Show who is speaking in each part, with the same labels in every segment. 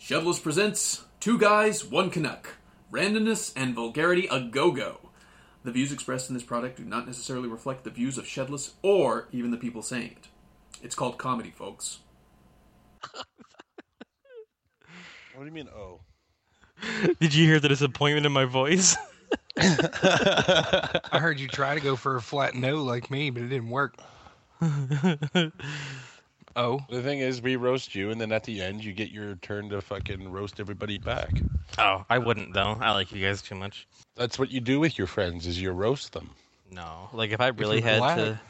Speaker 1: Shevless presents Two Guys, One Canuck Randomness and Vulgarity a Go Go. The views expressed in this product do not necessarily reflect the views of Shedless or even the people saying it. It's called comedy, folks.
Speaker 2: What do you mean, oh?
Speaker 3: Did you hear the disappointment in my voice?
Speaker 4: I heard you try to go for a flat no like me, but it didn't work. oh,
Speaker 2: The thing is, we roast you, and then at the end, you get your turn to fucking roast everybody back.
Speaker 3: oh, I wouldn't though. I like you guys too much.
Speaker 2: That's what you do with your friends, is you roast them.
Speaker 3: No, like if I really
Speaker 4: you're
Speaker 3: had
Speaker 4: black.
Speaker 3: to.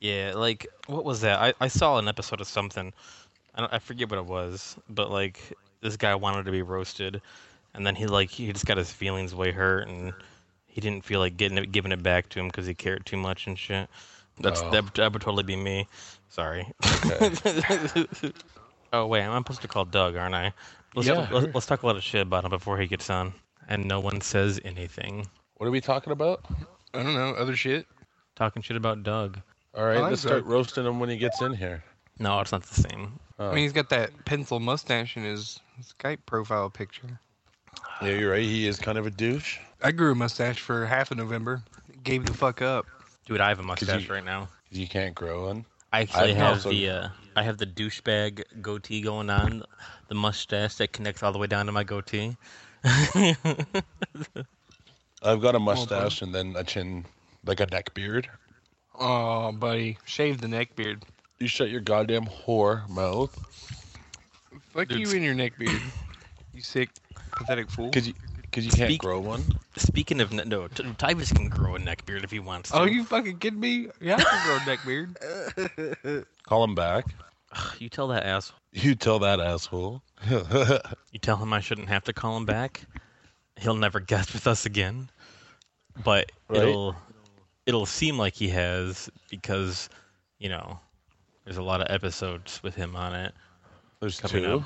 Speaker 3: Yeah, like what was that? I, I saw an episode of something. I don't, I forget what it was, but like this guy wanted to be roasted, and then he like he just got his feelings way hurt, and he didn't feel like getting it, giving it back to him because he cared too much and shit. That's
Speaker 2: Oh.
Speaker 3: that, that would totally be me. Sorry. oh wait, I'm supposed to call Doug, aren't I? Let's,
Speaker 2: Yeah.
Speaker 3: let's, let's talk a lot of shit about him before he gets on, and no one says anything.
Speaker 2: What are we talking about?
Speaker 4: I don't know, other shit.
Speaker 3: Talking shit about Doug.
Speaker 2: All right,
Speaker 4: I like
Speaker 2: let's start
Speaker 4: that.
Speaker 2: roasting him when he gets in here.
Speaker 3: No, it's not the same.
Speaker 2: Oh.
Speaker 4: I mean, he's got that pencil mustache in his Skype profile picture.
Speaker 2: Yeah, you're right. He is kind of a douche.
Speaker 4: I grew a mustache for half of November. Gave the fuck up.
Speaker 3: Dude, I have a mustache
Speaker 2: you-
Speaker 3: right now.
Speaker 2: You can't grow one.
Speaker 3: I actually
Speaker 2: I've
Speaker 3: have
Speaker 2: also-
Speaker 3: the uh, I have the douchebag goatee going on, the mustache that connects all the way down to my goatee.
Speaker 2: I've got a mustache and then a chin, like a neck beard.
Speaker 4: Oh, buddy, shave the neck beard.
Speaker 2: You shut your goddamn whore mouth.
Speaker 4: Fuck you in your neck beard. You sick, pathetic fool.
Speaker 2: Because you, cause you can't
Speaker 3: Speak-
Speaker 2: grow one.
Speaker 3: Speaking of ne- no, T- Tybus can grow a neck beard if he wants to.
Speaker 4: Oh, you fucking kidding me? Yeah, I can grow a neck beard.
Speaker 2: Call him back.
Speaker 3: You tell that ass.
Speaker 2: You tell that asshole.
Speaker 3: You tell him I shouldn't have to call him back. He'll never guest with us again. But
Speaker 2: Right.
Speaker 3: it'll it'll seem like he has because you know there's a lot of episodes with him on it.
Speaker 2: There's
Speaker 3: coming
Speaker 2: two.
Speaker 3: up.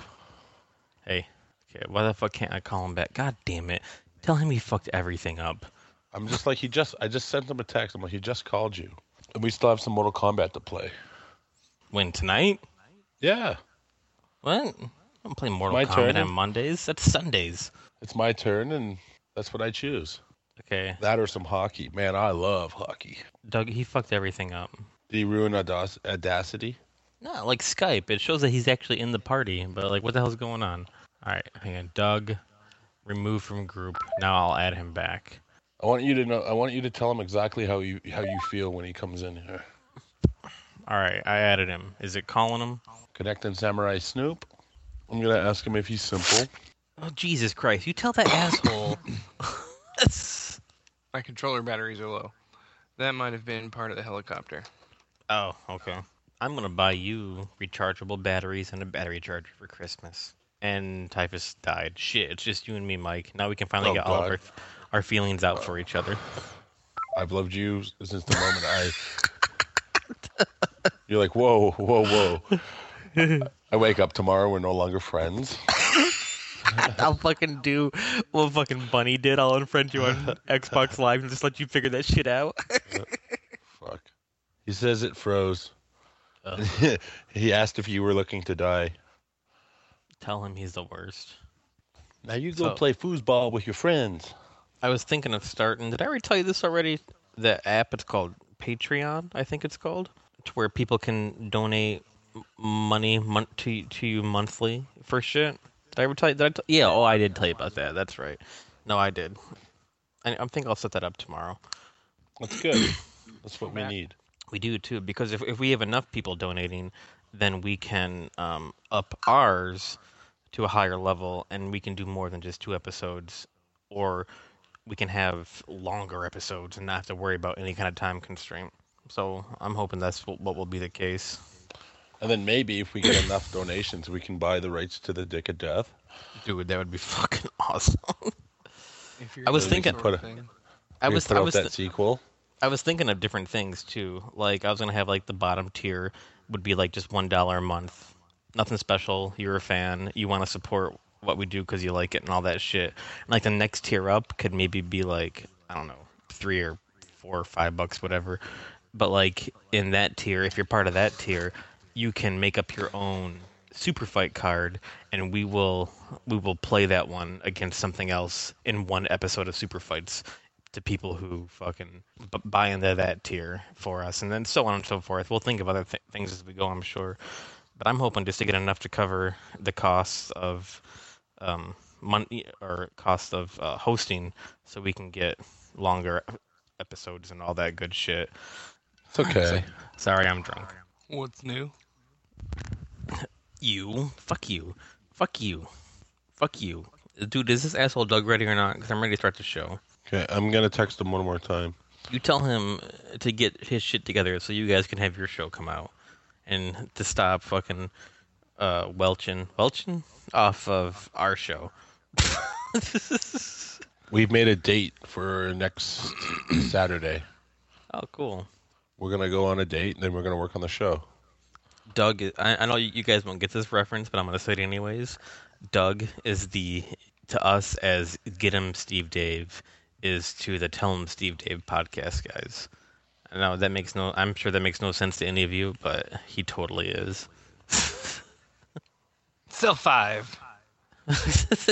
Speaker 3: Hey, okay, why the fuck can't I call him back? God damn it. Tell him he fucked everything up.
Speaker 2: I'm just like he just. I just sent him a text. I'm like he just called you, and we still have some Mortal Kombat to play.
Speaker 3: When tonight?
Speaker 2: Yeah,
Speaker 3: What? I'm playing Mortal
Speaker 2: My
Speaker 3: Kombat
Speaker 2: turn.
Speaker 3: on Mondays. That's Sundays.
Speaker 2: it's my turn, and that's what I choose.
Speaker 3: Okay.
Speaker 2: That or some hockey. Man, I love hockey.
Speaker 3: Doug, he fucked everything up.
Speaker 2: Did he ruin Audac- Audacity?
Speaker 3: No, like Skype. It shows that he's actually in the party, but like what the hell's going on? Alright, hang on. Doug, remove from group. Now I'll add him back.
Speaker 2: I want you to know. I want you to tell him exactly how you how you feel when he comes in here.
Speaker 3: Alright, I added him. Is it calling him?
Speaker 2: Connecting Samurai Snoop. I'm gonna ask him if he's simple.
Speaker 3: Oh Jesus Christ, you tell that asshole.
Speaker 4: My controller batteries are low. That might have been part of the helicopter.
Speaker 3: Oh, okay. I'm gonna buy you rechargeable batteries and a battery charger for Christmas. And Typhus died. Shit, it's just you and me, Mike. Now we can finally
Speaker 2: Oh,
Speaker 3: get all of
Speaker 2: God.
Speaker 3: our, our feelings out for each other.
Speaker 2: I've loved you since the moment I. You're like whoa, whoa, whoa. I wake up tomorrow. We're no longer friends.
Speaker 3: I'll fucking do what fucking Bunny did. I'll unfriend you on Xbox Live and just let you figure that shit out.
Speaker 2: Fuck. He says it froze.
Speaker 3: Ugh.
Speaker 2: he asked if you were looking to die.
Speaker 3: Tell him he's the worst.
Speaker 2: Now you go
Speaker 3: So-
Speaker 2: play foosball with your friends.
Speaker 3: I was thinking of starting. Did I already tell you this already? The app it's called Patreon, I think it's called, to where people can donate m- money mon- to to you monthly for shit. Did I ever tell you? Did I t- yeah. Oh, I did tell you about that. That's right. No, I did. I, I think I'll set that up tomorrow.
Speaker 2: That's good. That's what we need.
Speaker 3: We do too, because if if we have enough people donating, then we can um, up ours to a higher level, and we can do more than just two episodes, or we can have longer episodes and not have to worry about any kind of time constraint. So I'm hoping that's what, what will be the case.
Speaker 2: And then maybe if we get enough donations, we can buy the rights to the Dick of Death.
Speaker 3: Dude, that would be fucking awesome.
Speaker 4: If you're
Speaker 3: I was
Speaker 4: doing this
Speaker 3: thinking-
Speaker 4: sort of
Speaker 2: Put a-
Speaker 4: thing.
Speaker 3: I
Speaker 2: We
Speaker 3: was,
Speaker 2: put
Speaker 3: I
Speaker 2: out
Speaker 3: was,
Speaker 2: that
Speaker 3: th-
Speaker 2: sequel.
Speaker 3: I was thinking of different things too. Like I was gonna have like the bottom tier would be like just one dollar a month, nothing special. You're a fan. You want to support what we do because you like it and all that shit. And like the next tier up could maybe be like I don't know three or four or five bucks whatever. But like in that tier, if you're part of that tier, you can make up your own super fight card, and we will we will play that one against something else in one episode of super fights to people who fucking b- buy into that tier for us, and then so on and so forth. We'll think of other th- things as we go, I'm sure. But I'm hoping just to get enough to cover the costs of um, money or cost of uh, hosting, so we can get longer episodes and all that good shit.
Speaker 2: It's okay.
Speaker 3: Sorry, I'm drunk.
Speaker 4: What's new?
Speaker 3: You, fuck you, fuck you, fuck you, dude. Is this asshole Doug ready or not? Because I'm ready to start the show.
Speaker 2: Okay, I'm gonna text him one more time.
Speaker 3: You tell him to get his shit together so you guys can have your show come out and to stop fucking uh, welching, welching off of our show.
Speaker 2: We've made a date for next Saturday.
Speaker 3: oh, cool.
Speaker 2: We're gonna go on a date, and then we're gonna work on the show.
Speaker 3: Doug, is- I, I know you guys won't get this reference, but I'm going to say it anyways. Doug is the, to us, as Get Him Steve Dave is to the Tell Him Steve Dave podcast, guys. I know that makes no, I'm sure that makes no sense to any of you, but he totally is.
Speaker 4: Still five.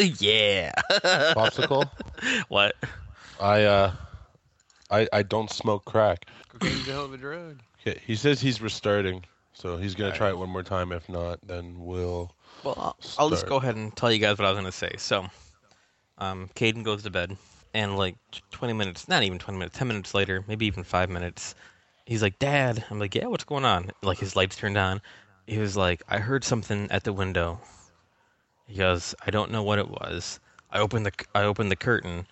Speaker 3: yeah.
Speaker 2: Popsicle.
Speaker 3: What?
Speaker 2: I uh, I I don't smoke crack.
Speaker 4: Cocaine's a hell of a drug.
Speaker 2: Okay, he says he's restarting, so he's gonna try it one more time. If not, then we'll.
Speaker 3: Well, I'll, I'll just
Speaker 2: Start.
Speaker 3: go ahead and tell you guys what I was going to say. So, um, Caden goes to bed, and like t- 20 minutes, not even 20 minutes, 10 minutes later, maybe even five minutes, he's like, Dad. I'm like, Yeah, what's going on? Like, his lights turned on. He was like, I heard something at the window. He goes, I don't know what it was. I opened the, c- I opened the curtain.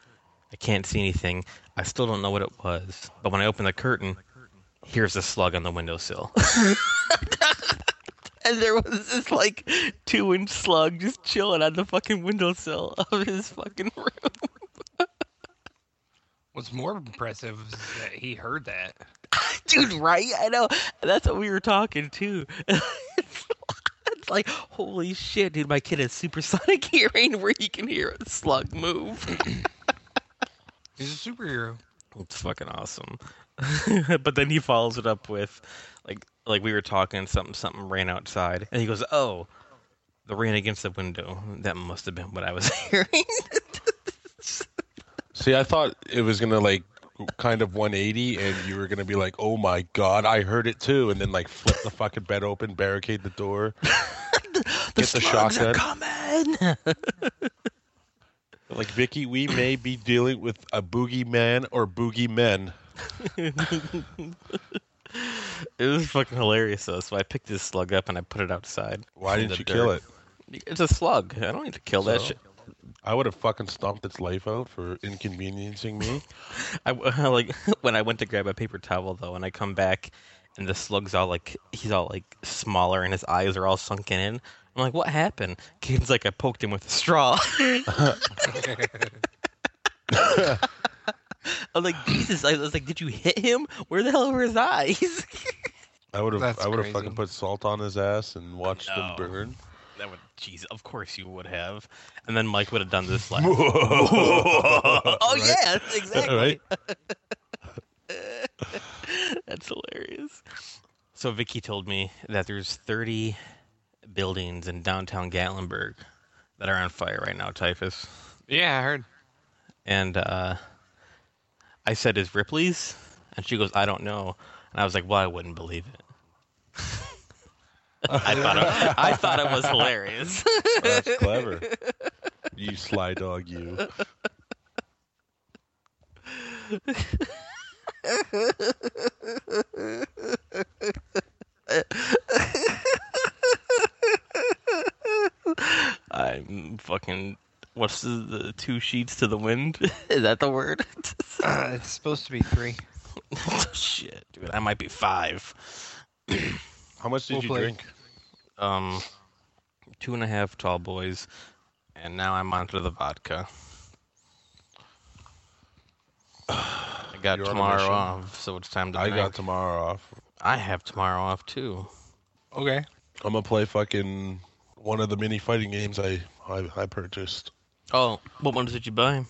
Speaker 3: I can't see anything. I still don't know what it was. But when I open the curtain, here's a slug on the windowsill. and there was this like two inch slug just chilling on the fucking windowsill of his fucking room.
Speaker 4: What's more impressive is that he heard that.
Speaker 3: Dude, right? I know. That's what we were talking too. it's like, holy shit, dude, my kid has supersonic hearing where he can hear a slug move.
Speaker 4: He's a superhero.
Speaker 3: It's fucking awesome. but then he follows it up with like like we were talking something something ran outside and he goes, "Oh, the rain against the window. That must have been what I was hearing."
Speaker 2: See, I thought it was gonna like kind of 180, and you were gonna be like, "Oh my god, I heard it too," and then like flip the fucking bed open, barricade the door, get the
Speaker 3: slugs
Speaker 2: shotgun.
Speaker 3: are coming.
Speaker 2: Like Vicky, we may be dealing with a boogeyman or boogeymen.
Speaker 3: It was fucking hilarious though. So I picked this slug up and I put it outside.
Speaker 2: Why
Speaker 3: in
Speaker 2: didn't
Speaker 3: the
Speaker 2: you kill
Speaker 3: dirt.
Speaker 2: it?
Speaker 3: It's a slug. I don't need to kill that
Speaker 2: So?
Speaker 3: shit.
Speaker 2: I would have fucking stomped its life out for inconveniencing me.
Speaker 3: I like when I went to grab a paper towel though, and I come back and the slug's all like he's all like smaller and his eyes are all sunken in. I'm like, what happened? Kaden's like, I poked him with a straw. I'm like, Jesus! I was like, did you hit him? Where the hell were his eyes?
Speaker 2: I would have.
Speaker 4: That's
Speaker 2: I would
Speaker 4: crazy.
Speaker 2: have fucking put salt on his ass and watched
Speaker 3: No.
Speaker 2: him burn.
Speaker 3: That would, jeez, of course you would have. And then Mike would have done this last.
Speaker 2: oh
Speaker 3: oh yeah, exactly.
Speaker 2: right.
Speaker 3: That's hilarious. So Vicky told me that there's 30 buildings in downtown Gatlinburg that are on fire right now, typhus.
Speaker 4: Yeah, I heard.
Speaker 3: And uh, I said, "Is Ripley's?" And she goes, "I don't know." And I was like, "Well, I wouldn't believe it." I thought it, I thought it was hilarious.
Speaker 2: That's clever. You sly dog, you.
Speaker 3: I'm fucking. What's the, the two sheets to the wind? Is that the word?
Speaker 4: Uh, it's supposed to be three.
Speaker 3: Shit, dude, I might be five.
Speaker 2: How much did
Speaker 4: We'll
Speaker 2: you
Speaker 4: play.
Speaker 2: drink?
Speaker 3: um, two and a half tall boys, and now I'm onto the vodka. I got
Speaker 2: You're on a
Speaker 3: tomorrow
Speaker 2: mission.
Speaker 3: off, so it's time to.
Speaker 2: I got
Speaker 3: drink.
Speaker 2: tomorrow off.
Speaker 3: I have tomorrow off too.
Speaker 4: Okay.
Speaker 2: I'm gonna play fucking one of the mini fighting games I I, I purchased.
Speaker 3: Oh, what ones did you buy?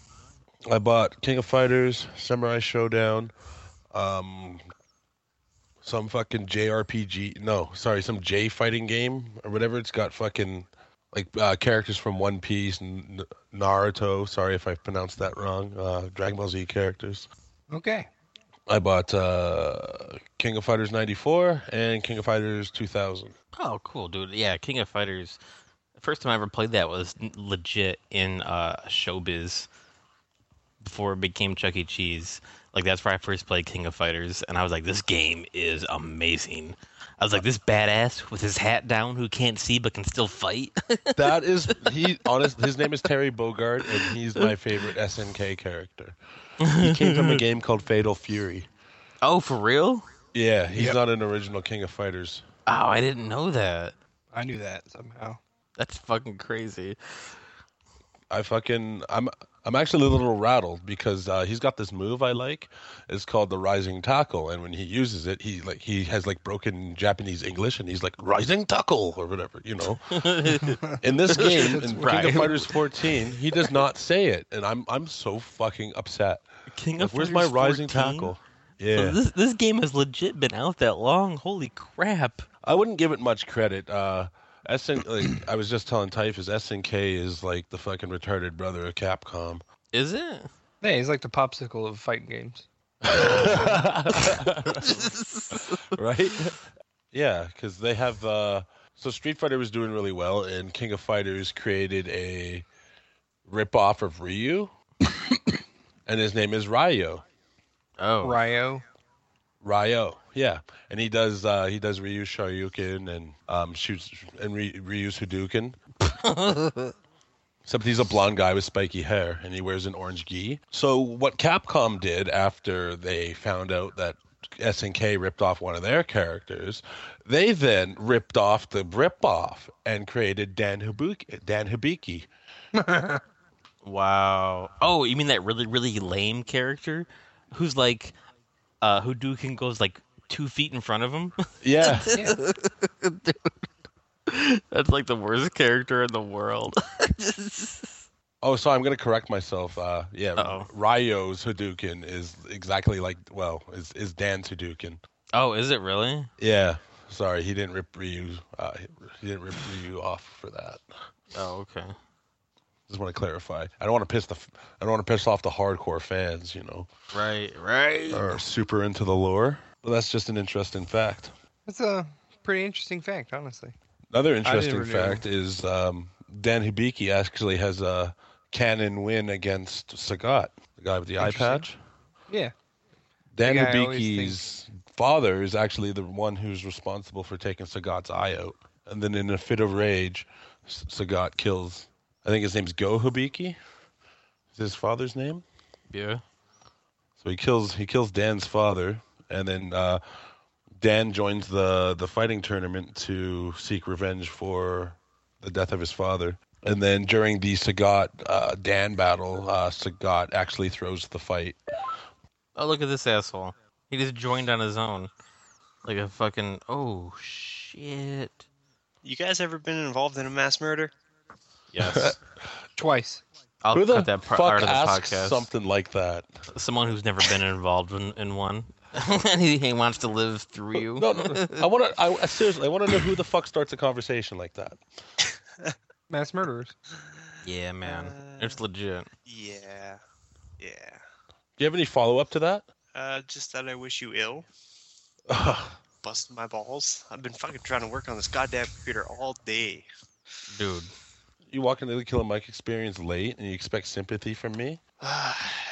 Speaker 2: I bought King of Fighters, Samurai Showdown, um, some fucking JRPG. No, sorry, some J fighting game or whatever. It's got fucking like uh, characters from One Piece and N- Naruto. Sorry if I pronounced that wrong. Uh, Dragon Ball Z characters.
Speaker 4: Okay.
Speaker 2: I bought uh, King of Fighters '94 and King of Fighters 2000.
Speaker 3: Oh, cool, dude. Yeah, King of Fighters. The first time I ever played that was n- legit in uh, Showbiz before it became Chuck E. Cheese. Like, that's where I first played King of Fighters, and I was like, this game is amazing. I was like, this badass with his hat down who can't see but can still fight.
Speaker 2: That is he. Honest, his name is Terry Bogard, and he's my favorite SNK character. He came from a game called Fatal Fury.
Speaker 3: oh, for real?
Speaker 2: Yeah, he's not an original King of Fighters.
Speaker 3: Oh, I didn't know that.
Speaker 4: I knew that somehow.
Speaker 3: That's fucking crazy.
Speaker 2: I fucking I'm I'm actually a little rattled because uh, he's got this move I like. It's called the rising tackle, and when he uses it, he like he has like broken Japanese English, and he's like rising tackle or whatever, you know. in this game, in King
Speaker 3: right.
Speaker 2: of Fighters 14, he does not say it, and I'm I'm so fucking upset.
Speaker 3: King
Speaker 2: Like,
Speaker 3: of
Speaker 2: where's my
Speaker 3: Fighters
Speaker 2: rising
Speaker 3: 14?
Speaker 2: tackle?
Speaker 3: So
Speaker 2: Yeah,
Speaker 3: this, this game has legit been out that long. Holy crap.
Speaker 2: I wouldn't give it much credit. Uh, SN, like, I was just telling Typhus, SNK is like the fucking retarded brother of Capcom.
Speaker 3: Is it?
Speaker 4: Hey, he's like the popsicle of fighting games.
Speaker 2: right? yeah, because they have. Uh, so Street Fighter was doing really well, and King of Fighters created a ripoff of Ryu, and his name is Ryo.
Speaker 3: Oh.
Speaker 4: Ryo.
Speaker 2: Ryo, yeah, and he does uh, he does Ryu Shoryuken and um, shoots and Ry- Ryu Hadouken. Except he's a blonde guy with spiky hair and he wears an orange gi. So what Capcom did after they found out that SNK ripped off one of their characters, they then ripped off the ripoff and created Dan Hibiki. Dan Hibiki.
Speaker 3: Wow. Oh, you mean that really, really lame character who's like, uh, who Dukin goes like two feet in front of him?
Speaker 2: Yeah.
Speaker 4: Yeah.
Speaker 3: That's like the worst character in the world.
Speaker 2: Oh, so I'm going to correct myself. Uh, yeah,
Speaker 3: Uh-oh.
Speaker 2: Ryo's Hadouken is exactly like, well, is, is Dan's Hadouken.
Speaker 3: oh, is it really?
Speaker 2: Yeah, sorry, he didn't rip Ryu. Uh, he didn't rip Ryu off for that.
Speaker 3: Oh, okay.
Speaker 2: Just want to clarify. I don't want to piss the. f- I don't want to piss off the hardcore fans. You know,
Speaker 3: Right, right.
Speaker 2: are super into the lore. But that's just an interesting fact.
Speaker 4: That's a pretty interesting fact, honestly.
Speaker 2: Another interesting
Speaker 4: really-
Speaker 2: fact is um, Dan Hibiki actually has a canon win against Sagat, the guy with the eye
Speaker 4: Interesting.
Speaker 2: patch.
Speaker 4: Yeah.
Speaker 2: Dan
Speaker 4: The guy I always
Speaker 2: Hibiki's father is actually the one who's responsible for taking Sagat's eye out. And then in a fit of rage, S- Sagat kills, I think his name's Go Hibiki. Is his father's name?
Speaker 3: Yeah.
Speaker 2: So he kills he kills Dan's father, and then uh, Dan joins the the fighting tournament to seek revenge for the death of his father. And then during the Sagat uh, Dan battle, uh, Sagat actually throws the fight.
Speaker 3: Oh, look at this asshole. He just joined on his own. Like a fucking. Oh, shit.
Speaker 5: You guys ever been involved in a mass murder?
Speaker 3: Yes.
Speaker 4: Twice.
Speaker 3: I'll
Speaker 2: Who the
Speaker 3: cut that par-
Speaker 2: fuck
Speaker 3: part of the
Speaker 2: asks
Speaker 3: podcast.
Speaker 2: something like that?
Speaker 3: Someone who's never been involved in, in one. and he, he wants to live through you.
Speaker 2: No, no, no. I want to. I seriously, I want to know who the fuck starts a conversation like that.
Speaker 4: Mass murderers.
Speaker 3: Yeah, man. it's legit.
Speaker 5: Uh, Yeah. Yeah.
Speaker 2: Do you have any follow up to that?
Speaker 5: Uh, just that I wish you ill.
Speaker 2: Ugh.
Speaker 5: Busting my balls. I've been fucking trying to work on this goddamn computer all day.
Speaker 3: Dude.
Speaker 2: You walk into the Killer Mike experience late, and you expect sympathy from me.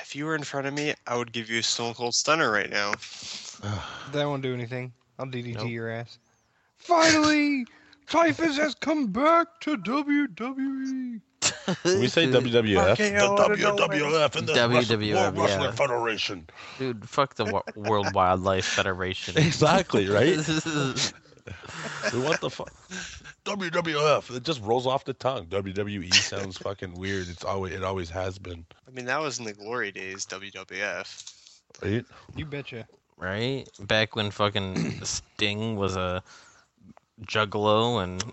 Speaker 5: if you were in front of me, I would give you a stone cold stunner right now.
Speaker 4: That won't do anything. I'll DDT
Speaker 3: Nope.
Speaker 4: your ass. Finally! Typhus has come back to E. WWE.
Speaker 2: When we say WWF,
Speaker 5: Fucking hell, I don't know what it is.
Speaker 2: and
Speaker 3: WWF,
Speaker 2: World
Speaker 3: yeah.
Speaker 2: Federation.
Speaker 3: Dude, fuck the Wa- World Wildlife Federation.
Speaker 2: Exactly right.
Speaker 3: Dude,
Speaker 2: we want the fuck WWF. It just rolls off the tongue. WWE sounds fucking weird. It's always it always has been.
Speaker 5: I mean, that was in the glory days, WWF.
Speaker 2: Right?
Speaker 4: You betcha.
Speaker 3: right? Back when fucking Sting was a juggalo and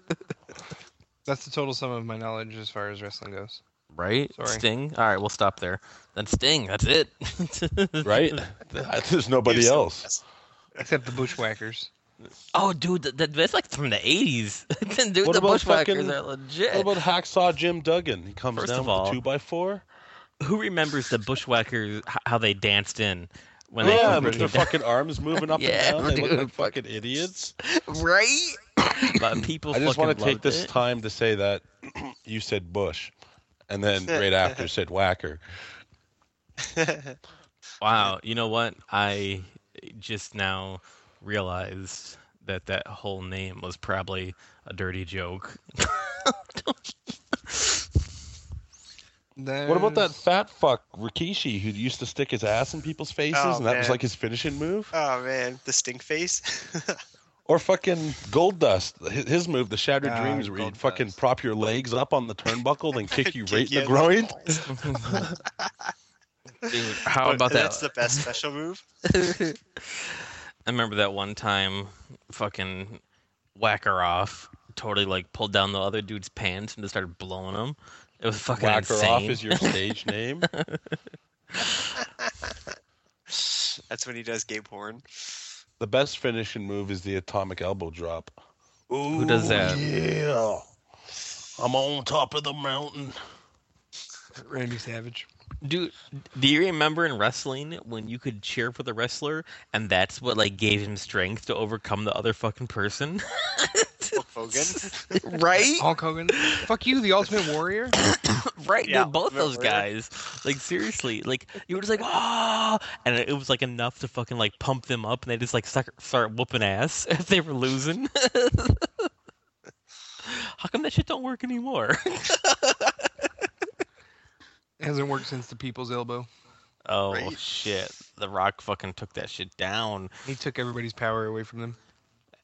Speaker 4: That's the total sum of my knowledge as far as wrestling goes.
Speaker 3: right?
Speaker 5: Sorry.
Speaker 3: Sting. All right, we'll stop there. Then Sting. That's it.
Speaker 2: right? There's nobody
Speaker 5: Use it.
Speaker 2: else.
Speaker 5: Yes.
Speaker 4: Except the Bushwhackers.
Speaker 3: Oh, dude, that, that, that's like from the '80s. dude,
Speaker 2: What
Speaker 3: the
Speaker 2: about
Speaker 3: Bushwhackers
Speaker 2: fucking-
Speaker 3: are legit.
Speaker 2: What about Hacksaw Jim Duggan? He comes
Speaker 3: First
Speaker 2: down
Speaker 3: of
Speaker 2: with
Speaker 3: all-
Speaker 2: a two by four.
Speaker 3: Who remembers the Bushwhackers? h- How they danced in when they
Speaker 2: yeah,
Speaker 3: first
Speaker 2: with
Speaker 3: came
Speaker 2: their
Speaker 3: down?
Speaker 2: fucking arms moving up
Speaker 3: Yeah,
Speaker 2: and down. They
Speaker 3: dude.
Speaker 2: look like fucking idiots.
Speaker 3: right? But people.
Speaker 2: I just
Speaker 3: fucking
Speaker 2: want to take
Speaker 3: loved
Speaker 2: this
Speaker 3: it.
Speaker 2: time to say that you said Bush, and then right after said Whacker.
Speaker 3: Wow, you know what? I just now realized that that whole name was probably a dirty joke.
Speaker 2: What about that fat fuck Rikishi who used to stick his ass in people's faces,
Speaker 5: Oh,
Speaker 2: and that was
Speaker 5: man.
Speaker 2: like his finishing move?
Speaker 5: Oh man, the stink face.
Speaker 2: Or fucking Gold Dust, his his move, the Shattered
Speaker 4: Ah,
Speaker 2: Dreams, where you
Speaker 4: Gold
Speaker 2: fucking
Speaker 4: Dust.
Speaker 2: prop your legs up on the turnbuckle, then kick you right
Speaker 5: Kick you
Speaker 2: in the groin.
Speaker 3: Dude, how
Speaker 5: But
Speaker 3: about that?
Speaker 5: That's the best special move.
Speaker 3: I remember that one time, fucking whacker off, totally like pulled down the other dude's pants and just started blowing them. It was fucking
Speaker 2: Whacker
Speaker 3: insane.
Speaker 2: off is your stage name.
Speaker 5: That's when he does Gabe Horn.
Speaker 2: The best finishing move is the atomic elbow drop.
Speaker 3: Who does that?
Speaker 2: Yeah. I'm on top of the mountain.
Speaker 4: Randy Savage.
Speaker 3: Dude, do you remember in wrestling when you could cheer for the wrestler and that's what like gave him strength to overcome the other fucking person?
Speaker 5: Hulk Hogan.
Speaker 3: right?
Speaker 4: Hulk Hogan. Fuck you, the Ultimate Warrior.
Speaker 3: Right,
Speaker 5: Yeah,
Speaker 3: dude, both those
Speaker 5: remember?
Speaker 3: guys. Like seriously, like you were just like, ah, and it was like enough to fucking like pump them up, and they just like suck, start whooping ass if they were losing. How come that shit don't work anymore?
Speaker 4: Hasn't worked since the People's Elbow.
Speaker 3: oh
Speaker 5: Right.
Speaker 3: shit, The Rock fucking took that shit down,
Speaker 4: He took everybody's power away from them.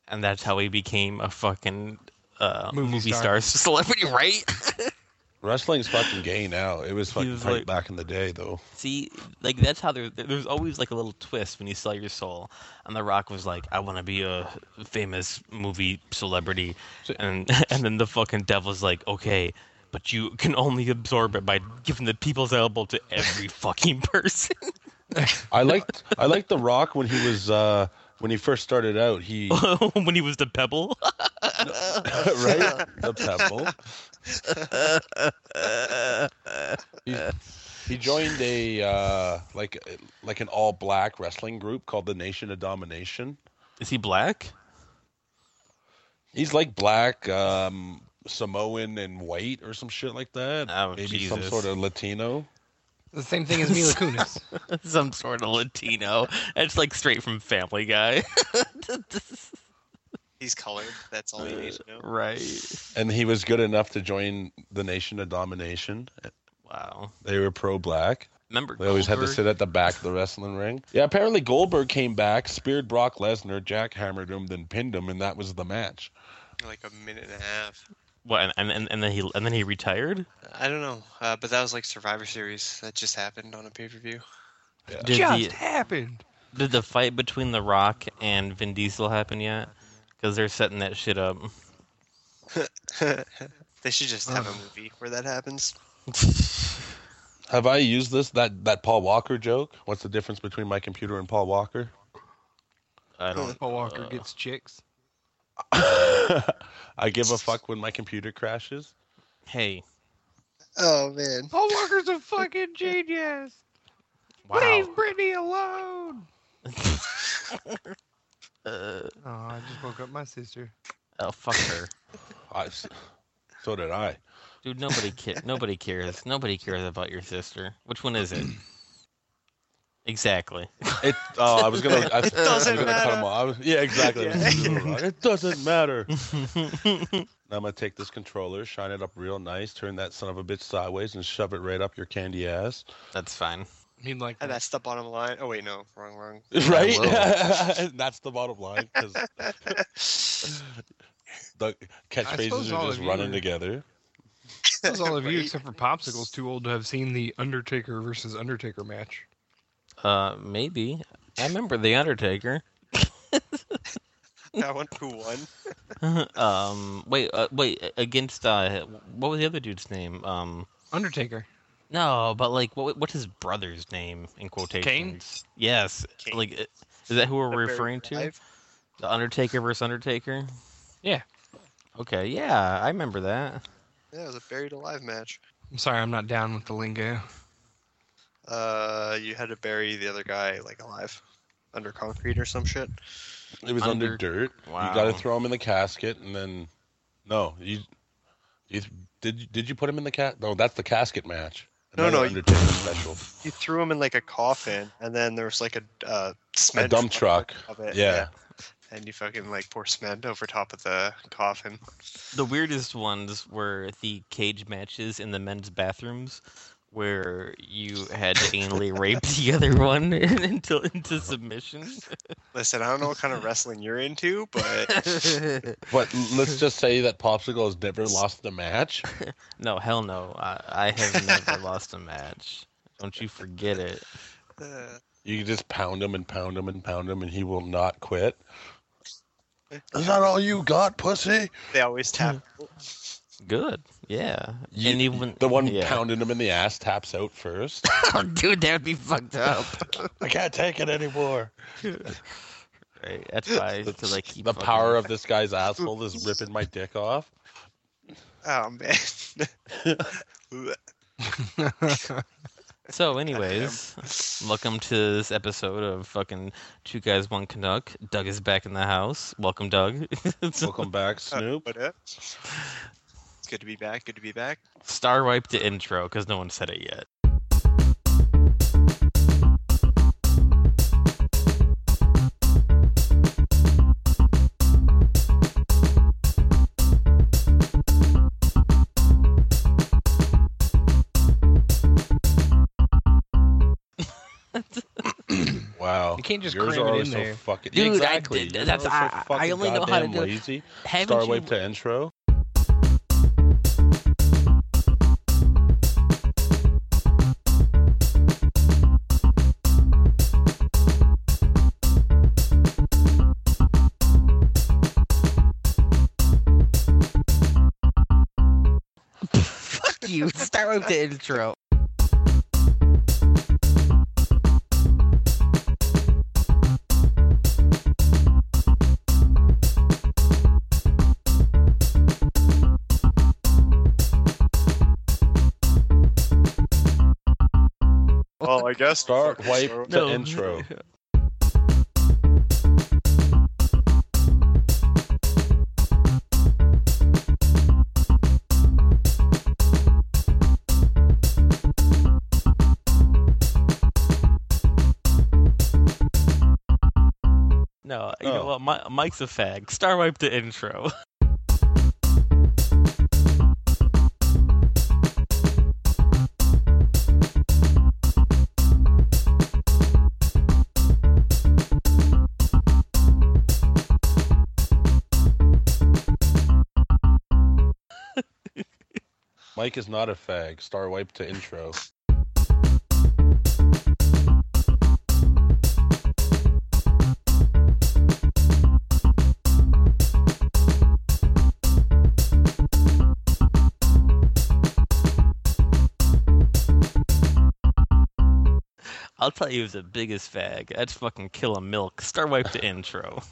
Speaker 3: and that's how he became a fucking uh, movie,
Speaker 4: Movie star.
Speaker 3: star. celebrity, right?
Speaker 2: Wrestling's fucking gay now. It was fucking
Speaker 3: was
Speaker 2: tight
Speaker 3: like-
Speaker 2: back in the day, though.
Speaker 3: See, like that's how there, there- there's always like a little twist when you sell your soul. And The Rock was like, "I want to be a famous movie celebrity,"
Speaker 2: So-
Speaker 3: and and then the fucking devil's like, "Okay, but you can only absorb it by giving the people's elbow to every fucking person."
Speaker 2: I liked I liked The Rock when he was uh, when he first started out. He
Speaker 3: when he was the pebble,
Speaker 2: right the pebble. He, he joined a uh, like like an all black wrestling group called the Nation of Domination.
Speaker 3: is he black?
Speaker 2: He's like black, um, Samoan, and white, or some shit like that.
Speaker 3: Oh,
Speaker 2: Maybe some
Speaker 3: Jesus.
Speaker 2: sort of Latino.
Speaker 4: The same thing as Mila Kunis.
Speaker 3: Some sort of Latino. It's like straight from Family Guy,
Speaker 5: He's colored. That's all you need to know.
Speaker 3: right?
Speaker 2: And he was good enough to join the Nation of Domination.
Speaker 3: Wow.
Speaker 2: They were pro black.
Speaker 3: Remember,
Speaker 2: They always had to
Speaker 3: Goldberg?
Speaker 2: sit at the back of the wrestling ring. Yeah, apparently Goldberg came back, speared Brock Lesnar, jackhammered him, then pinned him, and that was the match.
Speaker 5: Like a minute and a half.
Speaker 3: What? And, and and then he and then he retired.
Speaker 5: I don't know, uh, but that was like Survivor Series that just happened on a pay per view.
Speaker 3: Did
Speaker 4: Just
Speaker 3: the-
Speaker 4: happened.
Speaker 3: Did the fight between The Rock and Vin Diesel happen yet? Because they're setting that shit up.
Speaker 5: They should just have a movie where that happens.
Speaker 2: Have I used this that that Paul Walker joke? What's the difference between my computer and Paul Walker?
Speaker 3: I don't.
Speaker 4: Paul Walker gets chicks.
Speaker 2: I give a fuck when my computer crashes.
Speaker 3: Hey,
Speaker 5: Oh man.
Speaker 4: Paul Walker's a fucking genius.
Speaker 3: wow.
Speaker 4: Britney alone.
Speaker 3: Uh,
Speaker 4: Oh, I just woke up my sister.
Speaker 3: oh fuck her,
Speaker 2: I, so did I.
Speaker 3: dude. Nobody ca- Nobody cares. Nobody cares about your sister. Which one is it? Exactly.
Speaker 2: It. Oh, I was gonna. I, it
Speaker 5: doesn't
Speaker 2: I was gonna cut
Speaker 5: matter.
Speaker 2: him off. I was- Yeah, exactly.
Speaker 5: Yeah.
Speaker 2: It doesn't matter. I'm gonna take this controller, shine it up real nice, turn that son of a bitch sideways, and shove it right up your candy ass.
Speaker 3: That's fine.
Speaker 4: I mean, like,
Speaker 5: And that's the bottom line. Oh wait, no, wrong, wrong.
Speaker 2: Right?
Speaker 3: will.
Speaker 2: That's the bottom line. 'cause the
Speaker 4: suppose
Speaker 2: catchphrases
Speaker 4: all
Speaker 2: are just
Speaker 4: of you
Speaker 2: running
Speaker 4: are-
Speaker 2: together.
Speaker 4: that's all of you
Speaker 5: Right.
Speaker 4: except for Popsicle's too old to have seen the Undertaker versus Undertaker match.
Speaker 3: Uh, maybe. I remember the Undertaker.
Speaker 5: That one who won?
Speaker 3: um, wait, uh, wait. Against uh, what was the other dude's name? Um,
Speaker 6: Undertaker.
Speaker 3: No, but like, what, what's his brother's name in quotations? Yes.
Speaker 5: Kane.
Speaker 3: Like, it- is that who we're
Speaker 5: They're buried
Speaker 3: referring to?
Speaker 5: alive.
Speaker 3: The Undertaker versus Undertaker.
Speaker 6: Yeah.
Speaker 3: Okay. Yeah, I remember that.
Speaker 5: Yeah, it was a buried alive match.
Speaker 6: I'm sorry, I'm not down with the lingo.
Speaker 5: Uh, you had to bury the other guy like alive, under concrete or some shit.
Speaker 2: It was under,
Speaker 3: Under-
Speaker 2: dirt.
Speaker 3: Wow.
Speaker 2: You got to throw him in the casket, and then no, you, you did. you- Did you put him in the cat? No, that's the casket match.
Speaker 5: No, no,
Speaker 2: Another
Speaker 5: you-
Speaker 2: Undertaker special.
Speaker 5: You threw him in like a coffin, and then there was like a uh, cement
Speaker 2: dump truck.
Speaker 5: Of it.
Speaker 2: Yeah.
Speaker 5: and you fucking like pour cement over top of the coffin.
Speaker 3: The weirdest ones were the cage matches in the men's bathrooms, where you had to anally rape the other one until into submission.
Speaker 5: Listen, I don't know what kind of wrestling you're into, but
Speaker 2: But let's just say that Popsicle has never lost the match.
Speaker 3: no, hell no. I, I have never lost a match. Don't you forget it.
Speaker 5: uh,
Speaker 2: You can just pound him and pound him and pound him, and he will not quit. Is that all you got, pussy?
Speaker 5: they always tap.
Speaker 3: Good. Yeah.
Speaker 2: You-
Speaker 3: and even
Speaker 2: The one
Speaker 3: yeah.
Speaker 2: pounding him in the ass taps out first.
Speaker 3: dude, that would be fucked up.
Speaker 2: I can't take it anymore.
Speaker 3: right. That's why to like keep
Speaker 2: the
Speaker 3: fucking-
Speaker 2: power of this guy's asshole is ripping my dick off.
Speaker 5: Oh man.
Speaker 3: So, anyways, welcome to this episode of fucking Two Guys One Canuck. Doug is back in the house. Welcome, Doug.
Speaker 2: Welcome back, Snoop.
Speaker 5: What up? uh, It's good to be back. Good to be back.
Speaker 3: Star wipe the intro because no one said it yet.
Speaker 2: Wow.
Speaker 6: You can't just
Speaker 2: Yours are
Speaker 6: cram it in
Speaker 2: always
Speaker 6: there.
Speaker 2: So fucking,
Speaker 3: Dude, I
Speaker 2: exactly.
Speaker 3: did-
Speaker 2: Yours
Speaker 3: that's-
Speaker 2: are so
Speaker 3: I- I
Speaker 2: fucking
Speaker 3: only know how to
Speaker 2: goddamn
Speaker 3: do it.
Speaker 2: lazy.
Speaker 3: Haven't
Speaker 2: Star
Speaker 3: you-
Speaker 2: Wave to intro.
Speaker 3: Fuck you. Star wipe the intro.
Speaker 5: Well, I guess
Speaker 2: Star wipe to
Speaker 3: No.
Speaker 2: intro.
Speaker 3: No, you know
Speaker 2: Oh.
Speaker 3: what? Mi- Mike's a fag. Star wipe the intro.
Speaker 2: Mike is not a fag. Star wipe to intro.
Speaker 3: I'll tell you who's the biggest fag. That's fucking Kill a Milk. Star wipe the intro.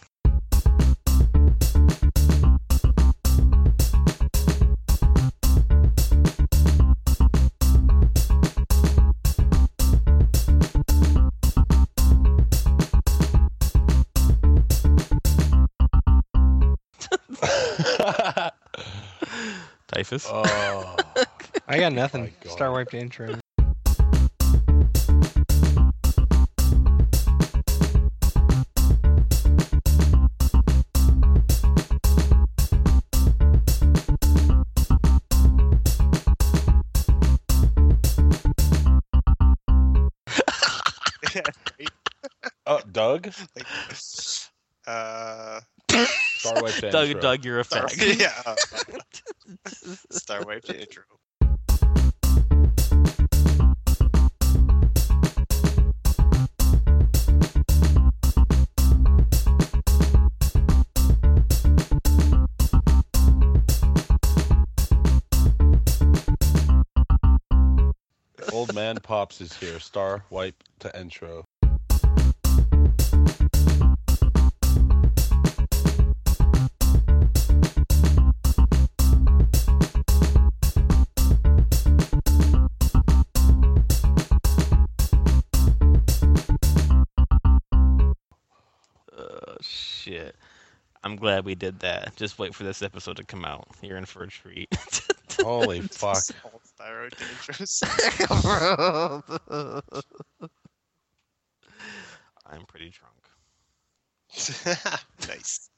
Speaker 3: Typhus.
Speaker 2: oh,
Speaker 6: I got nothing.
Speaker 2: God.
Speaker 6: Star wiped the intro.
Speaker 2: oh, Doug.
Speaker 5: Uh,
Speaker 2: Star wipe to
Speaker 3: Doug,
Speaker 2: intro.
Speaker 3: Doug, you're a
Speaker 5: Star,
Speaker 3: fag.
Speaker 5: yeah. uh, Star Wipe to intro.
Speaker 2: Old man pops is here. Star wipe to intro.
Speaker 3: Uh, shit. I'm glad we did that. Just wait for this episode to come out. You're in for a treat.
Speaker 2: Holy fuck!
Speaker 5: All thyroid dangerous.
Speaker 3: I'm pretty drunk.
Speaker 5: nice.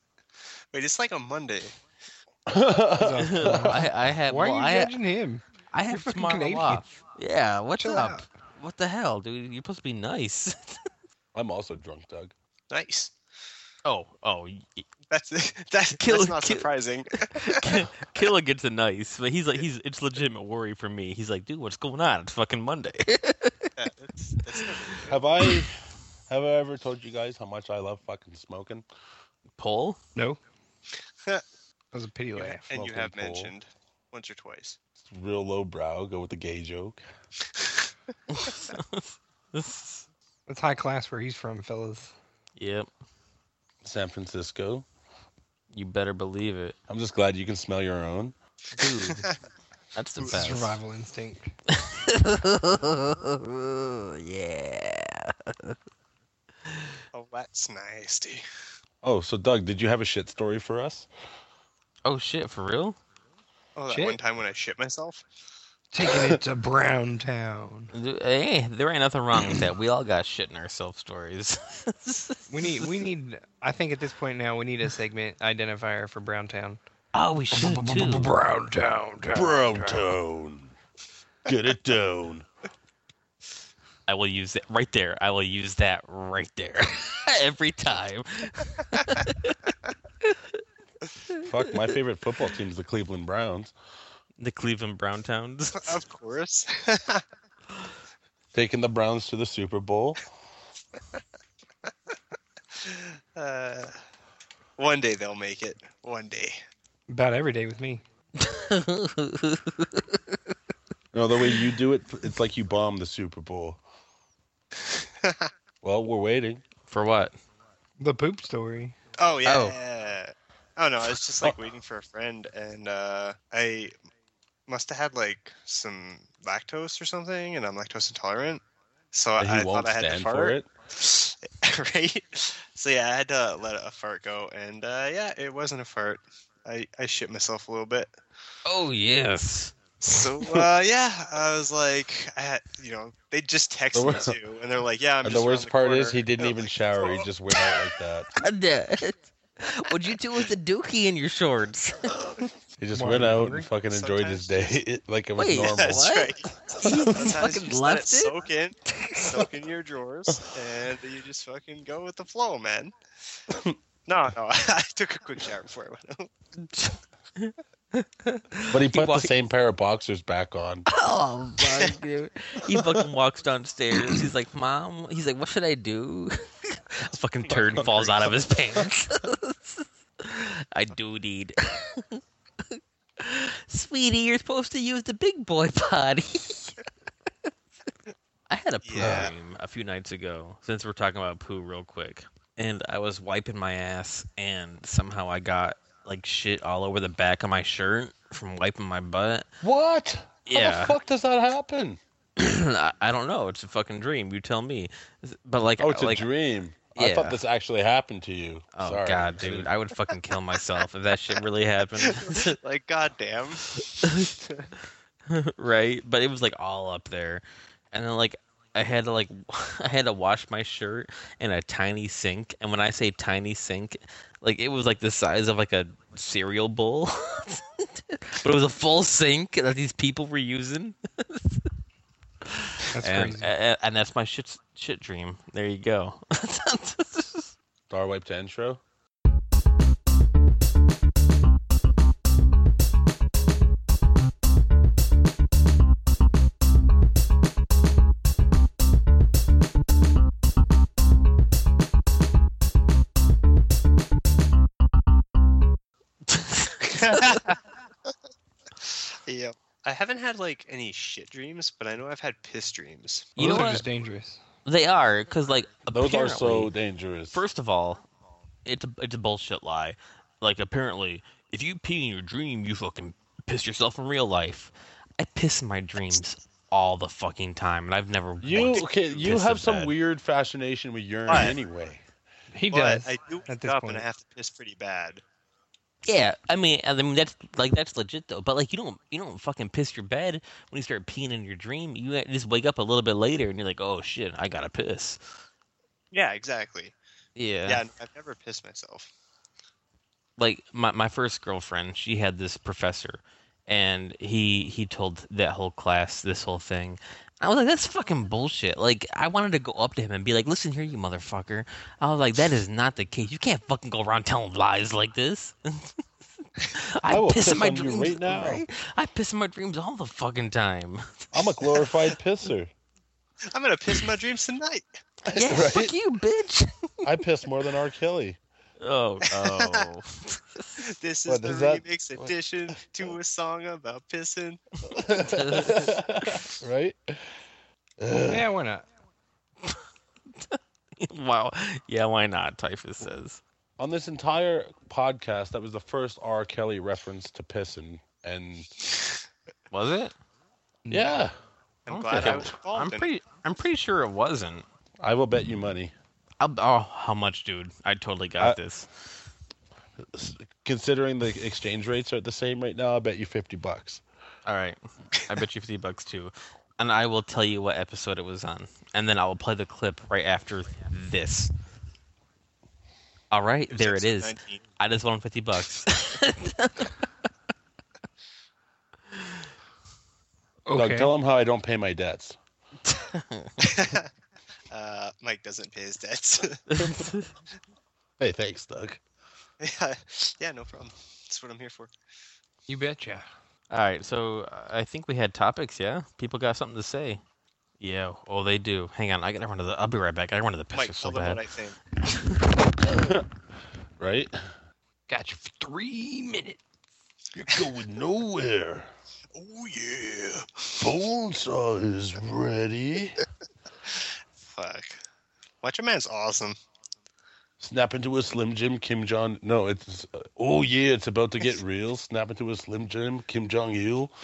Speaker 5: Wait, it's like a Monday.
Speaker 3: I, I have.
Speaker 6: Why
Speaker 3: Uh, well,
Speaker 6: are you
Speaker 3: I,
Speaker 6: judging him?
Speaker 3: I
Speaker 6: You're
Speaker 3: have
Speaker 6: fucking
Speaker 3: tomorrow
Speaker 6: Canadian.
Speaker 3: off. Yeah. What's
Speaker 5: Chill
Speaker 3: up?
Speaker 5: out.
Speaker 3: What the hell, dude? You're supposed to be nice.
Speaker 2: I'm also drunk, Doug.
Speaker 5: Nice.
Speaker 3: oh, oh, y-
Speaker 5: That's that,
Speaker 3: Kill-
Speaker 5: that's not
Speaker 3: kill-
Speaker 5: surprising.
Speaker 3: Killer gets a nice, but he's like, he's it's legitimate worry for me. He's like, dude, what's going on? It's fucking Monday.
Speaker 5: Yeah, that's, that's never-
Speaker 2: Have I have I ever told you guys how much I love fucking smoking?
Speaker 3: Paul,
Speaker 6: No. that was a pity
Speaker 5: you ha-
Speaker 6: laugh.
Speaker 5: and you
Speaker 2: Smoking
Speaker 5: have
Speaker 2: pole.
Speaker 5: mentioned once or twice.
Speaker 2: It's real low brow. Go with the gay joke.
Speaker 6: That's high class where he's from, fellas.
Speaker 3: yep,
Speaker 2: San Francisco.
Speaker 3: you better believe it,
Speaker 2: I'm just glad you can smell your own.
Speaker 3: dude. That's the best.
Speaker 6: Survival instinct.
Speaker 3: yeah.
Speaker 5: Oh, that's nasty.
Speaker 2: Oh, so Doug, did you have a shit story for us?
Speaker 3: Oh shit, for real?
Speaker 5: Oh, that
Speaker 6: Shit.
Speaker 5: one time when I shit myself.
Speaker 6: Taking it to Brown Town.
Speaker 3: Dude, Hey, there ain't nothing wrong with that. We all got shit in ourselves stories.
Speaker 6: We need. We need. I think at this point now we need a segment identifier for Brown Town.
Speaker 3: Oh, we should too.
Speaker 6: Brown Town. town,
Speaker 2: Bro
Speaker 6: town.
Speaker 2: tone. Get it down.
Speaker 3: I will use that right there. I will use that right there every time.
Speaker 2: Fuck, my favorite football team's the Cleveland Browns.
Speaker 3: The Cleveland Brown Towns.
Speaker 5: Of course.
Speaker 2: Taking the Browns to the Super Bowl.
Speaker 5: uh, one day they'll make it. One day.
Speaker 6: About every day with me.
Speaker 2: No, the way you do it, it's like you bomb the Super Bowl. Well, we're waiting.
Speaker 3: For what?
Speaker 6: The poop story.
Speaker 5: Oh yeah. Oh. no, I was just like waiting for a friend, and uh, I must have had like some lactose or something, and I'm lactose intolerant. So
Speaker 2: And
Speaker 5: I
Speaker 2: he won't
Speaker 5: thought I had to
Speaker 2: stand
Speaker 5: fart.
Speaker 2: for it.
Speaker 5: right? So yeah, I had to let a fart go, and uh, yeah, it wasn't a fart. I, I shit myself a little bit.
Speaker 3: Oh yes.
Speaker 5: So uh, yeah, I was like, I had, you know, they just texted
Speaker 2: wor-
Speaker 5: me too, and they're like, yeah, I'm.
Speaker 2: And
Speaker 5: just
Speaker 2: the
Speaker 5: around
Speaker 2: worst part is
Speaker 5: corner.
Speaker 2: he didn't
Speaker 5: And I'm
Speaker 2: even
Speaker 5: like,
Speaker 2: shower. He
Speaker 5: "Oh."
Speaker 2: just went out like that.
Speaker 3: What'd you do with the dookie in your shorts?
Speaker 2: He just
Speaker 6: Why,
Speaker 2: went out
Speaker 6: hungry?
Speaker 2: and fucking enjoyed his day it- like it was
Speaker 3: Wait,
Speaker 2: normal.
Speaker 5: That's
Speaker 3: What?
Speaker 5: right. Sometimes
Speaker 3: fucking
Speaker 5: you just let
Speaker 3: left
Speaker 5: it
Speaker 3: it?
Speaker 5: soak in, soak in your drawers, and you just fucking go with the flow, man. No, no, I took a quick shower before I went out.
Speaker 2: But he put
Speaker 3: walked-
Speaker 2: the same pair of boxers back on.
Speaker 3: Oh fuck, dude. He fucking walks downstairs. He's like, Mom he's like, What should I do? fucking turd falls out of his pants. I do need Sweetie, you're supposed to use the big boy potty. I had a poo
Speaker 5: Yeah.
Speaker 3: dream a few nights ago, since we're talking about poo real quick. And I was wiping my ass and somehow I got like shit all over the back of my shirt from wiping my butt.
Speaker 2: What? How
Speaker 3: Yeah.
Speaker 2: the fuck does that happen?
Speaker 3: I, I don't know. It's a fucking dream. You tell me. But like,
Speaker 2: Oh, it's
Speaker 3: like,
Speaker 2: a dream. I
Speaker 3: yeah.
Speaker 2: thought this actually happened to you.
Speaker 3: Oh
Speaker 2: Sorry.
Speaker 3: god, dude, I would fucking kill myself if that shit really happened,
Speaker 5: Like, goddamn.
Speaker 3: right? But it was like all up there, and then like I had to like I had to wash my shirt in a tiny sink, and when I say tiny sink, like it was like the size of like a cereal bowl, but it was a full sink that these people were using, and,
Speaker 6: That's
Speaker 3: uh,
Speaker 6: crazy.
Speaker 3: and and that's my shit shit dream. There you go.
Speaker 2: Star wipe to intro.
Speaker 5: Yep. I haven't had like any shit dreams, but I know I've had piss dreams.
Speaker 3: You
Speaker 6: Those
Speaker 3: know
Speaker 6: are
Speaker 3: what?
Speaker 6: just dangerous.
Speaker 3: They are because like
Speaker 2: Those are so
Speaker 3: apparently-
Speaker 2: dangerous.
Speaker 3: First of all, it's a it's a bullshit lie. Like apparently, if you pee in your dream, you fucking piss yourself in real life. I piss in my dreams all the fucking time, and I've never
Speaker 2: you
Speaker 3: once
Speaker 2: okay, you
Speaker 3: pissed
Speaker 2: have
Speaker 3: so
Speaker 2: some
Speaker 3: bad.
Speaker 2: weird fascination with urine
Speaker 5: Why?
Speaker 2: anyway.
Speaker 6: He
Speaker 5: But
Speaker 6: does.
Speaker 5: I do
Speaker 6: at
Speaker 5: wake
Speaker 6: this
Speaker 5: up
Speaker 6: point.
Speaker 5: and I have to piss pretty bad.
Speaker 3: Yeah, I mean, I mean that's like that's legit though. But like you don't you don't fucking piss your bed when you start peeing in your dream. You just wake up a little bit later and you're like, oh shit, I gotta piss.
Speaker 5: Yeah, exactly.
Speaker 3: Yeah.
Speaker 5: Yeah, I've never pissed myself.
Speaker 3: like my, my first girlfriend she had this professor and he he told that whole class this whole thing i was like that's fucking bullshit like i wanted to go up to him and be like listen here you motherfucker i was like that is not the case you can't fucking go around telling lies like this I,
Speaker 2: I will
Speaker 3: piss in
Speaker 2: piss
Speaker 3: my
Speaker 2: on you
Speaker 3: dreams
Speaker 2: right now.
Speaker 3: right? i piss in my dreams all the fucking time
Speaker 2: I'm a glorified pisser.
Speaker 5: I'm gonna piss in my dreams tonight.
Speaker 3: yeah
Speaker 2: Right?
Speaker 3: fuck you bitch
Speaker 2: I piss more than R. Kelly.
Speaker 3: oh oh
Speaker 5: This is
Speaker 2: What
Speaker 5: the
Speaker 2: is that?
Speaker 5: remix
Speaker 2: What?
Speaker 5: edition to a song about pissing.
Speaker 2: right?
Speaker 6: yeah, why not?
Speaker 3: wow yeah why not typhus says
Speaker 2: On this entire podcast, that was the first R. Kelly reference to pissing. And
Speaker 3: was it
Speaker 2: yeah,
Speaker 5: I'm
Speaker 3: don't
Speaker 5: glad
Speaker 3: think
Speaker 5: I
Speaker 3: it-
Speaker 5: was involved.
Speaker 3: I'm
Speaker 5: in it.
Speaker 3: pretty. I'm pretty sure it wasn't.
Speaker 2: I will bet you money.
Speaker 3: I'll, oh, how much, dude? I totally got this.
Speaker 2: Considering the exchange rates are the same right now, I bet you 50 bucks.
Speaker 3: All right, I bet you fifty bucks too, and I will tell you what episode it was on, and then I will play the clip right after this. All right,
Speaker 5: was
Speaker 3: there it
Speaker 5: episode
Speaker 3: is.
Speaker 5: 19.
Speaker 3: I just won fifty bucks.
Speaker 2: Doug,
Speaker 6: Okay.
Speaker 2: tell them how I don't pay my debts.
Speaker 5: Uh, Mike doesn't pay his debts.
Speaker 2: Hey, thanks, Doug.
Speaker 5: yeah, yeah, no problem. That's what I'm here for.
Speaker 6: You betcha.
Speaker 3: All right, so uh, I think we had topics. Yeah, people got something to say. Yeah, oh, they do. Hang on, I gotta run to the. I'll be right back. I gotta run to the
Speaker 5: Mike,
Speaker 3: pistol so
Speaker 5: tell them what
Speaker 3: bad.
Speaker 5: I think.
Speaker 2: Right?
Speaker 6: Got you for three minutes.
Speaker 2: You're going nowhere.
Speaker 5: Oh yeah.
Speaker 2: Bonesaw is ready.
Speaker 5: Fuck. Watcher Man's awesome.
Speaker 2: Snap into a Slim Jim, Kim Jong. No, it's. uh, oh, yeah, it's about to get real. Snap into a Slim Jim, Kim Jong Il.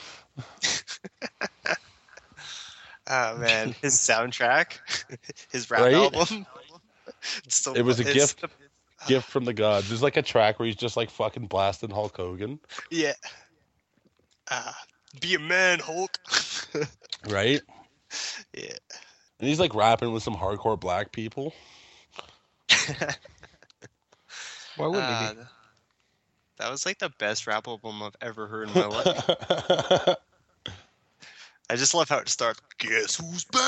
Speaker 5: Oh man, his soundtrack, his rap
Speaker 2: Right?
Speaker 5: album. It's so-
Speaker 2: It was a
Speaker 5: it's
Speaker 2: gift.
Speaker 5: the-
Speaker 2: Gift from the gods. There's like a track where he's just like fucking blasting Hulk Hogan,
Speaker 5: yeah. Uh, be a man, Hulk.
Speaker 2: right?
Speaker 5: yeah.
Speaker 2: And he's like rapping with some hardcore black people.
Speaker 6: Why wouldn't he
Speaker 5: Uh,
Speaker 6: be?
Speaker 5: that was like the best rap album I've ever heard in my life.
Speaker 2: right?
Speaker 5: I just love how it starts. Guess who's back?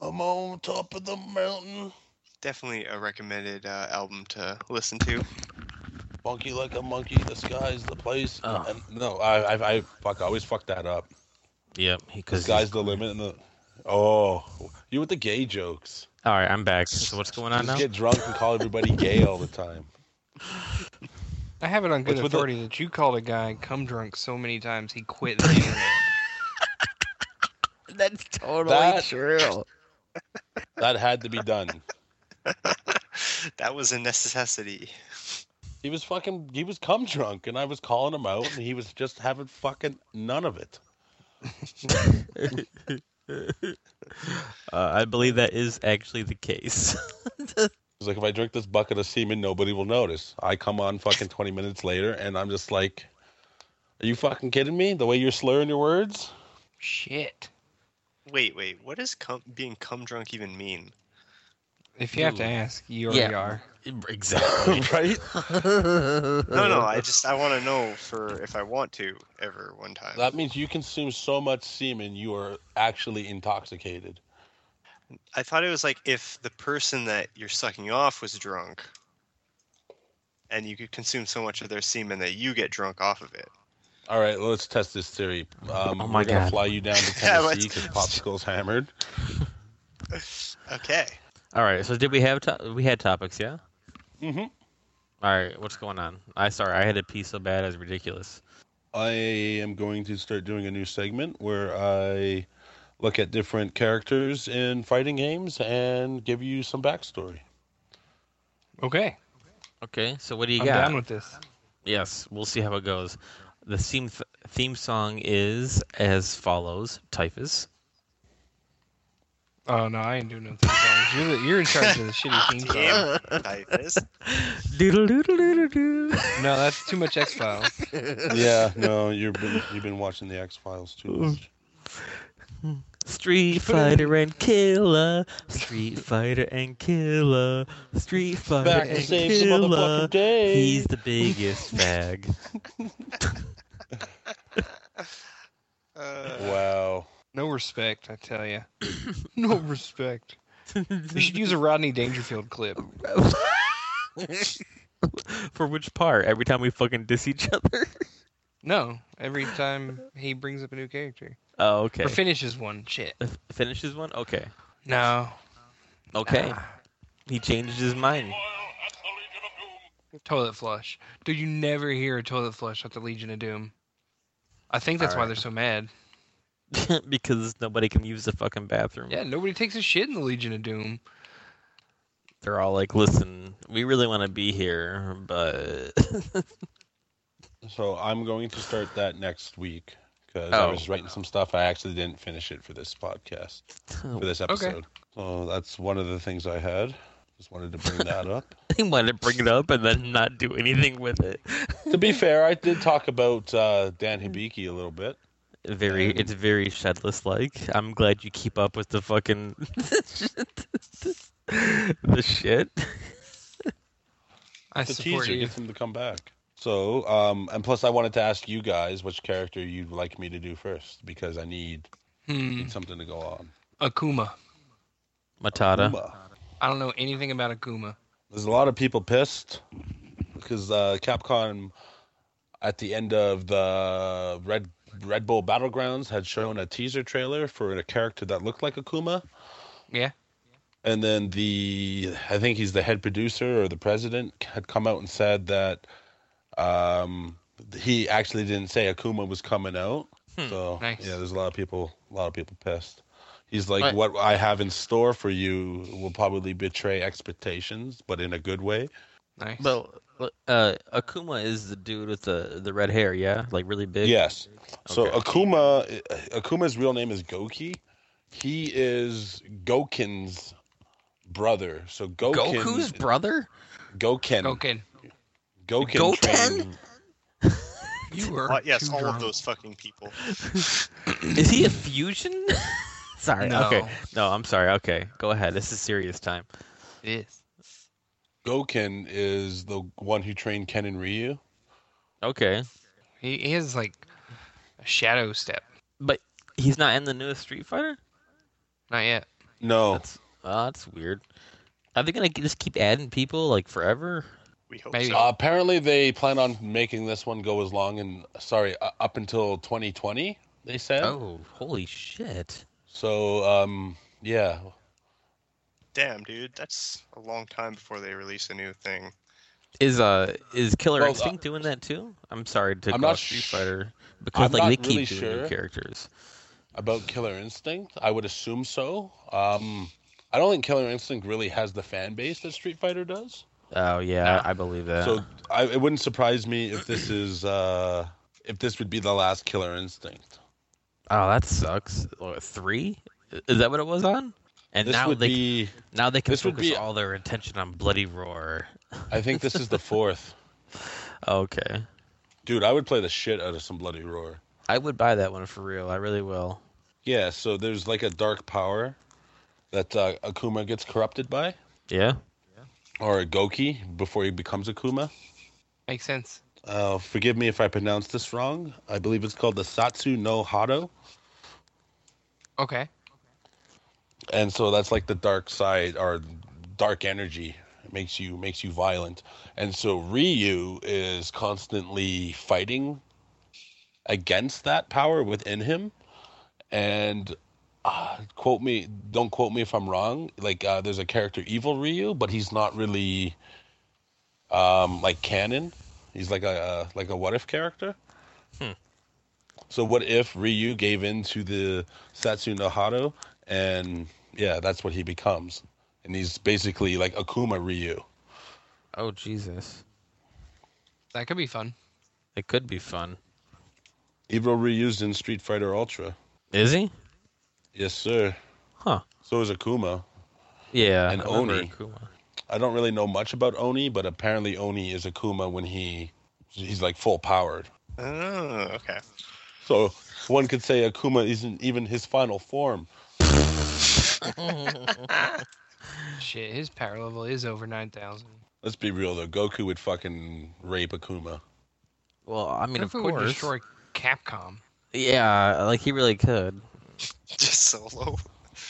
Speaker 2: I'm on top of the mountain,
Speaker 5: Definitely a recommended uh, album to listen to.
Speaker 2: funky like a monkey. The sky's the place.
Speaker 3: Oh.
Speaker 2: And- no, I, I, I fuck. I always fuck that up.
Speaker 3: Yep,
Speaker 2: The
Speaker 3: because
Speaker 2: sky's the limit. And the oh, you with the gay jokes.
Speaker 3: All right, I'm back. So what's going on
Speaker 2: Just
Speaker 3: now?
Speaker 2: get drunk and call everybody gay all the time.
Speaker 6: I have it on good
Speaker 2: What's with the-
Speaker 6: authority that you called a guy cum drunk so many times he quit the internet.
Speaker 3: That's totally
Speaker 2: That-
Speaker 3: true.
Speaker 2: That had to be done.
Speaker 5: That was a necessity.
Speaker 2: He was fucking. He was cum drunk, and I was calling him out, and he was just having fucking none of it.
Speaker 3: Uh, I believe that is actually the case.
Speaker 2: He's like, if I drink this bucket of semen, nobody will notice. I come on fucking twenty minutes later, and I'm just like, "Are you fucking kidding me? The way you're slurring your words."
Speaker 6: Shit.
Speaker 5: Wait, wait. What does cum- being cum drunk even mean?
Speaker 6: If you have to
Speaker 3: Dude.
Speaker 6: ask, you already
Speaker 3: Yeah.
Speaker 6: are.
Speaker 2: E,
Speaker 3: exactly.
Speaker 2: Right?
Speaker 5: No, no. I just I want to know for if I want to ever one time.
Speaker 2: That means you consume so much semen, you are actually intoxicated.
Speaker 5: I thought it was like if the person that you're sucking off was drunk, and you could consume so much of their semen that you get drunk off of it.
Speaker 2: All right, well, let's test this theory. Um,
Speaker 3: Oh my
Speaker 2: we're gonna
Speaker 3: God.
Speaker 2: fly you down to
Speaker 5: Yeah, let's-
Speaker 2: Tennessee because popsicle's hammered.
Speaker 5: Okay.
Speaker 3: All right. So did we have to- we had topics? Yeah.
Speaker 2: Mm-hmm.
Speaker 3: All right, what's going on? I sorry, I had to pee so bad, it was ridiculous.
Speaker 2: I am going to start doing a new segment where I look at different characters in fighting games and give you some backstory.
Speaker 6: Okay,
Speaker 3: Okay, so what do you
Speaker 6: I'm
Speaker 3: got?
Speaker 6: down with this.
Speaker 3: Yes, we'll see how it goes. The theme th- theme song is as follows: Typhus.
Speaker 6: Oh no, I ain't doing no theme songs. You're, the, you're in charge of the shitty theme song.
Speaker 5: Damn, Typhus.
Speaker 3: Doodle-doodle-doodle-doo.
Speaker 6: No, that's too much X Files.
Speaker 2: yeah, no, you've been you've been watching the X Files too much.
Speaker 3: Street Fighter and Killer, Street Fighter and Killer, Street Fighter
Speaker 2: Back to
Speaker 3: and
Speaker 2: save the
Speaker 3: Killer.
Speaker 2: motherfucking day.
Speaker 3: He's the biggest fag.
Speaker 5: Uh,
Speaker 2: Wow.
Speaker 6: No respect, I tell you. No respect. We should use a Rodney Dangerfield clip.
Speaker 3: For which part? Every time we fucking diss each other?
Speaker 6: No, every time he brings up a new character
Speaker 3: Oh, okay.
Speaker 6: or finishes one. Shit.
Speaker 3: F- finishes one? Okay.
Speaker 6: No.
Speaker 3: Okay. He changed his mind.
Speaker 6: Toilet flush. Dude, you never hear a toilet flush at the Legion of Doom. I think that's why
Speaker 3: Alright.
Speaker 6: they're so mad.
Speaker 3: because nobody can use the fucking bathroom.
Speaker 6: Yeah, nobody takes a shit in the Legion of Doom.
Speaker 3: They're all like, listen, we really want to be here, but.
Speaker 2: So I'm going to start that next week because I
Speaker 3: Oh.
Speaker 2: was writing some stuff. I actually didn't finish it for this podcast for this episode. So that's one of the things I had. Just wanted to bring that up.
Speaker 3: he wanted to bring it up and then not do anything with it.
Speaker 2: to be fair, I did talk about uh,
Speaker 6: Hmm.
Speaker 2: Dan Hibiki a little bit.
Speaker 3: Very, it's very shedless like. I'm glad you keep up with the fucking the shit.
Speaker 6: I
Speaker 2: It's a
Speaker 6: support
Speaker 2: teaser
Speaker 6: you.
Speaker 2: gets him to come back. So, um, and plus, I wanted to ask you guys which character you'd like me to do first because I need,
Speaker 6: Hmm.
Speaker 2: need something to go on.
Speaker 6: Akuma.
Speaker 3: Matata.
Speaker 2: Uma.
Speaker 6: I don't know anything about Akuma.
Speaker 2: There's a lot of people pissed because uh, Capcom, at the end of the Red Red Bull Battlegrounds, had shown a teaser trailer for a character that looked like Akuma,
Speaker 6: Yeah.
Speaker 2: and then the I think he's the head producer or the president had come out and said that um, he actually didn't say Akuma was coming out. so
Speaker 6: Hmm, nice.
Speaker 2: yeah, there's a lot of people a lot of people pissed. He's like,
Speaker 3: Right.
Speaker 2: what I have in store for you will probably betray expectations, but in a good way.
Speaker 6: Nice.
Speaker 3: Well, uh, Akuma is the dude with the the red hair, yeah, like really big.
Speaker 2: Yes. So
Speaker 3: Okay.
Speaker 2: Akuma, Akuma's real name is Goki. He is Goken's brother. So Goken,
Speaker 3: Goku's brother.
Speaker 2: Goken,
Speaker 3: um,
Speaker 6: Goken.
Speaker 2: Goken,
Speaker 3: Goten?
Speaker 2: trained-
Speaker 6: You were.
Speaker 5: uh, yes,
Speaker 6: too
Speaker 5: all
Speaker 6: drunk.
Speaker 5: of those fucking people.
Speaker 3: Is he a fusion? sorry. Okay.
Speaker 6: No.
Speaker 3: No, I'm sorry. Okay, go ahead. This is serious time.
Speaker 6: Yes.
Speaker 2: Goken is the one who trained Ken and Ryu.
Speaker 3: Okay,
Speaker 6: He, he has like a shadow step.
Speaker 3: but he's not in the newest Street Fighter.
Speaker 6: Not yet.
Speaker 2: No,
Speaker 3: That's uh, that's weird. Are they gonna just keep adding people like forever?
Speaker 5: We hope
Speaker 6: Maybe.
Speaker 5: so.
Speaker 2: Uh, apparently they plan on making this one go as long and sorry uh, up until 2020. They said
Speaker 3: Oh, holy shit!
Speaker 2: so. Um, yeah,
Speaker 5: Damn, dude, that's a long time before they release a new thing.
Speaker 3: Is uh is Killer
Speaker 2: Well, uh,
Speaker 3: Instinct doing that too? I'm sorry to
Speaker 2: I'm
Speaker 3: call
Speaker 2: not
Speaker 3: it Street
Speaker 2: sh-
Speaker 3: Fighter because
Speaker 2: I'm
Speaker 3: like
Speaker 2: not
Speaker 3: they keep
Speaker 2: really
Speaker 3: doing
Speaker 2: sure.
Speaker 3: new characters.
Speaker 2: about Killer Instinct. I would assume so. Um, I don't think Killer Instinct really has the fan base that Street Fighter does.
Speaker 3: Oh yeah, I believe that.
Speaker 2: So I, it wouldn't surprise me if this is uh, if this would be the last Killer Instinct.
Speaker 3: oh, that sucks. What, Three? Is that what it was on? And
Speaker 2: This
Speaker 3: now
Speaker 2: would
Speaker 3: they
Speaker 2: be.
Speaker 3: now they can
Speaker 2: this would
Speaker 3: focus
Speaker 2: be-
Speaker 3: all their attention on Bloody Roar.
Speaker 2: I think this is the fourth.
Speaker 3: Okay,
Speaker 2: Dude, I would play the shit out of some Bloody Roar.
Speaker 3: I would buy that one for real. I really will.
Speaker 2: Yeah, so there's like a dark power that uh, Akuma gets corrupted by,
Speaker 3: Yeah.
Speaker 2: or a Goki before he becomes Akuma.
Speaker 6: Makes sense.
Speaker 2: Uh, forgive me if I pronounce this wrong. I believe it's called the Satsu no Hado.
Speaker 6: Okay.
Speaker 2: And so that's like the dark side or dark energy. It makes you makes you violent. And so Ryu is constantly fighting against that power within him. And uh, quote me, don't quote me if I'm wrong. Like uh, there's a character Evil Ryu, but he's not really um, like canon. He's like a uh, like a what if character.
Speaker 3: Hmm.
Speaker 2: So what if Ryu gave in to the Satsu no Hado, and yeah, that's what he becomes, and he's basically like Akuma Ryu.
Speaker 3: Oh Jesus,
Speaker 6: That could be fun.
Speaker 3: it could be fun.
Speaker 2: Evil Ryu's in Street Fighter Ultra.
Speaker 3: Is he?
Speaker 2: Yes, sir.
Speaker 3: Huh.
Speaker 2: So is Akuma.
Speaker 3: Yeah.
Speaker 2: And
Speaker 3: I remember
Speaker 2: Oni.
Speaker 3: Akuma.
Speaker 2: I don't really know much about Oni, but apparently Oni is Akuma when he he's like full powered.
Speaker 5: Oh, okay.
Speaker 2: So one could say Akuma isn't even his final form.
Speaker 6: Shit, his power level is over nine thousand.
Speaker 2: Let's be real though, Goku would fucking rape Akuma.
Speaker 3: Well, I mean,
Speaker 6: What
Speaker 3: of
Speaker 6: if it would
Speaker 3: course.
Speaker 6: destroy Capcom?
Speaker 3: Yeah, like he really could.
Speaker 5: Just solo.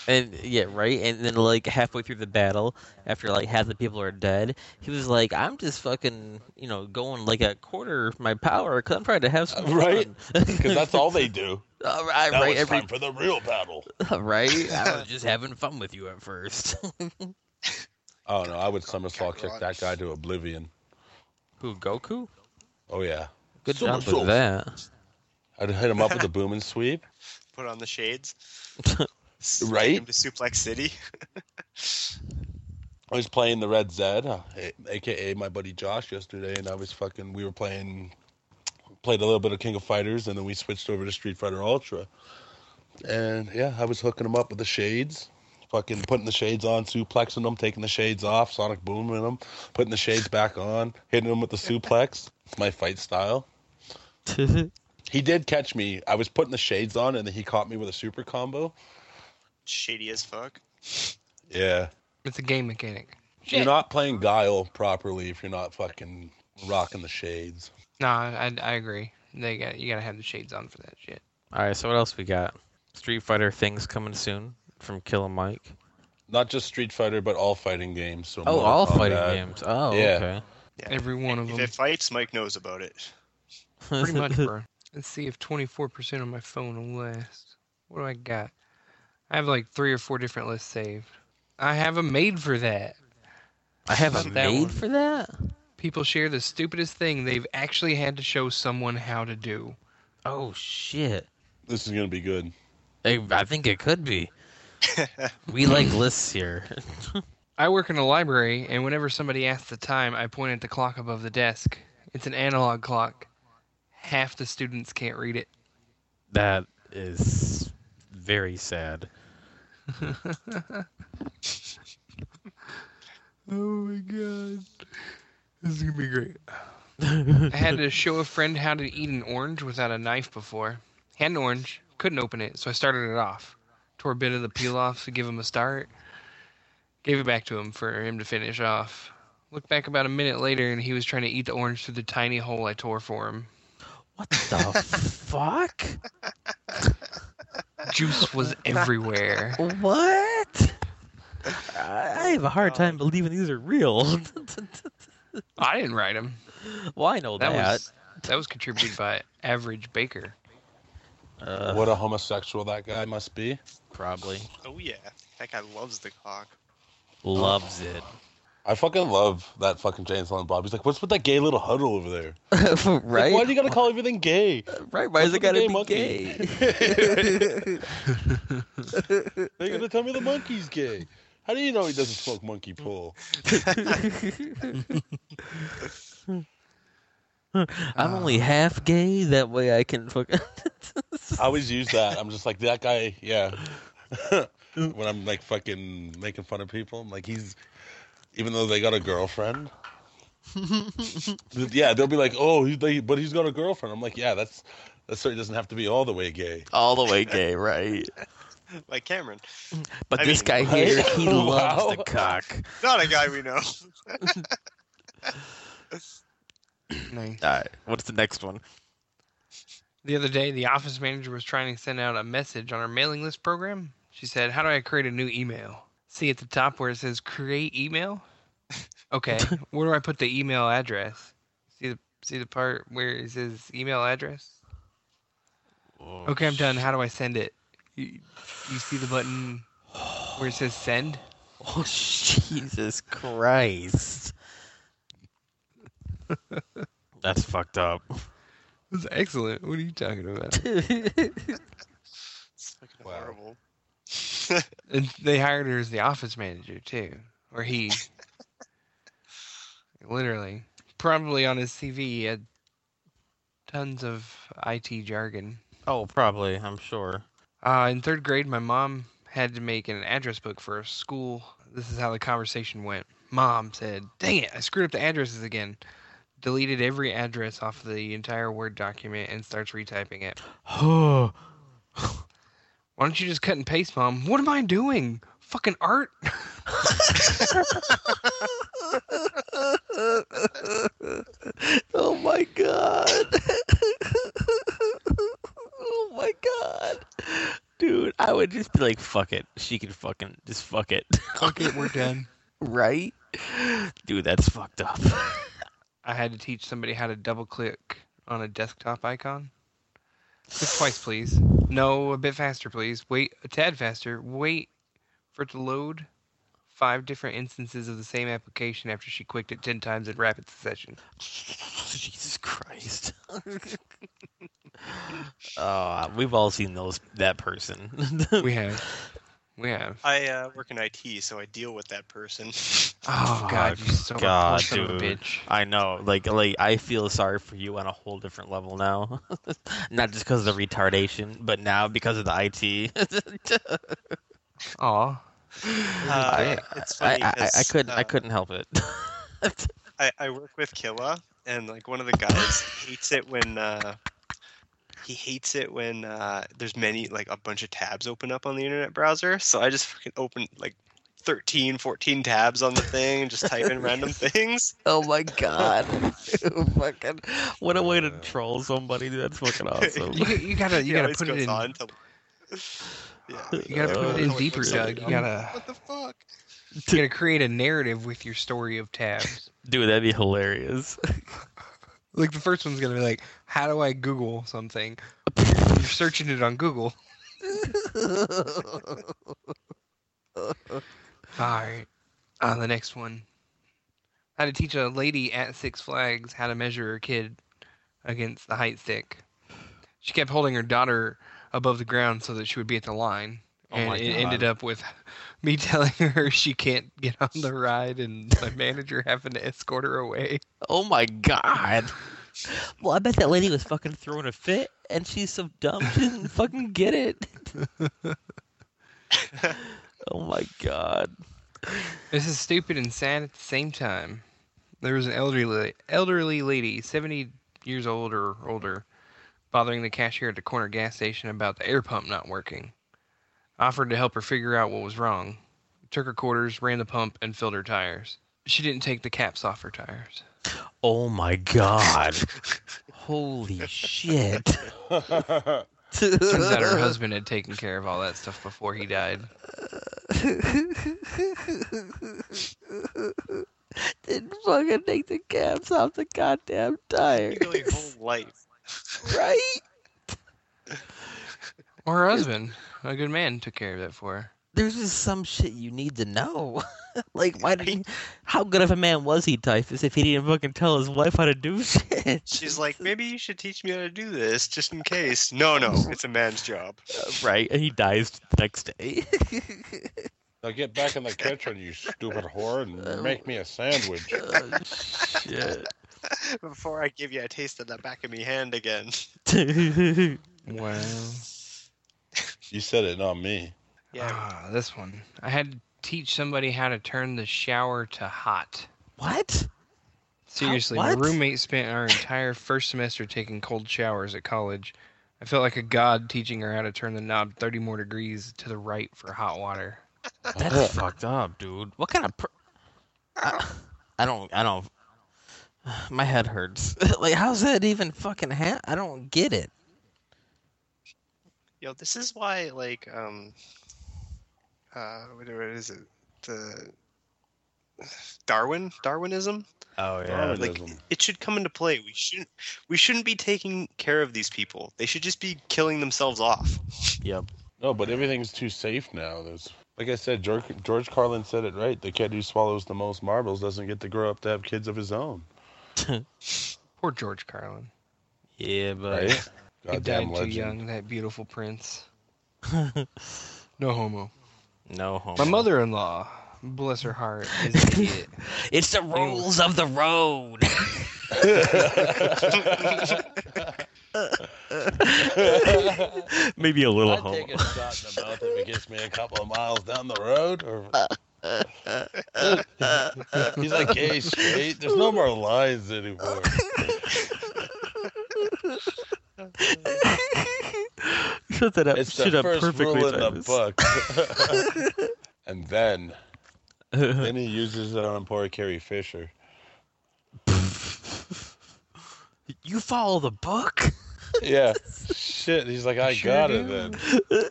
Speaker 3: And yeah, right. And then like halfway through the battle, after like half the people are dead, he was like, "I'm just fucking, you know, going like a quarter of my power because I'm trying to have some
Speaker 2: Right.
Speaker 3: fun."
Speaker 2: Because that's all they do.
Speaker 3: All right,
Speaker 2: Now
Speaker 3: right,
Speaker 2: it's
Speaker 3: every,
Speaker 2: time for the real battle.
Speaker 3: right. I was just having fun with you at first.
Speaker 2: Oh no, I would somersault kick that guy to oblivion.
Speaker 3: Who Goku?
Speaker 2: Oh yeah.
Speaker 3: Good job
Speaker 2: Somersaults.
Speaker 3: with that.
Speaker 2: I'd hit him up with a boom and sweep.
Speaker 5: Put on the shades. S- take
Speaker 2: Right?
Speaker 5: him to Suplex City.
Speaker 2: I was playing the Red Zed, uh, aka my buddy Josh, yesterday, and I was fucking. We were playing, played a little bit of King of Fighters, and then we switched over to Street Fighter Ultra. And yeah, I was hooking them up with the shades, fucking putting the shades on, suplexing them, taking the shades off, sonic booming them, putting the shades back on, hitting them with the suplex. It's my fight style. He did catch me. I was putting the shades on, and then he caught me with a super combo.
Speaker 5: Shady as fuck.
Speaker 2: Yeah.
Speaker 6: It's a game mechanic.
Speaker 2: You're not playing Guile properly if you're not fucking rocking the shades.
Speaker 6: Nah, I, I agree. They got you gotta have the shades on for that shit.
Speaker 3: all right. So what else we got? Street Fighter things coming soon from Kill Mike.
Speaker 2: Not just Street Fighter, but all fighting games. So
Speaker 3: Oh,
Speaker 2: Mortal
Speaker 3: all fighting
Speaker 2: Kombat.
Speaker 3: games. Oh,
Speaker 2: Yeah.
Speaker 3: okay.
Speaker 6: Every one of
Speaker 5: If
Speaker 6: them,
Speaker 5: it fights, Mike knows about it.
Speaker 6: pretty much, bro. Let's see if twenty four percent of my phone will last. What do I got? I have like three or four different lists saved. I have them made for that.
Speaker 3: I have a
Speaker 6: Not that
Speaker 3: maid
Speaker 6: one.
Speaker 3: for that.
Speaker 6: People share the stupidest thing they've actually had to show someone how to do.
Speaker 3: Oh shit.
Speaker 2: This is gonna be good.
Speaker 3: I, I think it could be. we like lists here.
Speaker 6: I work in a library, and whenever somebody asks the time, I point at the clock above the desk. It's an analog clock. Half the students can't read it.
Speaker 3: That is very sad.
Speaker 6: Oh my god. This is gonna be great. I had to show a friend how to eat an orange without a knife before. Had an orange, couldn't open it, so I started it off. Tore a bit of the peel off to give him a start. Gave it back to him for him to finish off. Looked back about a minute later and he was trying to eat the orange through the tiny hole I tore for him.
Speaker 3: What the fuck?
Speaker 6: Juice was everywhere.
Speaker 3: What? I I have a hard time believing these are real.
Speaker 6: I didn't write him.
Speaker 3: well, I know
Speaker 6: That
Speaker 3: that.
Speaker 6: was that was contributed by Average Baker.
Speaker 3: Uh,
Speaker 2: what a homosexual that guy must be.
Speaker 3: Probably
Speaker 5: Oh yeah, that guy loves the cock.
Speaker 3: loves it.
Speaker 2: I fucking love that fucking Jane Silent Bob. He's like, what's with that gay little huddle over there? Like,
Speaker 3: right?
Speaker 2: why do you gotta call everything gay?
Speaker 3: right? Why is
Speaker 2: What's
Speaker 3: it
Speaker 2: with the
Speaker 3: gotta be
Speaker 2: monkey?
Speaker 3: gay?
Speaker 2: They're gonna tell me the monkey's gay. How do you know he doesn't smoke monkey pull?
Speaker 3: I'm only half gay. That way I can fuck.
Speaker 2: I always use that. I'm just like that guy. Yeah. when I'm like fucking making fun of people, I'm like he's, even though they got a girlfriend. yeah, they'll be like, oh, he, they, but he's got a girlfriend. I'm like, yeah, that's that certainly doesn't have to be all the way gay.
Speaker 3: All the way gay, right?
Speaker 5: Like Cameron,
Speaker 3: But
Speaker 5: I
Speaker 3: this
Speaker 5: mean,
Speaker 3: guy
Speaker 2: right?
Speaker 3: here, he loves
Speaker 2: Wow.
Speaker 3: the cock.
Speaker 5: not a guy we know.
Speaker 6: Nice.
Speaker 3: All right, what's the next one?
Speaker 6: The other day, the office manager was trying to send out a message on our mailing list program. She said, How do I create a new email? See at the top where it says create email? Okay, where do I put the email address? See the see the part where it says email address? Okay, I'm done. How do I send it? You, you see the button where it says send?
Speaker 3: Oh Jesus Christ! That's fucked up.
Speaker 6: That's excellent. What are you talking about?
Speaker 5: It's fucking
Speaker 2: Wow.
Speaker 5: horrible.
Speaker 6: And they hired her as the office manager too, or he. Literally, probably on his CV, he had tons of IT jargon.
Speaker 3: oh, probably. I'm sure.
Speaker 6: Uh, in third grade, my mom had to make an address book for a school. This is how the conversation went. Mom said, "Dang it, I screwed up the addresses again." Deleted every address off the entire Word document and starts retyping it.
Speaker 3: Oh,
Speaker 6: Why don't you just cut and paste, mom? What am I doing? Fucking art.
Speaker 3: oh my god. oh my god. Dude, I would just be like, fuck it. She can fucking just fuck it.
Speaker 6: Fuck it, we're done.
Speaker 3: right? Dude, that's fucked up.
Speaker 6: I had to teach somebody how to double click on a desktop icon. Click twice, please. No, a bit faster, please. Wait, a tad faster. Wait for it to load five different instances of the same application after she clicked it 10 times in rapid succession.
Speaker 3: Jesus Christ. oh, we've all seen those that person.
Speaker 6: We have. We have.
Speaker 5: I uh, work in IT, so I deal with that person.
Speaker 6: Oh, God, you so
Speaker 3: God,
Speaker 6: poor son of a
Speaker 3: dude.
Speaker 6: bitch.
Speaker 3: I know, like, like I feel sorry for you on a whole different level now. Not just because of the retardation, but now because of the Uh, IT.
Speaker 6: Aw.
Speaker 5: Uh, it's
Speaker 3: I,
Speaker 5: funny.
Speaker 3: I, I, I
Speaker 5: 'cause,
Speaker 3: couldn't, I
Speaker 5: uh,
Speaker 3: couldn't help it.
Speaker 5: I, I work with Killa, and like one of the guys hates it when uh, he hates it when uh, there's many like a bunch of tabs open up on the internet browser. So I just fucking open like 13, 14 tabs on the thing and just type in random things.
Speaker 3: oh my god! fucking, what a way to
Speaker 2: Uh.
Speaker 3: troll somebody. dude, That's fucking awesome.
Speaker 6: You, you gotta, you
Speaker 5: It
Speaker 6: gotta
Speaker 5: always
Speaker 6: put it
Speaker 5: goes
Speaker 6: in.
Speaker 5: on till- yeah.
Speaker 6: You gotta put it in deeper, Doug. You gotta,
Speaker 5: What the fuck?
Speaker 6: you gotta create a narrative with your story of tabs.
Speaker 3: Dude, that'd be hilarious.
Speaker 6: Like the first one's gonna be like, how do I Google something? You're searching it on Google. All right. Uh, the next one. How to teach a lady at Six Flags how to measure her kid against the height stick. She kept holding her daughter above the ground so that she would be at the line.
Speaker 3: Oh
Speaker 6: And
Speaker 3: my
Speaker 6: it
Speaker 3: God.
Speaker 6: ended up with me telling her she can't get on the ride and my manager having to escort her away.
Speaker 3: Oh my god. Well, I bet that lady was fucking throwing a fit, and she's so dumb she didn't fucking get it. oh my god.
Speaker 6: This is stupid and sad at the same time. There was an elderly elderly lady, 70 years old or older, bothering the cashier at the corner gas station about the air pump not working. Offered to help her figure out what was wrong. Took her quarters, ran the pump, and filled her tires. She didn't take the caps off her tires.
Speaker 3: Oh my god. Holy shit.
Speaker 6: Turns out her husband had taken care of all that stuff before he died.
Speaker 3: Didn't fucking take the caps off the goddamn tire.
Speaker 5: You know your whole life.
Speaker 3: Right?
Speaker 6: Or her husband, a good man, took care of that for her.
Speaker 3: There's just some shit you need to know. like, why did he. How good of a man was he, Typhus, if he didn't fucking tell his wife how to do shit?
Speaker 5: She's like, maybe you should teach me how to do this just in case. No, no, it's a man's job.
Speaker 3: Right, and he dies the next day.
Speaker 2: Now get back in the kitchen, you stupid whore, and make me a sandwich.
Speaker 3: Oh, shit.
Speaker 5: Before I give you a taste of the back of me hand again.
Speaker 6: Wow.
Speaker 2: You said it, not me.
Speaker 6: Ah, this one. I had to teach somebody how to turn the shower to hot.
Speaker 3: what?
Speaker 6: Seriously,
Speaker 3: What?
Speaker 6: my roommate spent our entire first semester taking cold showers at college. I felt like a god teaching her how to turn the knob 30 more degrees to the right for hot water.
Speaker 3: That's fucked up, dude. What kind of? Per- I, I don't. I don't. My head hurts. like, how's that even fucking? Ha- I don't get it.
Speaker 5: Yo, this is why, like, um, uh, what, what is it? The Darwin, Darwinism.
Speaker 3: Oh
Speaker 5: Like,
Speaker 2: Darwinism.
Speaker 5: it should come into play. We shouldn't, we shouldn't be taking care of these people. They should just be killing themselves off.
Speaker 3: Yep.
Speaker 2: No, but everything's too safe now. There's, like I said, George, George Carlin said it right. The kid who swallows the most marbles doesn't get to grow up to have kids of his own.
Speaker 6: Poor George Carlin.
Speaker 3: yeah, but
Speaker 2: Right?
Speaker 6: He
Speaker 2: Goddamn
Speaker 6: died
Speaker 2: legend.
Speaker 6: too young, that beautiful prince. No homo.
Speaker 3: no homo.
Speaker 6: My mother in law, bless her heart, is an idiot.
Speaker 3: It's the rules of the road. Maybe a little
Speaker 2: I'd
Speaker 3: homo.
Speaker 2: take a shot in the mouth if it gets me a couple of miles down the road. Or... He's like, hey, straight. There's no more lines anymore.
Speaker 3: Shut that up.
Speaker 2: It's
Speaker 3: Shut
Speaker 2: the
Speaker 3: up
Speaker 2: first
Speaker 3: perfectly.
Speaker 2: rule in the
Speaker 3: Travis.
Speaker 2: book. and then, then he uses it on poor Carrie Fisher.
Speaker 3: you follow the book?
Speaker 2: Yeah, shit. He's like, I
Speaker 6: Sure
Speaker 2: got it
Speaker 6: do.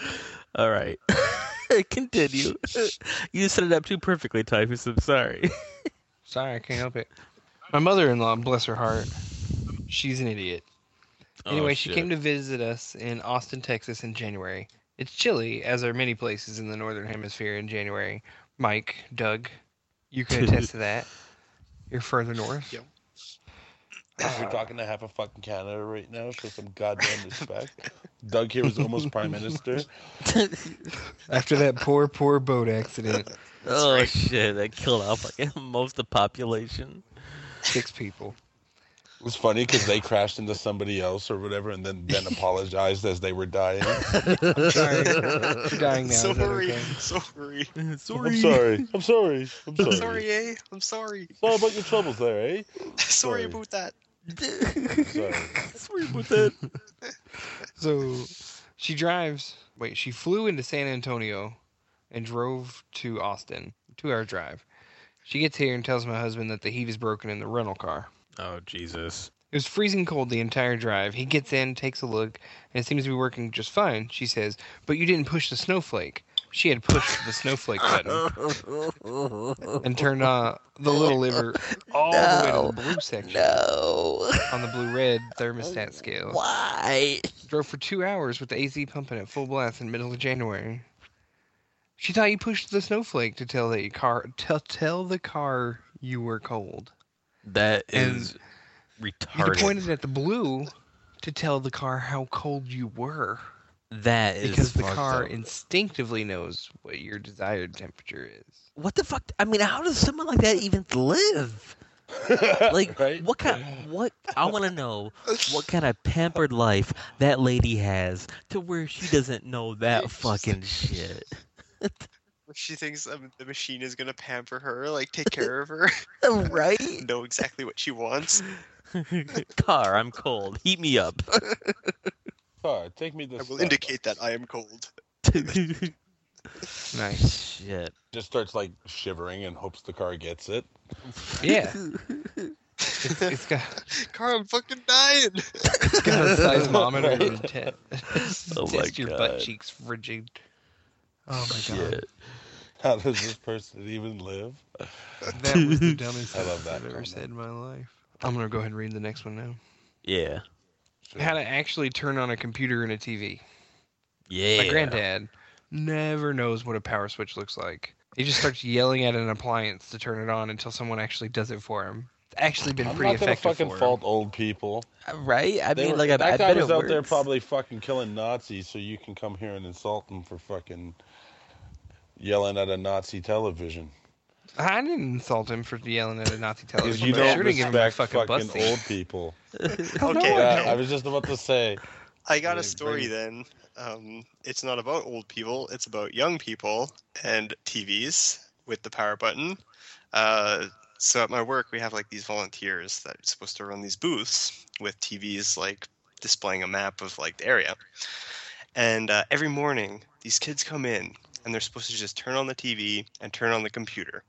Speaker 2: then.
Speaker 3: All right. Continue. you set it up too perfectly, Typhus. I'm sorry.
Speaker 6: Sorry, I can't help it. My mother in law, bless her heart, she's an idiot. Anyway, she came to visit us in Austin, Texas in January. It's chilly, as are many places in the northern hemisphere in January. Mike, Doug, you can attest to that. You're further north.
Speaker 5: Yep.
Speaker 2: We're talking to half of fucking Canada right now. Show some goddamn respect. Doug here was almost prime minister.
Speaker 6: After that poor, poor boat accident,
Speaker 3: oh shit! That killed off like most of the population.
Speaker 6: six people.
Speaker 2: It was funny because they crashed into somebody else or whatever, and then then apologized as they were dying.
Speaker 6: Sorry, you're dying now. is that
Speaker 5: sorry,
Speaker 6: okay?
Speaker 5: sorry,
Speaker 2: I'm sorry. I'm sorry. I'm sorry.
Speaker 5: I'm sorry, eh? I'm sorry.
Speaker 2: Sorry about your troubles there, eh?
Speaker 5: Sorry about that.
Speaker 2: Sorry.
Speaker 3: Sorry about that.
Speaker 6: So she drives. Wait, she flew into San Antonio and drove to Austin. Two hour drive. She gets here and tells my husband that the heat is broken in the rental car.
Speaker 3: Oh Jesus!
Speaker 6: It was freezing cold the entire drive. He gets in, takes a look, and it seems to be working just fine. She says, But you didn't push the snowflake. She had pushed the snowflake button
Speaker 3: no.
Speaker 6: and turned uh, the little liver all the way to the blue section on the blue red thermostat scale.
Speaker 3: Why?
Speaker 6: Drove for two hours with the AC pumping at full blast in the middle of January. She thought you pushed the snowflake to tell the car to tell the car you were cold.
Speaker 3: That
Speaker 6: And
Speaker 3: is
Speaker 6: You
Speaker 3: retarded.
Speaker 6: pointed at the blue to tell the car how cold you were
Speaker 3: that is
Speaker 6: because the
Speaker 3: fucked
Speaker 6: car
Speaker 3: up.
Speaker 6: instinctively knows what your desired temperature is.
Speaker 3: what the fuck? I mean, how does someone like that even live? Like,
Speaker 2: Right?
Speaker 3: what kind? What I want to know what kind of pampered life that lady has to where she doesn't know that fucking shit.
Speaker 5: She thinks um, the machine is gonna pamper her, like take care of her,
Speaker 3: right?
Speaker 5: know exactly what she wants.
Speaker 3: Car, I'm cold. Heat me up.
Speaker 2: Car, take me to.
Speaker 5: I will
Speaker 2: Starbucks.
Speaker 5: indicate that I am cold.
Speaker 6: Nice.
Speaker 3: shit.
Speaker 2: Just starts like shivering and hopes the car gets it.
Speaker 6: Yeah.
Speaker 3: Oh
Speaker 6: It's, it's got,
Speaker 5: Car, I'm fucking dying.
Speaker 6: it's got a seismometer and te-
Speaker 3: Oh my
Speaker 6: test your butt
Speaker 3: God.
Speaker 6: cheeks frigid. Oh my god.
Speaker 3: Shit.
Speaker 2: How does this person even live?
Speaker 6: That was the dumbest
Speaker 2: I love that
Speaker 6: I've ever
Speaker 2: comment.
Speaker 6: said in my life. I'm gonna go ahead and read the next one now.
Speaker 3: Yeah.
Speaker 2: Sure.
Speaker 6: How to actually turn on a computer and a TV.
Speaker 3: Yeah.
Speaker 6: My granddad never knows what a power switch looks like. He just starts yelling at an appliance to turn it on until someone actually does it for him. It's actually been
Speaker 2: I'm
Speaker 6: pretty
Speaker 2: not gonna
Speaker 6: effective
Speaker 2: fucking
Speaker 6: for
Speaker 2: fault old people.
Speaker 3: Right? I
Speaker 2: They
Speaker 3: mean,
Speaker 2: were-
Speaker 3: like, I,
Speaker 2: that
Speaker 3: I
Speaker 2: guy
Speaker 3: bet
Speaker 2: was
Speaker 3: it
Speaker 2: out there
Speaker 3: works.
Speaker 2: probably fucking killing Nazis, so you can come here and insult them for fucking yelling at a Nazi television.
Speaker 6: him. I didn't insult him for yelling at a Nazi
Speaker 2: Because
Speaker 6: television.
Speaker 2: you
Speaker 6: but I
Speaker 2: don't
Speaker 6: sure didn't give him a
Speaker 2: respect
Speaker 6: fucking,
Speaker 2: fucking,
Speaker 6: busting.
Speaker 2: old people.
Speaker 3: uh,
Speaker 6: Hell no,
Speaker 5: Okay,
Speaker 6: I
Speaker 2: Yeah,
Speaker 6: don't.
Speaker 2: I was just about to say.
Speaker 5: I got
Speaker 2: Yeah,
Speaker 5: a story
Speaker 2: great.
Speaker 5: then. Um, it's not about old people, it's about young people and TVs with the power button. Uh, so at my work, we have like these volunteers that are supposed to run these booths with TVs like displaying a map of like the area. And uh, every morning, these kids come in and they're supposed to just turn on the TV and turn on the computer.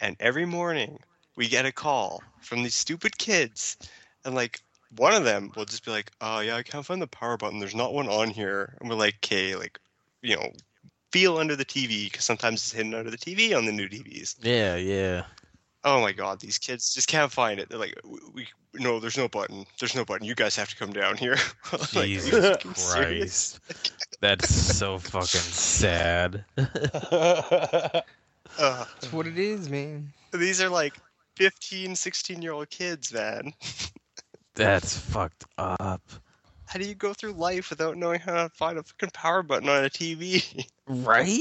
Speaker 5: And every morning, we get a call from these stupid kids and like one of them will just be like, "Oh yeah, I can't find the power button. There's not one on here." And we're like, "Okay, like, you know, feel under the TV because sometimes it's hidden under the TV on the new TVs."
Speaker 3: Yeah, yeah.
Speaker 5: Oh my god, these kids just can't find it. They're like, "We, we no, there's no button. There's no button. You guys have to come down here." I'm like, "Are you
Speaker 3: Jesus
Speaker 5: fucking serious?"
Speaker 2: Oh,
Speaker 3: Christ. That's so fucking sad.
Speaker 5: Ugh.
Speaker 6: That's what it is, man.
Speaker 5: Uh, These are like 15, 16 year old kids, man.
Speaker 3: That's fucked up.
Speaker 5: How do you go through life without knowing how to find a fucking power button on a TV?
Speaker 3: Right?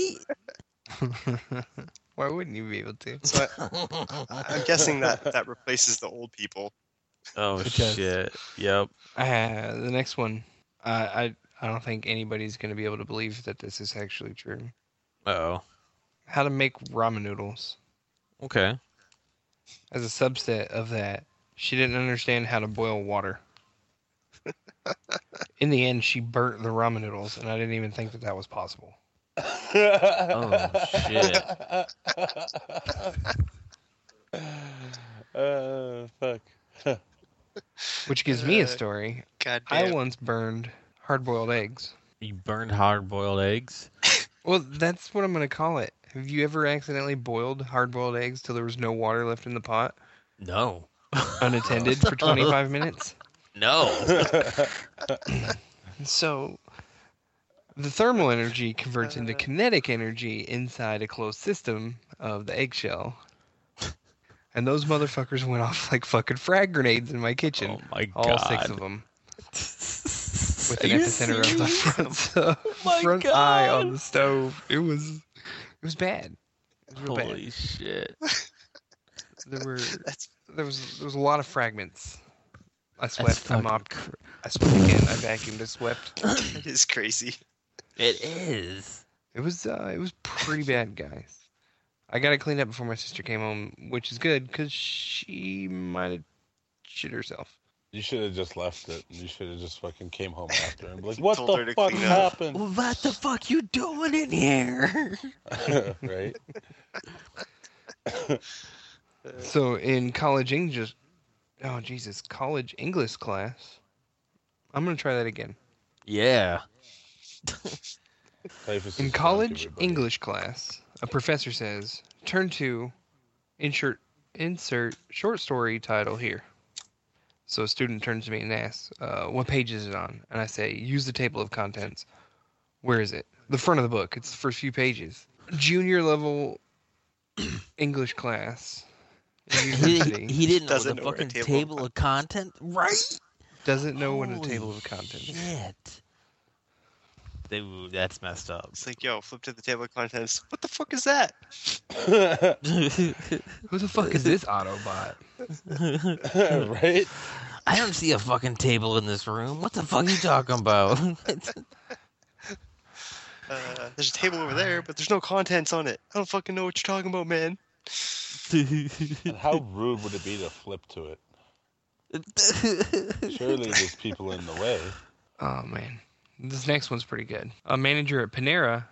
Speaker 6: Why wouldn't you be able to?
Speaker 5: So I, I'm guessing that that replaces the old people.
Speaker 3: Oh
Speaker 6: does.
Speaker 3: shit. Yep.
Speaker 6: Uh, the next one, uh, I I don't think anybody's gonna be able to believe that this is actually true.
Speaker 3: Oh.
Speaker 6: How to make ramen noodles.
Speaker 3: Okay.
Speaker 6: As a subset of that, she didn't understand how to boil water. In the end, she burnt the ramen noodles, and I didn't even think that that was possible.
Speaker 3: Oh shit.
Speaker 2: Uh, fuck.
Speaker 6: Which gives me
Speaker 5: Uh,
Speaker 6: a story.
Speaker 5: God
Speaker 6: I
Speaker 5: damn.
Speaker 6: once burned hard-boiled eggs.
Speaker 3: You burned hard-boiled eggs?
Speaker 6: Well, that's what I'm gonna call it. Have you ever accidentally boiled hard-boiled eggs till there was no water left in the pot,
Speaker 3: No.
Speaker 6: unattended for 25 minutes?
Speaker 3: No.
Speaker 6: So, the thermal energy converts into kinetic energy inside a closed system of the eggshell. And those motherfuckers went off like fucking frag grenades in my kitchen.
Speaker 3: oh my god.
Speaker 6: all six of them. With an
Speaker 3: Are you
Speaker 6: epicenter of the
Speaker 3: serious? Oh
Speaker 6: front, so-
Speaker 3: my
Speaker 6: front eye on
Speaker 3: God.
Speaker 6: the stove. It was, it was bad. It was real bad.
Speaker 3: Holy shit.
Speaker 6: There were,
Speaker 5: That's
Speaker 6: there was, there was a lot of fragments. I
Speaker 3: That's
Speaker 6: swept. I
Speaker 3: fucking
Speaker 6: mopped.
Speaker 3: cr-
Speaker 6: I swept again. I vacuumed. I swept.
Speaker 5: that is crazy.
Speaker 3: It is.
Speaker 6: It was uh, it was pretty bad, guys. I got it cleaned up before my sister came home, which is good because she might have shit herself.
Speaker 2: You should have just left it. You should have just fucking came home after and be like, "What
Speaker 5: Told her
Speaker 2: the
Speaker 5: to
Speaker 2: fuck
Speaker 5: clean up."
Speaker 2: happened?"
Speaker 3: What the fuck you doing in here?
Speaker 2: right?
Speaker 6: So in college English, oh Jesus, college English class. I'm gonna try that again.
Speaker 3: Yeah.
Speaker 2: Life is
Speaker 6: In
Speaker 2: just like
Speaker 6: college
Speaker 2: everybody.
Speaker 6: English class, a professor says, "Turn to insert insert short story title here." So a student turns to me and asks, uh, "What page is it on?" And I say, "Use the table of contents." Where is it? The front of the book. It's the first few pages. Junior level English class. in
Speaker 3: He,
Speaker 6: University
Speaker 3: he didn't know
Speaker 5: Doesn't
Speaker 3: the
Speaker 5: know where a
Speaker 3: fucking
Speaker 5: table-
Speaker 3: table, of content, right?
Speaker 6: doesn't know what a
Speaker 3: Holy
Speaker 6: table of contents. is.
Speaker 3: Shit. They, ooh, that's messed up.
Speaker 5: It's like, yo, flip to the table of contents. What the fuck is that?
Speaker 6: Who the fuck is this Autobot?
Speaker 2: right?
Speaker 3: I don't see a fucking table in this room. What the fuck are you talking about?
Speaker 5: Uh, there's a table over there, but there's no contents on it. I don't fucking know what you're talking about, man.
Speaker 2: And how rude would it be to flip to it? Surely there's people in the way.
Speaker 6: Oh man, this next one's pretty good. A manager at Panera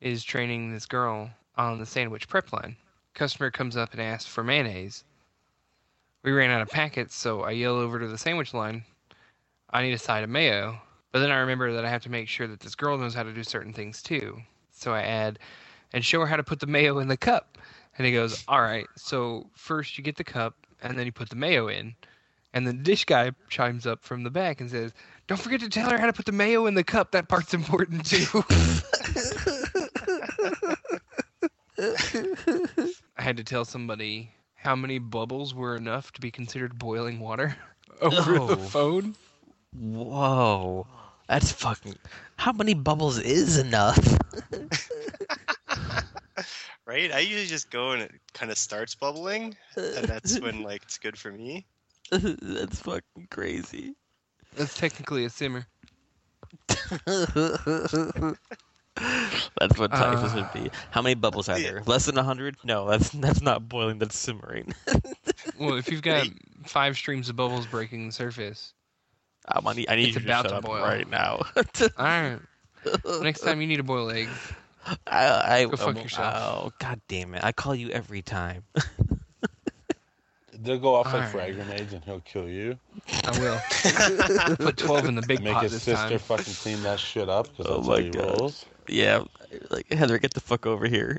Speaker 6: is training this girl on the sandwich prep line. Customer comes up and asks for mayonnaise. We ran out of packets, so I yell over to the sandwich line, "I need a side of mayo." But then I remember that I have to make sure that this girl knows how to do certain things too. So I add, "And show her how to put the mayo in the cup." And he goes, "All right. So first you get the cup, and then you put the mayo in." And the dish guy chimes up from the back and says, don't forget to tell her how to put the mayo in the cup. That part's important too. I had to tell somebody how many bubbles were enough to be considered boiling water over
Speaker 3: No.
Speaker 6: the phone.
Speaker 3: Whoa. That's fucking. How many bubbles is enough?
Speaker 5: Right? I usually just go and it kind of starts bubbling, and that's when like it's good for me.
Speaker 3: that's fucking crazy.
Speaker 6: That's technically a simmer.
Speaker 3: that's what typhus would be. How many bubbles are
Speaker 5: Yeah.
Speaker 3: there? Less than hundred? No, that's that's not boiling. That's simmering.
Speaker 6: Well, if you've got five streams of bubbles breaking the surface,
Speaker 3: I'm on the, Um, I need
Speaker 6: It's
Speaker 3: you to
Speaker 6: about
Speaker 3: shut
Speaker 6: to
Speaker 3: up
Speaker 6: boil.
Speaker 3: right now.
Speaker 6: all right. Next time you need to boil eggs,
Speaker 3: I, I,
Speaker 6: Go fuck
Speaker 3: oh,
Speaker 6: yourself.
Speaker 3: Oh god damn it! I call you every time.
Speaker 2: They'll go off like
Speaker 6: Alright.
Speaker 2: frag grenades and he'll kill you.
Speaker 6: I will. Put 12 in the big
Speaker 2: Make
Speaker 6: pot
Speaker 2: his
Speaker 6: this
Speaker 2: sister
Speaker 6: time.
Speaker 2: fucking clean that shit up because
Speaker 3: Oh
Speaker 2: that's
Speaker 3: my
Speaker 2: how he
Speaker 3: God.
Speaker 2: rolls.
Speaker 3: Yeah, like Heather, get the fuck over here.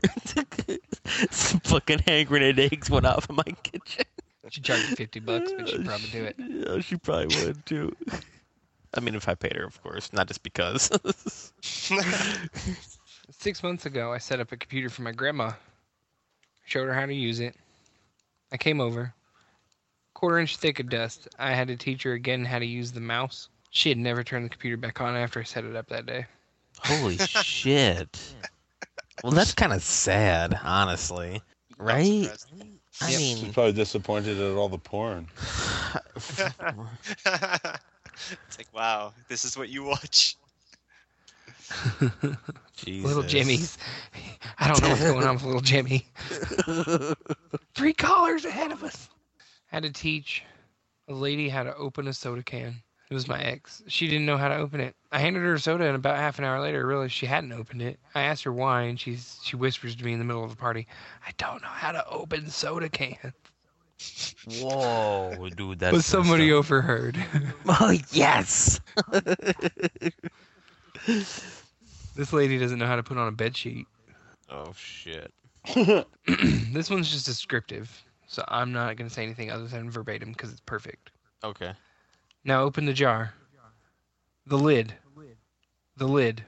Speaker 3: Some fucking hand grenade eggs went off in my kitchen.
Speaker 6: She charged 50 bucks, but she'd probably do it.
Speaker 3: Yeah, she probably would too. I mean, if I paid her, of course, not just because.
Speaker 6: Six months ago, I set up a computer for my grandma. showed her how to use it. I came over. Quarter inch thick of dust. I had to teach her again how to use the mouse. She had never turned the computer back on after I set it up that day.
Speaker 3: Holy shit. Well, that's kind of sad, honestly. Right? I
Speaker 6: Yep.
Speaker 2: She's
Speaker 3: mean,
Speaker 2: probably disappointed at all the porn.
Speaker 5: it's like, wow, this is what you watch.
Speaker 3: Jesus.
Speaker 6: Little Jimmy's. I don't know what's going on with little Jimmy. Three callers ahead of us. Had to teach a lady how to open a soda can. It was my ex. She didn't know how to open it. I handed her a soda, and about half an hour later, I realized she hadn't opened it. I asked her why, and she's she whispers to me in the middle of the party, "I don't know how to open soda cans."
Speaker 3: Whoa, dude, that's
Speaker 6: But somebody
Speaker 3: messed
Speaker 6: overheard.
Speaker 3: up. Oh yes.
Speaker 6: this lady doesn't know how to put on a bed sheet.
Speaker 3: oh shit.
Speaker 6: this one's just descriptive, so I'm not gonna say anything other than verbatim because it's perfect.
Speaker 3: Okay.
Speaker 6: Now open the jar. The lid. The lid.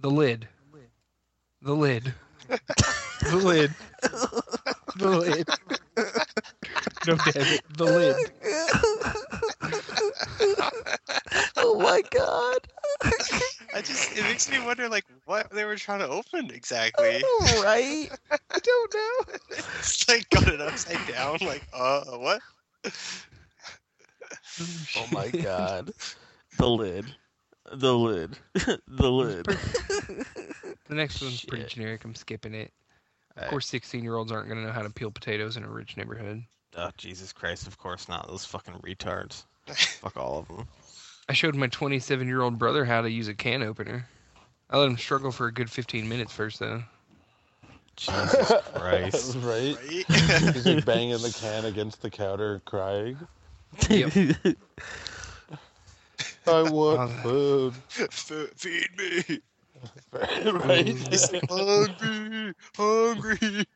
Speaker 6: The lid. The lid. The lid. The lid. No, damn it. The lid.
Speaker 3: oh my god.
Speaker 5: I just it makes me wonder like what they were trying to open exactly.
Speaker 3: right?
Speaker 5: I don't know. it's like got it upside down. Like, uh, what?
Speaker 3: Oh my god. The lid. The lid. the lid.
Speaker 6: The next one's pretty
Speaker 3: Shit.
Speaker 6: generic. I'm skipping it. Of
Speaker 3: Alright.
Speaker 6: course, 16 year olds aren't going to know how to peel potatoes in a rich neighborhood.
Speaker 3: Oh Jesus Christ! Of course not. Those fucking retards. Fuck all of them.
Speaker 6: I showed my 27 year old brother how to use a can opener. I let him struggle for a good 15 minutes first, though.
Speaker 3: Jesus Christ.
Speaker 2: right?
Speaker 5: Right?
Speaker 2: He's like banging the can against the counter, crying. I want
Speaker 6: Oh.
Speaker 2: food.
Speaker 5: Fe- feed me.
Speaker 2: right?
Speaker 5: He's like, hungry, hungry.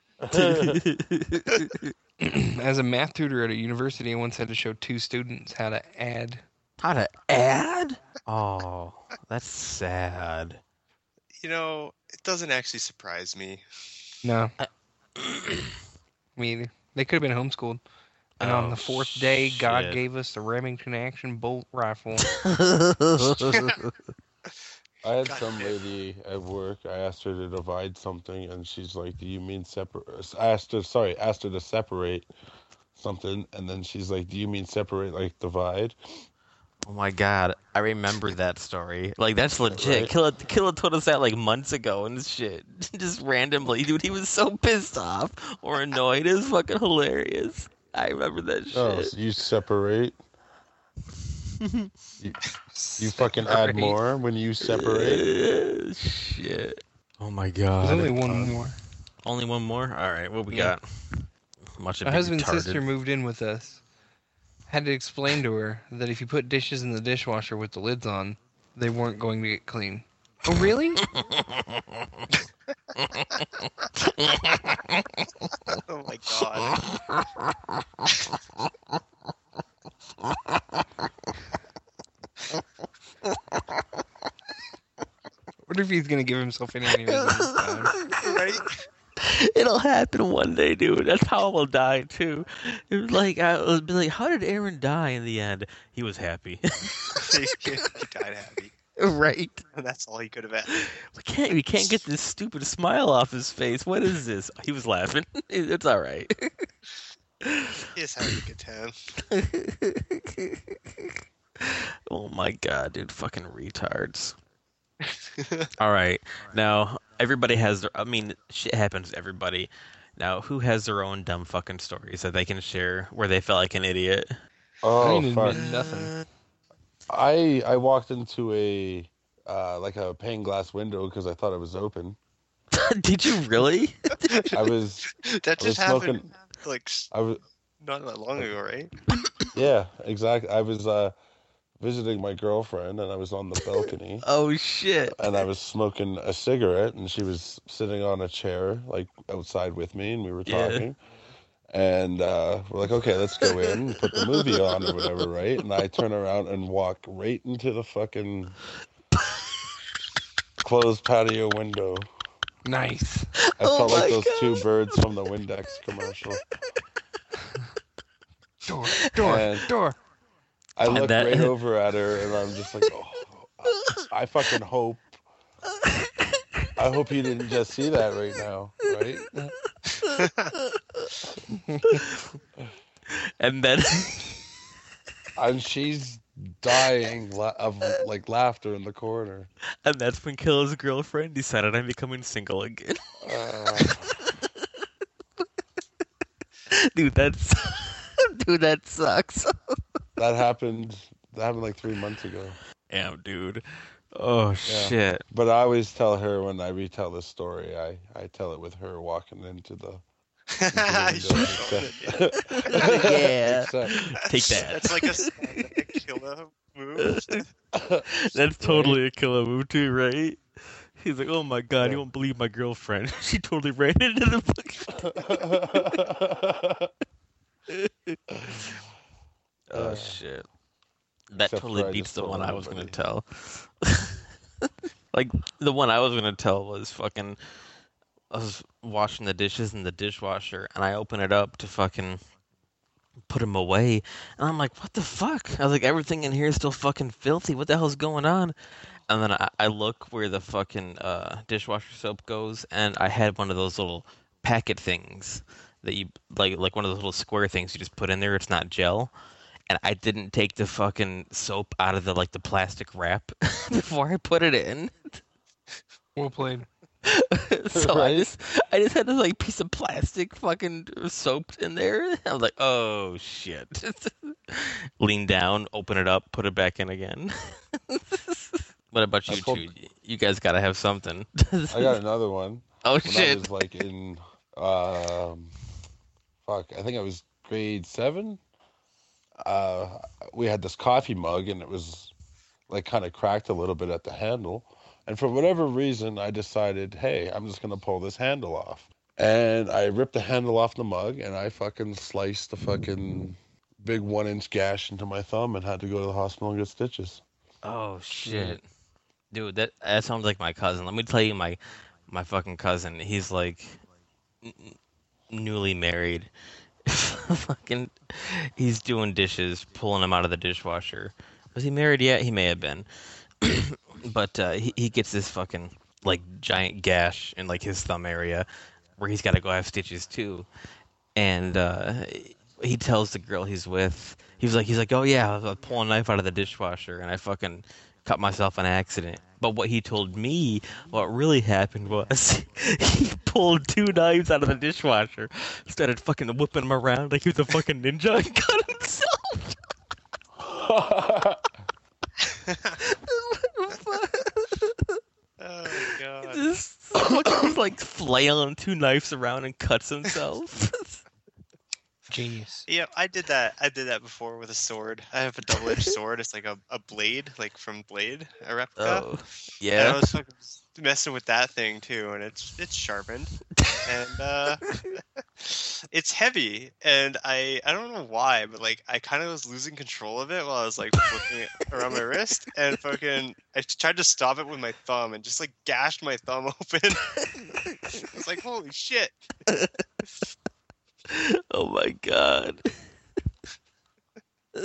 Speaker 6: As a math tutor at a university, I once had to show two students how to add.
Speaker 3: How to add? Oh, that's sad.
Speaker 5: You know, it doesn't actually surprise me.
Speaker 6: No. Me either. They could have been homeschooled. And on
Speaker 3: Oh,
Speaker 6: the fourth day, God
Speaker 3: shit.
Speaker 6: gave us the Remington Action Bolt Rifle.
Speaker 2: I had
Speaker 5: God
Speaker 2: some
Speaker 5: damn.
Speaker 2: lady at work. I asked her to divide something, and she's like, "Do you mean separate?" I asked her, sorry, asked her to separate something, and then she's like, "Do you mean separate like divide?"
Speaker 3: oh my god, I remember that story. Like that's
Speaker 2: Right.
Speaker 3: legit. Killa Killa told us that like months ago and shit. Just randomly, dude. He was so pissed off or annoyed. It was fucking hilarious. I remember that shit.
Speaker 2: Oh, so you separate. You fucking add
Speaker 6: Separate.
Speaker 2: more when you separate.
Speaker 3: Uh, shit. Oh my god.
Speaker 6: There's only
Speaker 3: uh,
Speaker 6: one more.
Speaker 3: Only one more? Alright, what we
Speaker 6: Yeah.
Speaker 3: got? Much of
Speaker 6: My
Speaker 3: it
Speaker 6: husband's
Speaker 3: retarded.
Speaker 6: sister moved in with us. Had to explain to her that if you put dishes in the dishwasher with the lids on, they weren't going to get clean. Oh, really?
Speaker 5: Oh my god.
Speaker 6: What if he's gonna give himself an aneurysm this time?
Speaker 5: Right?
Speaker 3: It'll happen one day, dude. That's how I will die too. It was like I was be like, how did Aaron die in the end? He was happy,
Speaker 5: he died happy.
Speaker 3: right?
Speaker 5: That's all he could have had.
Speaker 3: We can't we can't get this stupid smile off his face. What is this? He was laughing. It's all right.
Speaker 5: He's having a good time.
Speaker 3: oh my god, dude! Fucking retards. all right, now everybody has their. I mean, shit happens. to Everybody. Now, who has their own dumb fucking stories that they can share where they felt like an idiot?
Speaker 6: I
Speaker 2: Oh
Speaker 6: didn't even
Speaker 2: fuck!
Speaker 6: admit nothing.
Speaker 2: I I walked into a uh, like a pane glass window because I thought it was open.
Speaker 3: Did you really?
Speaker 2: I was
Speaker 5: That
Speaker 2: I was
Speaker 5: just happened
Speaker 2: smoking.
Speaker 5: like s-
Speaker 2: I was
Speaker 5: not that long ago, right?
Speaker 2: yeah exactly. I was uh, visiting my girlfriend, and I was on the balcony.
Speaker 3: Oh shit!
Speaker 2: and I was smoking a cigarette, and she was sitting on a chair, like outside with me, and we were
Speaker 3: Yeah.
Speaker 2: talking. And uh, we're like, okay, let's go in, and put the movie on or whatever, right? And I turn around and walk right into the fucking closed patio window.
Speaker 6: Nice.
Speaker 2: I
Speaker 3: Oh
Speaker 2: felt like
Speaker 3: my
Speaker 2: those two
Speaker 3: God.
Speaker 2: birds from the Windex commercial.
Speaker 6: Door, door,
Speaker 2: And-
Speaker 6: door.
Speaker 2: I
Speaker 3: And
Speaker 2: looked
Speaker 3: that-
Speaker 2: right over at her and I'm just like, oh, I, I fucking hope. I hope you didn't just see that right now, right?
Speaker 3: and then
Speaker 2: And she's dying la- of like laughter in the corner.
Speaker 3: and that's when Killa's girlfriend decided I'm becoming single again.
Speaker 2: Uh,
Speaker 3: Dude, that's dude, that sucks.
Speaker 2: that happened. That happened like three months ago.
Speaker 3: Damn, dude. Oh shit.
Speaker 2: But I always tell her when I retell this story, I, I tell it with her walking into the. into the window, except-
Speaker 3: Yeah.
Speaker 2: except-
Speaker 3: Take that.
Speaker 5: That's like a, s- a killer move.
Speaker 3: That's totally a killer move too, right? He's like, oh my god, you won't believe my girlfriend. she totally ran into the fucking. Oh
Speaker 2: Yeah.
Speaker 3: shit. That
Speaker 2: Except for I
Speaker 3: totally beats
Speaker 2: just
Speaker 3: the
Speaker 2: told
Speaker 3: one I was gonna
Speaker 2: everybody.
Speaker 3: tell. like the one I was gonna tell was fucking. I was washing the dishes in the dishwasher, and I open it up to fucking put them away, and I'm like, "What the fuck?" I was like, "Everything in here is still fucking filthy. What the hell's going on?" And then I, I look where the fucking uh, dishwasher soap goes, and I had one of those little packet things that you like, like one of those little square things you just put in there. It's not gel and I didn't take the fucking soap out of the like the plastic wrap before I put it in.
Speaker 6: Well played.
Speaker 3: so I
Speaker 2: Right.
Speaker 3: just I just had this like piece of plastic fucking soap in there. I was like, oh shit. Lean down, open it up, put it back in again. what about
Speaker 2: I
Speaker 3: you
Speaker 2: told-
Speaker 3: two? You guys gotta have something.
Speaker 2: I got another one.
Speaker 3: oh
Speaker 2: When I
Speaker 3: shit.
Speaker 2: was like in, um, fuck, I think I was grade seven. Uh, we had this coffee mug and it was like kind of cracked a little bit at the handle. And for whatever reason, I decided, hey, I'm just going to pull this handle off. And I ripped the handle off the mug and I fucking sliced the fucking big one inch gash into my thumb and had to go to the hospital and get stitches.
Speaker 3: Oh shit, dude, that that sounds like my cousin. Let me tell you, my my fucking cousin. He's like n- n- newly married. fucking, he's doing dishes, pulling them out of the dishwasher. Was he married yet? He may have been. but uh, he he gets this fucking like giant gash in like his thumb area, where he's got to go have stitches too, and uh, he tells the girl he's with, he's like, he's like, oh yeah, I was pulling a knife out of the dishwasher and I fucking cut myself on accident. But what he told me, what really happened was he pulled two knives out of the dishwasher, started fucking whipping them around like he was a fucking ninja and cut himself.
Speaker 5: Oh god.
Speaker 3: Just fucking like flailing two knives around and cuts himself.
Speaker 6: Genius.
Speaker 5: Yeah, I did that. I did that before with a sword. I have a double-edged sword. It's like a, a blade, like from Blade, a replica.
Speaker 3: oh,
Speaker 5: And
Speaker 3: yeah.
Speaker 5: I was fucking messing with that thing too, and it's it's sharpened, and uh, it's heavy, and I I don't know why, but like I kind of was losing control of it while I was like flipping it around my wrist, and fucking I tried to stop it with my thumb, and just like gashed my thumb open. I was like, holy shit!
Speaker 3: Oh my god.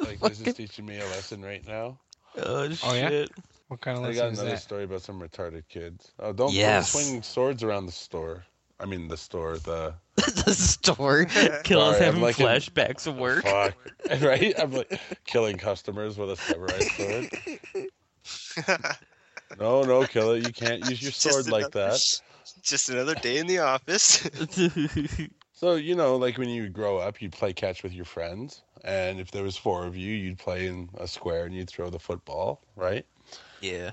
Speaker 2: Like, this is teaching me a lesson right now.
Speaker 3: Oh shit.
Speaker 6: yeah? What kind of
Speaker 2: I got
Speaker 6: lesson is
Speaker 2: another
Speaker 6: that?
Speaker 2: story about some retarded kids. Oh, don't
Speaker 3: Yes.
Speaker 2: swing swords around the store. I mean, the store, the
Speaker 3: the store.
Speaker 2: Sorry,
Speaker 3: Kills
Speaker 2: I'm
Speaker 3: having
Speaker 2: like in-
Speaker 3: flashbacks of work.
Speaker 2: fuck, right? I'm like killing customers with a severized sword. No, no, kill it. You can't use your
Speaker 5: Just
Speaker 2: sword like
Speaker 5: another-
Speaker 2: that.
Speaker 5: Just another day in the office.
Speaker 2: So you know, like when you grow up, you'd play catch with your friends, and if there was four of you, you'd play in a square and you'd throw the football, right?
Speaker 3: yeah.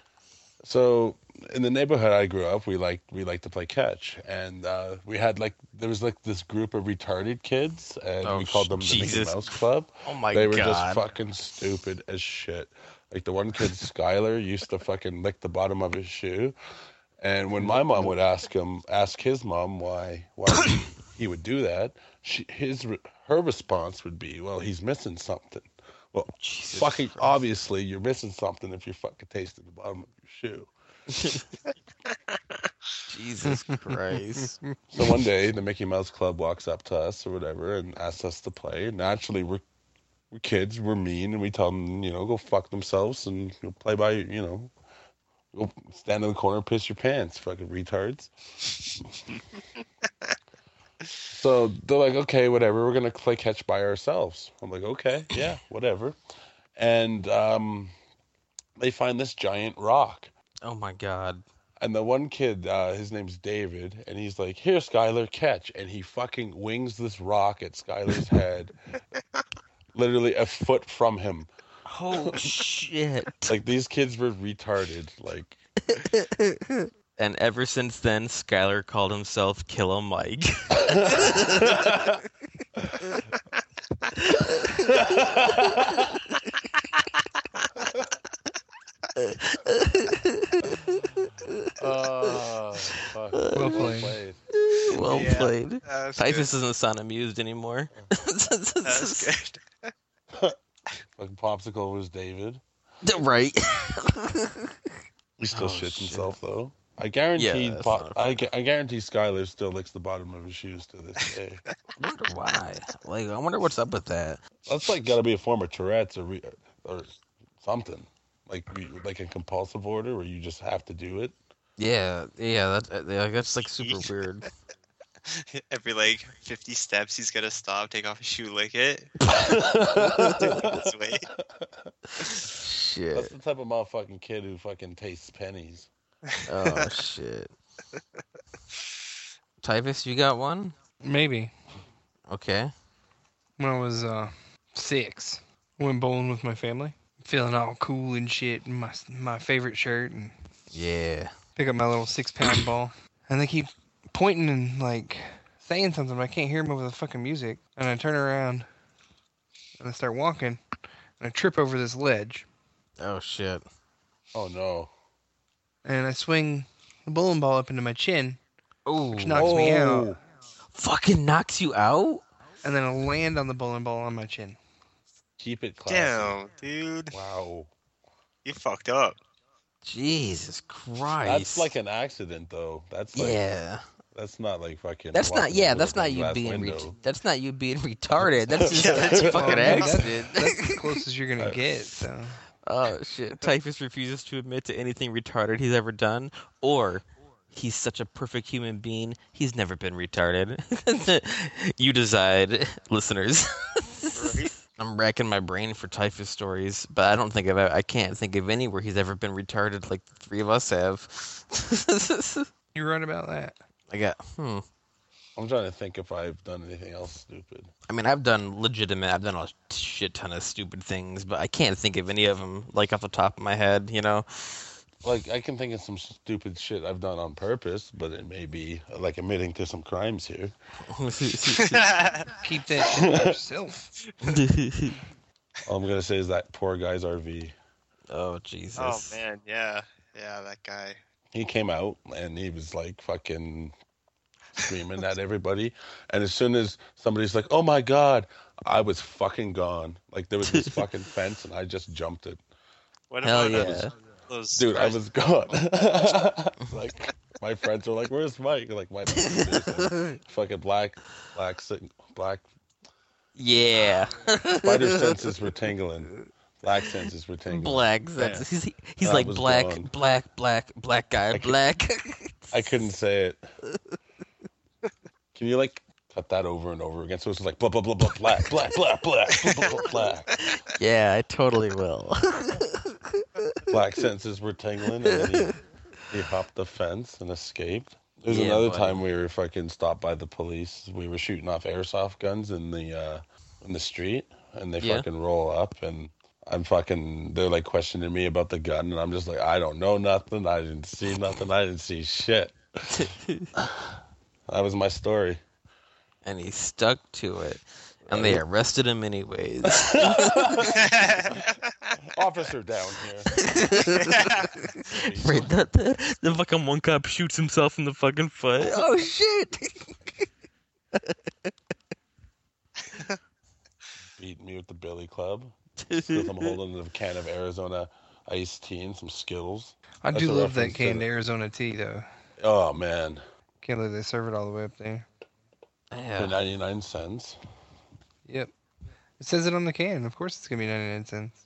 Speaker 2: So in the neighborhood I grew up, we like we liked to play catch, and uh, we had like there was like this group of retarded kids, and
Speaker 3: Oh,
Speaker 2: we called them the
Speaker 3: Jesus.
Speaker 2: Mickey Mouse Club.
Speaker 3: Oh my
Speaker 2: they were just
Speaker 3: god.
Speaker 2: fucking stupid as shit. Like the one kid, Skylar, used to fucking lick the bottom of his shoe, and when my mom would ask him, ask his mom why why he would do that, she, his re- her response would be, "Well, he's missing something." Well,
Speaker 3: Jesus
Speaker 2: fucking
Speaker 3: Christ.
Speaker 2: obviously, you're missing something if you're fucking tasting the bottom of your shoe.
Speaker 7: Jesus Christ.
Speaker 2: So one day, the Mickey Mouse Club walks up to us or whatever and asks us to play. Naturally, we're, we're kids, we're mean, and we tell them, you know, go fuck themselves and you know, play by, you know, go stand in the corner, and piss your pants, fucking retards. so they're like, okay, whatever, we're gonna play catch by ourselves. I'm like, okay, yeah, whatever. And um, they find this giant rock.
Speaker 3: Oh my god.
Speaker 2: And the one kid, uh, his name's David, and he's like, "Here, Skylar, catch!" And he fucking wings this rock at Skylar's head, literally a foot from him.
Speaker 3: Oh shit.
Speaker 2: Like these kids were retarded. Like
Speaker 3: and ever since then, Skylar called himself Killer Mike.
Speaker 2: oh, fuck.
Speaker 6: Well played.
Speaker 3: well
Speaker 5: Yeah.
Speaker 3: played.
Speaker 5: Uh, that's good.
Speaker 3: Typhus doesn't sound amused anymore.
Speaker 5: That's good.
Speaker 2: Fucking popsicle was David.
Speaker 3: right.
Speaker 2: He still
Speaker 3: Oh,
Speaker 2: shit
Speaker 3: shit.
Speaker 2: himself though. I guarantee.
Speaker 3: that's
Speaker 2: po-
Speaker 3: not a
Speaker 2: I, gu- I guarantee Skylar still licks the bottom of his shoes to this day.
Speaker 3: I wonder why. Like, I wonder what's up with that.
Speaker 2: That's like got to be a form of Tourette's or re- or something. Like you- like a compulsive order where you just have to do it.
Speaker 3: Yeah, yeah, that, uh, yeah, that's like super
Speaker 5: Jeez.
Speaker 3: weird.
Speaker 5: Every like 50 steps, he's gotta stop, take off his shoe, lick it. This way.
Speaker 2: That's
Speaker 3: Shit.
Speaker 2: the type of motherfucking kid who fucking tastes pennies.
Speaker 3: Oh shit. Typhus, you got one?
Speaker 6: Maybe.
Speaker 3: Okay.
Speaker 6: when I was uh, six. Went bowling with my family, feeling all cool and shit in my my favorite shirt, and
Speaker 3: Yeah.
Speaker 6: pick up my little six pound ball. And they keep pointing and like saying something, but I can't hear them over the fucking music. And I turn around and I start walking, and I trip over this ledge,
Speaker 3: Oh shit.
Speaker 2: Oh no!
Speaker 6: and I swing the bowling ball up into my chin,
Speaker 3: Oh,
Speaker 6: which knocks me out,
Speaker 2: Oh.
Speaker 3: fucking knocks you out.
Speaker 6: and then I land on the bowling ball on my chin.
Speaker 2: Keep it classy.
Speaker 5: Damn, dude.
Speaker 2: Wow.
Speaker 5: You fucked up.
Speaker 3: Jesus Christ.
Speaker 2: That's like an accident though. That's like
Speaker 3: yeah.
Speaker 2: that's not like fucking.
Speaker 3: That's not.
Speaker 2: walking
Speaker 3: Yeah.
Speaker 2: over
Speaker 3: That's
Speaker 2: the
Speaker 3: not you
Speaker 2: glass
Speaker 3: being. Re-
Speaker 2: window.
Speaker 3: that's not you being retarded. That's just,
Speaker 5: Yeah,
Speaker 3: that's a
Speaker 5: that's-
Speaker 3: fucking
Speaker 6: Well, that's-
Speaker 3: accident.
Speaker 6: That's the closest you're gonna
Speaker 2: Uh,
Speaker 6: get. So
Speaker 3: Oh shit! Typhus refuses to admit to anything retarded he's ever done, or he's such a perfect human being he's never been retarded. you decide, listeners.
Speaker 5: Right?
Speaker 3: I'm racking my brain for Typhus stories, but I don't think of I can't think of any where he's ever been retarded like the three of us have.
Speaker 6: you're right about that.
Speaker 3: I got hmm.
Speaker 2: I'm trying to think if I've done anything else stupid.
Speaker 3: I mean, I've done legitimate. I've done a shit ton of stupid things, but I can't think of any of them like off the top of my head. You know.
Speaker 2: Like I can think of some stupid shit I've done on purpose, but it may be like admitting to some crimes here.
Speaker 6: Keep that shit to yourself.
Speaker 2: All I'm gonna say is that poor guy's RV.
Speaker 3: oh Jesus!
Speaker 5: oh man, yeah. Yeah, that guy.
Speaker 2: He came out and he was like fucking screaming at everybody. And as soon as somebody's like, "Oh my god," I was fucking gone. Like there was this fucking fence, and I just jumped it.
Speaker 5: What
Speaker 3: Hell
Speaker 5: about
Speaker 3: yeah!
Speaker 5: those
Speaker 2: Dude, I
Speaker 5: cars-
Speaker 2: was gone. like my friends were like, "Where's Mike?" Like my fucking black, black, sig- black
Speaker 3: Yeah,
Speaker 2: spider senses were tingling. Black senses were tingling.
Speaker 3: black. That's, he's he's
Speaker 2: That
Speaker 3: like
Speaker 2: was
Speaker 3: black,
Speaker 2: gone.
Speaker 3: black, black, black guy,
Speaker 2: can't-
Speaker 3: black.
Speaker 2: I couldn't say it. Can you like cut that over and over again? So it's just like blah blah blah blah black black black black blah, blah, blah, black.
Speaker 3: yeah, I totally will.
Speaker 2: Black senses were tingling, and then he, he hopped the fence and escaped. There was
Speaker 3: Yeah,
Speaker 2: another
Speaker 3: buddy.
Speaker 2: time we were fucking stopped by the police. We were shooting off airsoft guns in the uh, in the street, and they
Speaker 3: Yeah.
Speaker 2: fucking roll up and. I'm fucking. They're like questioning me about the gun, and I'm just like, I don't know nothing. I didn't see nothing. I didn't see shit. That was my story.
Speaker 3: and he stuck to it, and they arrested him anyways.
Speaker 2: Officer down here.
Speaker 3: Right, the, the, the fucking one cop shoots himself in the fucking foot. Oh shit!
Speaker 2: Beat me with the Billy Club. Because I'm holding a can of Arizona iced tea and some Skittles.
Speaker 6: I
Speaker 2: That's
Speaker 6: do
Speaker 2: a
Speaker 6: love that
Speaker 2: reference to
Speaker 6: canned
Speaker 2: the-
Speaker 6: Arizona tea though.
Speaker 2: Oh man,
Speaker 6: Can't believe they serve it all the way up there.
Speaker 2: for
Speaker 3: Yeah.
Speaker 2: ninety nine cents.
Speaker 6: Yep. It says it on the can. Of course it's going to be 99 cents.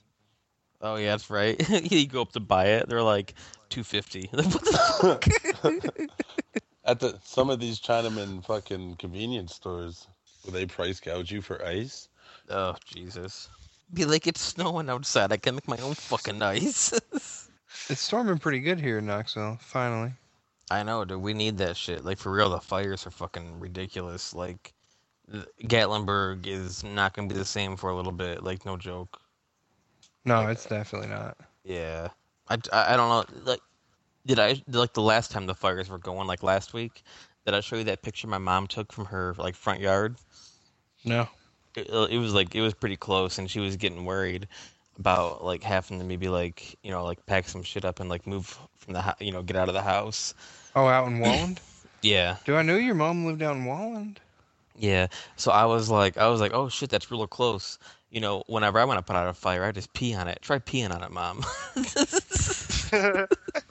Speaker 3: Oh yeah, that's right. you go up to buy it, they're like two fifty. what the fuck?
Speaker 2: At the some of these Chinaman fucking convenience stores, will they price gouge you for ice?
Speaker 3: Oh Jesus. Be like it's snowing outside. I can make my own fucking ice.
Speaker 6: It's storming pretty good here in Knoxville, finally.
Speaker 3: I know, dude. We need that shit. Like for real, the fires are fucking ridiculous. Like th- Gatlinburg is not gonna be the same for a little bit. Like no joke.
Speaker 6: No, it's definitely not.
Speaker 3: Yeah. I, I, I don't know. Like did I like the last time the fires were going? Like last week. Did I show you that picture my mom took from her like front yard?
Speaker 6: No.
Speaker 3: it, uh, it was like it was pretty close and she was getting worried about like having to maybe like you know like pack some shit up and like move from the hou- you know get out of the house
Speaker 6: Oh, out in Walland?
Speaker 3: yeah
Speaker 6: Do I know your mom lived out in Walland?
Speaker 3: yeah so i was like i was like oh shit that's real close you know whenever i want to put out a fire i just pee on it try peeing on it mom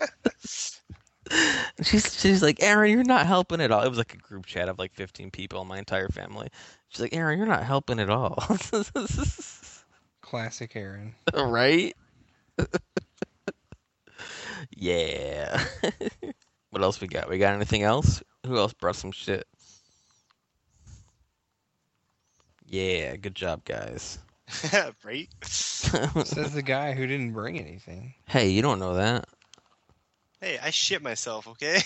Speaker 3: she's she's like aaron you're not helping at all it was like a group chat of like 15 people my entire family she's like aaron you're not helping at all
Speaker 6: Classic Aaron.
Speaker 3: right? yeah. what else we got? We got anything else? Who else brought some shit? Yeah, good job, guys.
Speaker 5: right?
Speaker 6: Says the guy who didn't bring anything.
Speaker 3: hey, you don't know that,
Speaker 5: Hey, I shit myself, okay?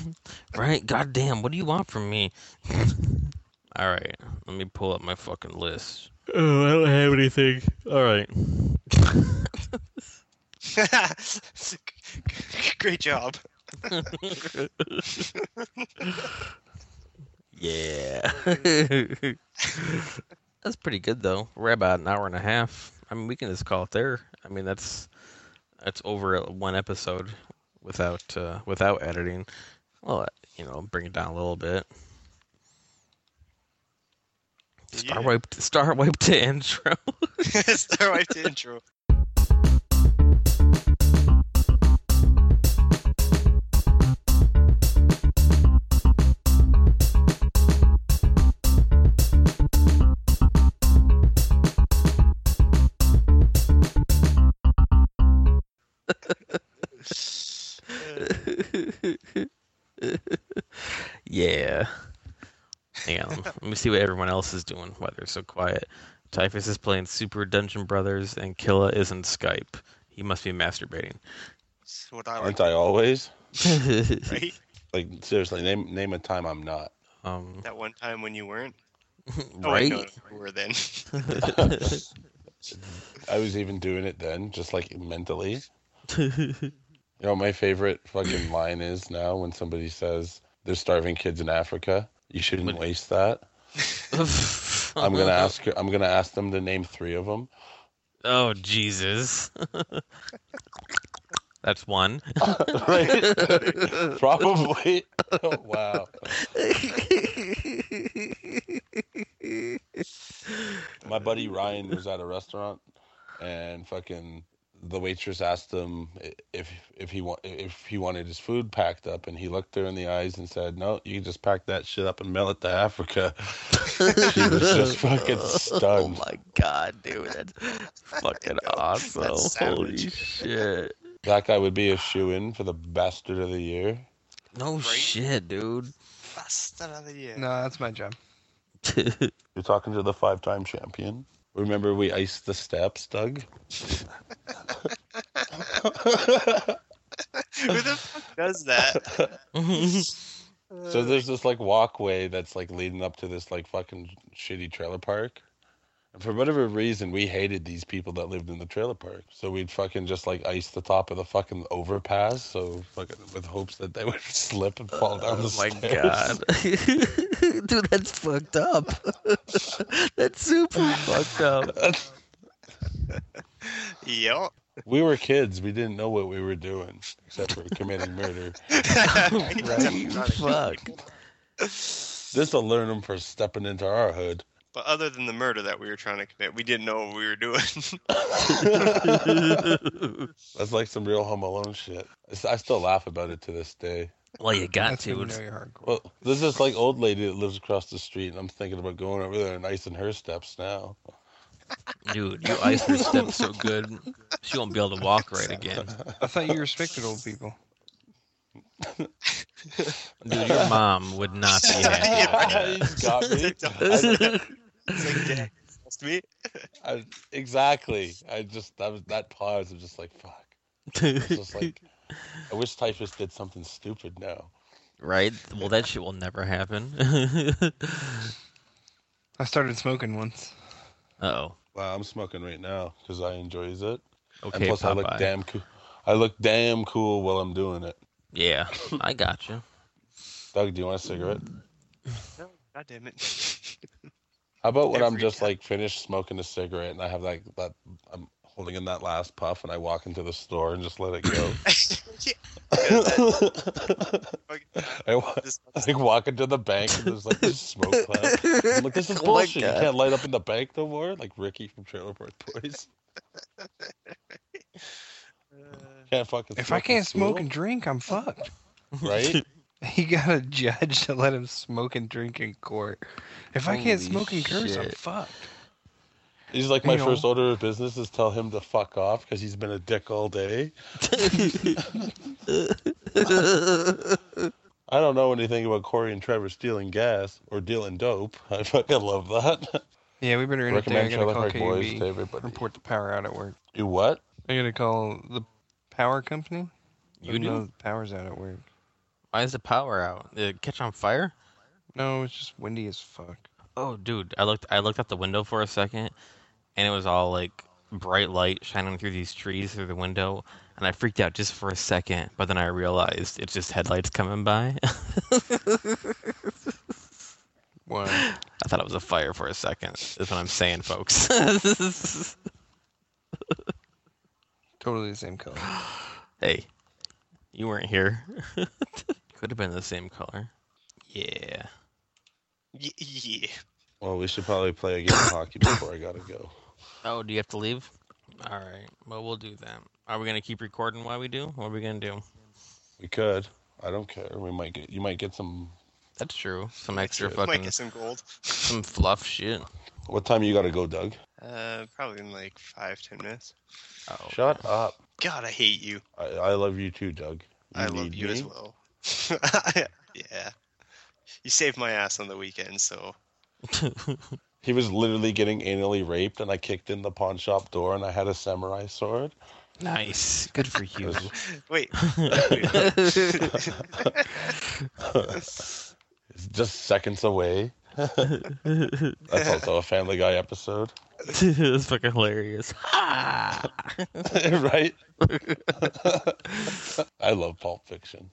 Speaker 3: right? Goddamn, what do you want from me? All right, let me pull up my fucking list. Oh, I don't have anything. All right.
Speaker 5: Great job.
Speaker 3: Yeah. that's pretty good though. We're about an hour and a half. I mean, we can just call it there. I mean, that's that's over at one episode without uh, without editing. Well, you know, bring it down a little bit. Star
Speaker 5: Yeah.
Speaker 3: wiped, star wiped to intro.
Speaker 5: Star Wiped intro.
Speaker 3: yeah. Hang on. Let me see what everyone else is doing. Why they're so quiet. Typhus is playing Super Dungeon Brothers, and Killa is in Skype. He must be masturbating.
Speaker 5: That's what I like,
Speaker 2: Aren't I always?
Speaker 5: right?
Speaker 2: Like seriously, name name a time I'm not.
Speaker 3: um,
Speaker 5: That one time when you weren't. Oh,
Speaker 3: right?
Speaker 5: wait, no, you were then.
Speaker 2: I was even doing it then, just like mentally. You know, my favorite fucking line is now when somebody says there's starving kids in Africa. You shouldn't waste that. I'm gonna ask. I'm gonna ask them to name three of them.
Speaker 3: Oh Jesus. That's one.
Speaker 2: right? Probably. Oh, wow. My buddy Ryan was at a restaurant, and fucking the waitress asked him i- if if he wa- if he wanted his food packed up, and he looked her in the eyes and said, "No, you can just pack that shit up and mail it to Africa." She was just fucking
Speaker 3: Oh
Speaker 2: stunned.
Speaker 3: my god, dude. That's fucking awesome.
Speaker 5: That's
Speaker 3: Holy
Speaker 5: savage.
Speaker 3: shit.
Speaker 2: That guy would be a shoe in for the bastard of the year.
Speaker 3: No shit, dude.
Speaker 5: Bastard of the year.
Speaker 6: No, that's my job.
Speaker 2: You're talking to the five time champion. Remember we iced the steps, Doug?
Speaker 5: Who the fuck does that?
Speaker 2: So there's this like walkway that's like leading up to this like fucking shitty trailer park. And for whatever reason, we hated these people that lived in the trailer park. So we'd fucking just like ice the top of the fucking overpass. So fucking with hopes that they would slip and fall down the
Speaker 3: Oh my
Speaker 2: stairs.
Speaker 3: god. dude, that's fucked up. that's super fucked up.
Speaker 5: Yup.
Speaker 2: We were kids. We didn't know what we were doing except for committing murder.
Speaker 3: Right? Fuck.
Speaker 2: This'll learn them for stepping into our hood.
Speaker 5: But other than the murder that we were trying to commit, we didn't know what we were doing.
Speaker 2: That's like some real Home Alone shit. I s- I still laugh about it to this day.
Speaker 3: Well, you got
Speaker 6: That's when
Speaker 3: to.
Speaker 6: you
Speaker 3: It's-
Speaker 6: know you're hardcore.
Speaker 2: Well, there's this like old lady that lives across the street, and I'm thinking about going over there and icing her steps now.
Speaker 3: Dude, you iced her steps so good, she won't be able to walk right again.
Speaker 6: I thought you respected old people.
Speaker 3: Dude, your mom would not be happy.
Speaker 2: You got me.
Speaker 3: With
Speaker 2: I-
Speaker 3: that.
Speaker 5: It's like, "Dad, you trust me?
Speaker 2: I- exactly. I just that was that pause. I'm just like fuck. It's just like I wish Typhus did something stupid now.
Speaker 3: right? Well, that shit will never happen.
Speaker 6: I started smoking once.
Speaker 3: oh.
Speaker 2: Wow, I'm smoking right now because I enjoys it, and
Speaker 3: Okay,
Speaker 2: plus I look
Speaker 3: Popeye.
Speaker 2: damn cool. I look damn cool while I'm doing it.
Speaker 3: Yeah, I got you.
Speaker 2: Doug, do you want a cigarette?
Speaker 5: No, God damn it.
Speaker 2: How about when I'm
Speaker 5: Every
Speaker 2: just
Speaker 5: time.
Speaker 2: like finished smoking a cigarette and I have like that I'm holding in that last puff and I walk into the store and just let it go.
Speaker 5: Yeah, fucking-
Speaker 2: I, wa-
Speaker 5: this-
Speaker 2: I like walk into the bank and there's like this smoke cloud. I'm like, this is
Speaker 7: Oh my
Speaker 2: bullshit. You
Speaker 7: God.
Speaker 2: can't light up in the bank no more. Like Ricky from Trailer Park Boys.
Speaker 5: uh,
Speaker 2: Can't fucking.
Speaker 6: If I
Speaker 2: in
Speaker 6: can't smoke
Speaker 2: school,
Speaker 6: and drink, I'm fucked.
Speaker 2: right?
Speaker 6: You got a judge to let him smoke and drink in court. If I can't
Speaker 7: Holy
Speaker 6: smoke and curse, I'm
Speaker 7: shit.
Speaker 6: fucked.
Speaker 2: He's like my
Speaker 6: Hang on.
Speaker 2: first order of business is tell him to fuck off because he's been a dick all day. I don't know anything about Corey and Trevor stealing gas or dealing dope. I fucking love that.
Speaker 6: Yeah, we better end it there. I
Speaker 2: Recommend Trailer
Speaker 6: gotta call
Speaker 2: Park Boys to
Speaker 6: KUB.
Speaker 2: everybody.
Speaker 6: Report the power out at work.
Speaker 2: Do what?
Speaker 6: I gotta call the power company.
Speaker 3: You
Speaker 6: know
Speaker 3: do?
Speaker 6: the power's out at work.
Speaker 3: Why is the power out? Did it catch on fire?
Speaker 6: No, it's just windy as fuck.
Speaker 3: Oh, dude, I looked. I looked out the window for a second, and it was all like bright light shining through these trees through the window, and I freaked out just for a second. But then I realized it's just headlights coming by.
Speaker 6: What?
Speaker 3: I thought it was a fire for a second. Is what I'm saying, folks.
Speaker 6: Totally the same color.
Speaker 3: hey, you weren't here. Could have been the same color. Yeah.
Speaker 5: y- yeah.
Speaker 2: Well, we should probably play a game of hockey before I gotta go.
Speaker 3: Oh, do you have to leave? All right. Well, we'll do that. Are we gonna keep recording while we do? What are we gonna do?
Speaker 2: We could. I don't care. We might get. You might get some.
Speaker 3: That's true. Some extra
Speaker 5: Might
Speaker 3: fucking
Speaker 5: get some gold.
Speaker 3: some fluff shit.
Speaker 2: What time you gotta go, Doug?
Speaker 5: Uh, probably in like five, ten minutes.
Speaker 3: Oh,
Speaker 2: Shut up.
Speaker 5: God, I hate you.
Speaker 2: I, I love you too, Doug.
Speaker 5: I love
Speaker 2: need
Speaker 5: you as
Speaker 2: me?
Speaker 5: well. yeah. You saved my ass on the weekend, so
Speaker 2: He was literally getting anally raped, and I kicked in the pawn shop door, and I had a samurai sword.
Speaker 3: nice. Good for you.
Speaker 5: wait.
Speaker 2: It's just seconds away. That's also a Family Guy episode,
Speaker 3: That's fucking hilarious. Ah!
Speaker 2: right? I love Pulp Fiction.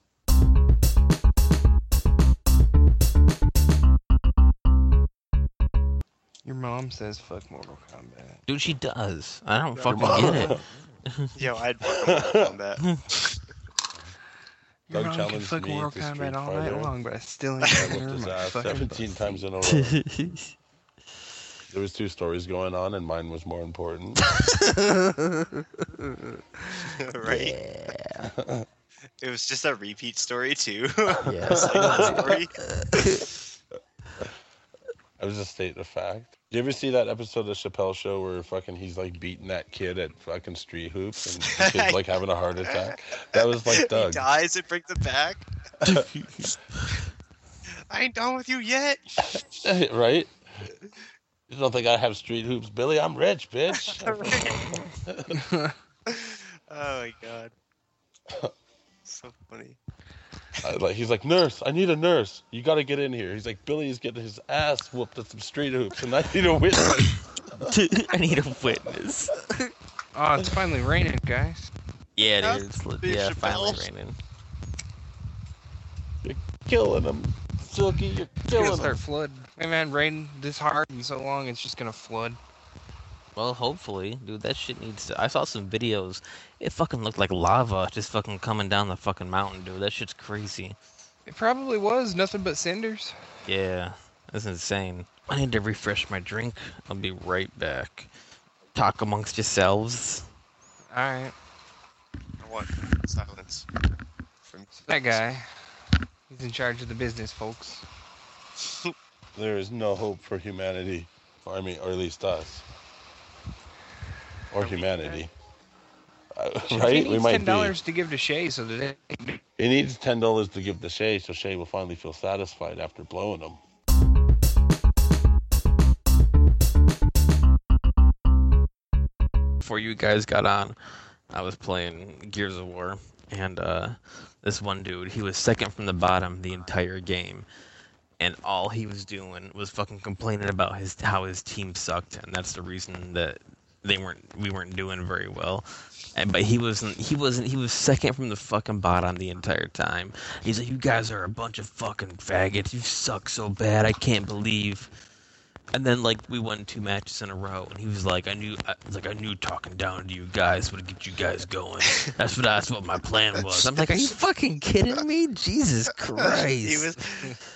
Speaker 6: Your mom says fuck Mortal Kombat.
Speaker 3: Dude, she does. I don't fucking get it.
Speaker 5: Yo, I'd on that.
Speaker 6: Your
Speaker 2: Doug
Speaker 6: mom can
Speaker 2: challenged
Speaker 6: fuck
Speaker 2: me
Speaker 6: Mortal
Speaker 2: to Street
Speaker 6: Kombat all night
Speaker 2: Fighter.
Speaker 6: long, but I still ain't
Speaker 2: I
Speaker 6: getting
Speaker 2: whooped his
Speaker 6: her Oh my
Speaker 2: ass
Speaker 6: fucking
Speaker 2: 17
Speaker 6: butt.
Speaker 2: uh, times in a row. There was two stories going on, and mine was more important.
Speaker 5: right? It was just a repeat story too.
Speaker 3: yes.
Speaker 5: Sorry.
Speaker 2: I was just stating a fact. Did you ever see that episode of Chappelle Show where fucking he's like beating that kid at fucking street hoops and the kid's like having a heart attack? That was like
Speaker 5: He
Speaker 2: Doug.
Speaker 5: dies, it brings it back. I ain't done with you yet.
Speaker 2: right? You don't think I have street hoops, Billy? I'm rich, bitch.
Speaker 5: Oh my god. So funny.
Speaker 2: I- like he's like nurse. I need a nurse. You got to get in here. He's like Billy's getting his ass whooped at some street hoops, and I need a witness.
Speaker 3: I need a witness.
Speaker 6: Oh, it's finally raining, guys.
Speaker 3: Yeah,
Speaker 5: Huh?
Speaker 3: it is.
Speaker 5: Dave
Speaker 3: Yeah, finally
Speaker 5: Chappelle's-
Speaker 3: raining.
Speaker 2: killing him, Silky. You're
Speaker 6: It's
Speaker 2: killing
Speaker 6: gonna
Speaker 2: him.
Speaker 6: start flood. Hey man, rain this hard and so long, it's just gonna flood.
Speaker 3: Well, hopefully, dude, that shit needs to. I saw some videos. It fucking looked like lava just fucking coming down the fucking mountain, dude. That shit's crazy.
Speaker 6: It probably was nothing but cinders.
Speaker 3: Yeah, that's insane. I need to refresh my drink. I'll be right back. Talk amongst yourselves.
Speaker 6: All right,
Speaker 5: I want silence. From
Speaker 6: that guy. He's in charge of the business, folks.
Speaker 2: There is no hope for humanity. Or, I mean, or at least us. Or humanity. Uh,
Speaker 6: He
Speaker 2: right?
Speaker 6: needs
Speaker 2: We might
Speaker 6: ten
Speaker 2: be.
Speaker 6: dollars to give to Shay so that they
Speaker 2: He needs ten dollars to give to Shay, so Shay will finally feel satisfied after blowing him.
Speaker 3: before you guys got on, I was playing Gears of War, and uh, this one dude, he was second from the bottom the entire game, and all he was doing was fucking complaining about his how his team sucked, and that's the reason that they weren't we weren't doing very well. And, but he wasn't he wasn't he was second from the fucking bottom the entire time. He's like, you guys are a bunch of fucking faggots. You suck so bad. I can't believe and then like we won two matches in a row, and he was like, "I knew, I, was like I knew talking down to you guys would get you guys going. That's what that's what my plan was." I'm like, "Are you fucking kidding me? Jesus Christ!"
Speaker 5: He was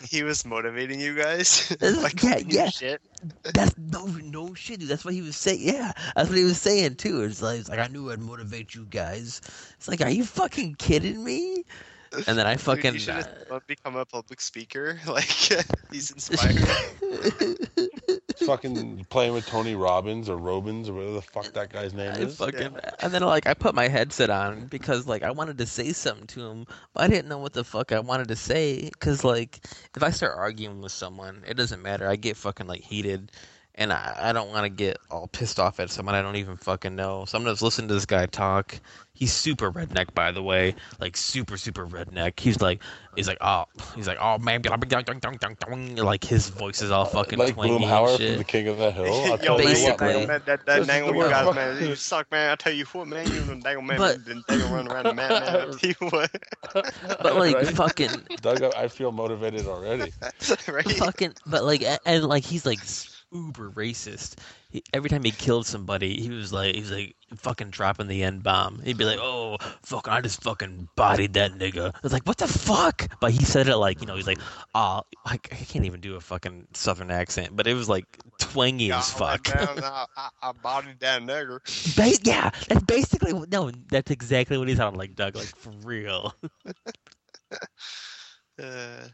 Speaker 5: he was motivating you guys.
Speaker 3: This is-
Speaker 5: like
Speaker 3: yeah,
Speaker 5: holy
Speaker 3: yeah.
Speaker 5: shit.
Speaker 3: That's no, no shit, dude. That's what he was saying. Yeah, that's what he was saying too. It's like, it's like I knew I'd motivate you guys. It's like, are you fucking kidding me? And then I
Speaker 5: Dude,
Speaker 3: fucking.
Speaker 5: you should
Speaker 3: uh,
Speaker 5: have become a public speaker. Like he's inspired.
Speaker 2: Fucking playing with Tony Robbins or Robbins or whatever the fuck that guy's name
Speaker 3: I
Speaker 2: is.
Speaker 3: fucking and then like I put my headset on because like I wanted to say something to him, but I didn't know what the fuck I wanted to say because like if I start arguing with someone, it doesn't matter. I get fucking like heated, and I I don't want to get all pissed off at someone I don't even fucking know. So I'm just listening to this guy talk. He's super redneck, by the way, like super super redneck. He's like he's like oh he's like oh man, like his voice is all fucking
Speaker 2: like
Speaker 3: twangy and
Speaker 2: Bloomhauer
Speaker 3: shit.
Speaker 2: from The King of the Hill. I'll
Speaker 5: Yo,
Speaker 2: tell you
Speaker 5: man,
Speaker 2: what,
Speaker 3: basically-
Speaker 5: man,
Speaker 2: man.
Speaker 5: that, that, that
Speaker 2: This is the
Speaker 5: dangle you got,
Speaker 2: worst
Speaker 5: man, you suck, man. I tell you what, man, you and dangle man,
Speaker 3: But-
Speaker 5: been dangle run around the man, man. I tell you what,
Speaker 3: But like
Speaker 2: Right?
Speaker 3: fucking
Speaker 2: Doug, I I feel motivated already.
Speaker 5: right?
Speaker 3: fucking but like a- and like he's like uber racist he, every time he killed somebody he was like he was like fucking dropping the n-bomb he'd be like oh fuck i just fucking bodied that nigga it's like what the fuck but he said it like you know he's like oh i, I can't even do a fucking southern accent but it was like twangy as fuck
Speaker 5: Man, I, I, I bodied that nigger.
Speaker 3: Ba- yeah that's basically what- no that's exactly what he sounded like doug like for real
Speaker 5: Uh,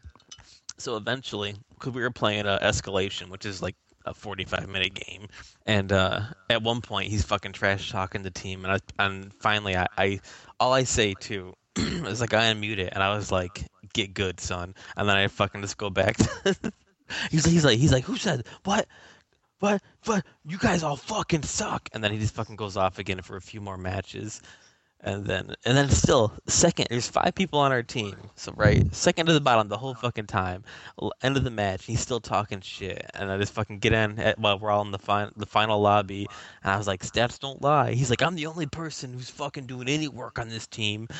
Speaker 3: so eventually because we were playing uh, escalation which is like a 45 minute game and uh, at one point he's fucking trash talking the team and I, and finally I, I all i say too is like i unmute it and i was like get good son and then i fucking just go back to- he's, he's like he's like who said what what what you guys all fucking suck and then he just fucking goes off again for a few more matches and then and then still second there's five people on our team so right second to the bottom the whole fucking time L- end of the match he's still talking shit and i just fucking get in at, while we're all in the, fin- the final lobby and i was like stats don't lie he's like i'm the only person who's fucking doing any work on this team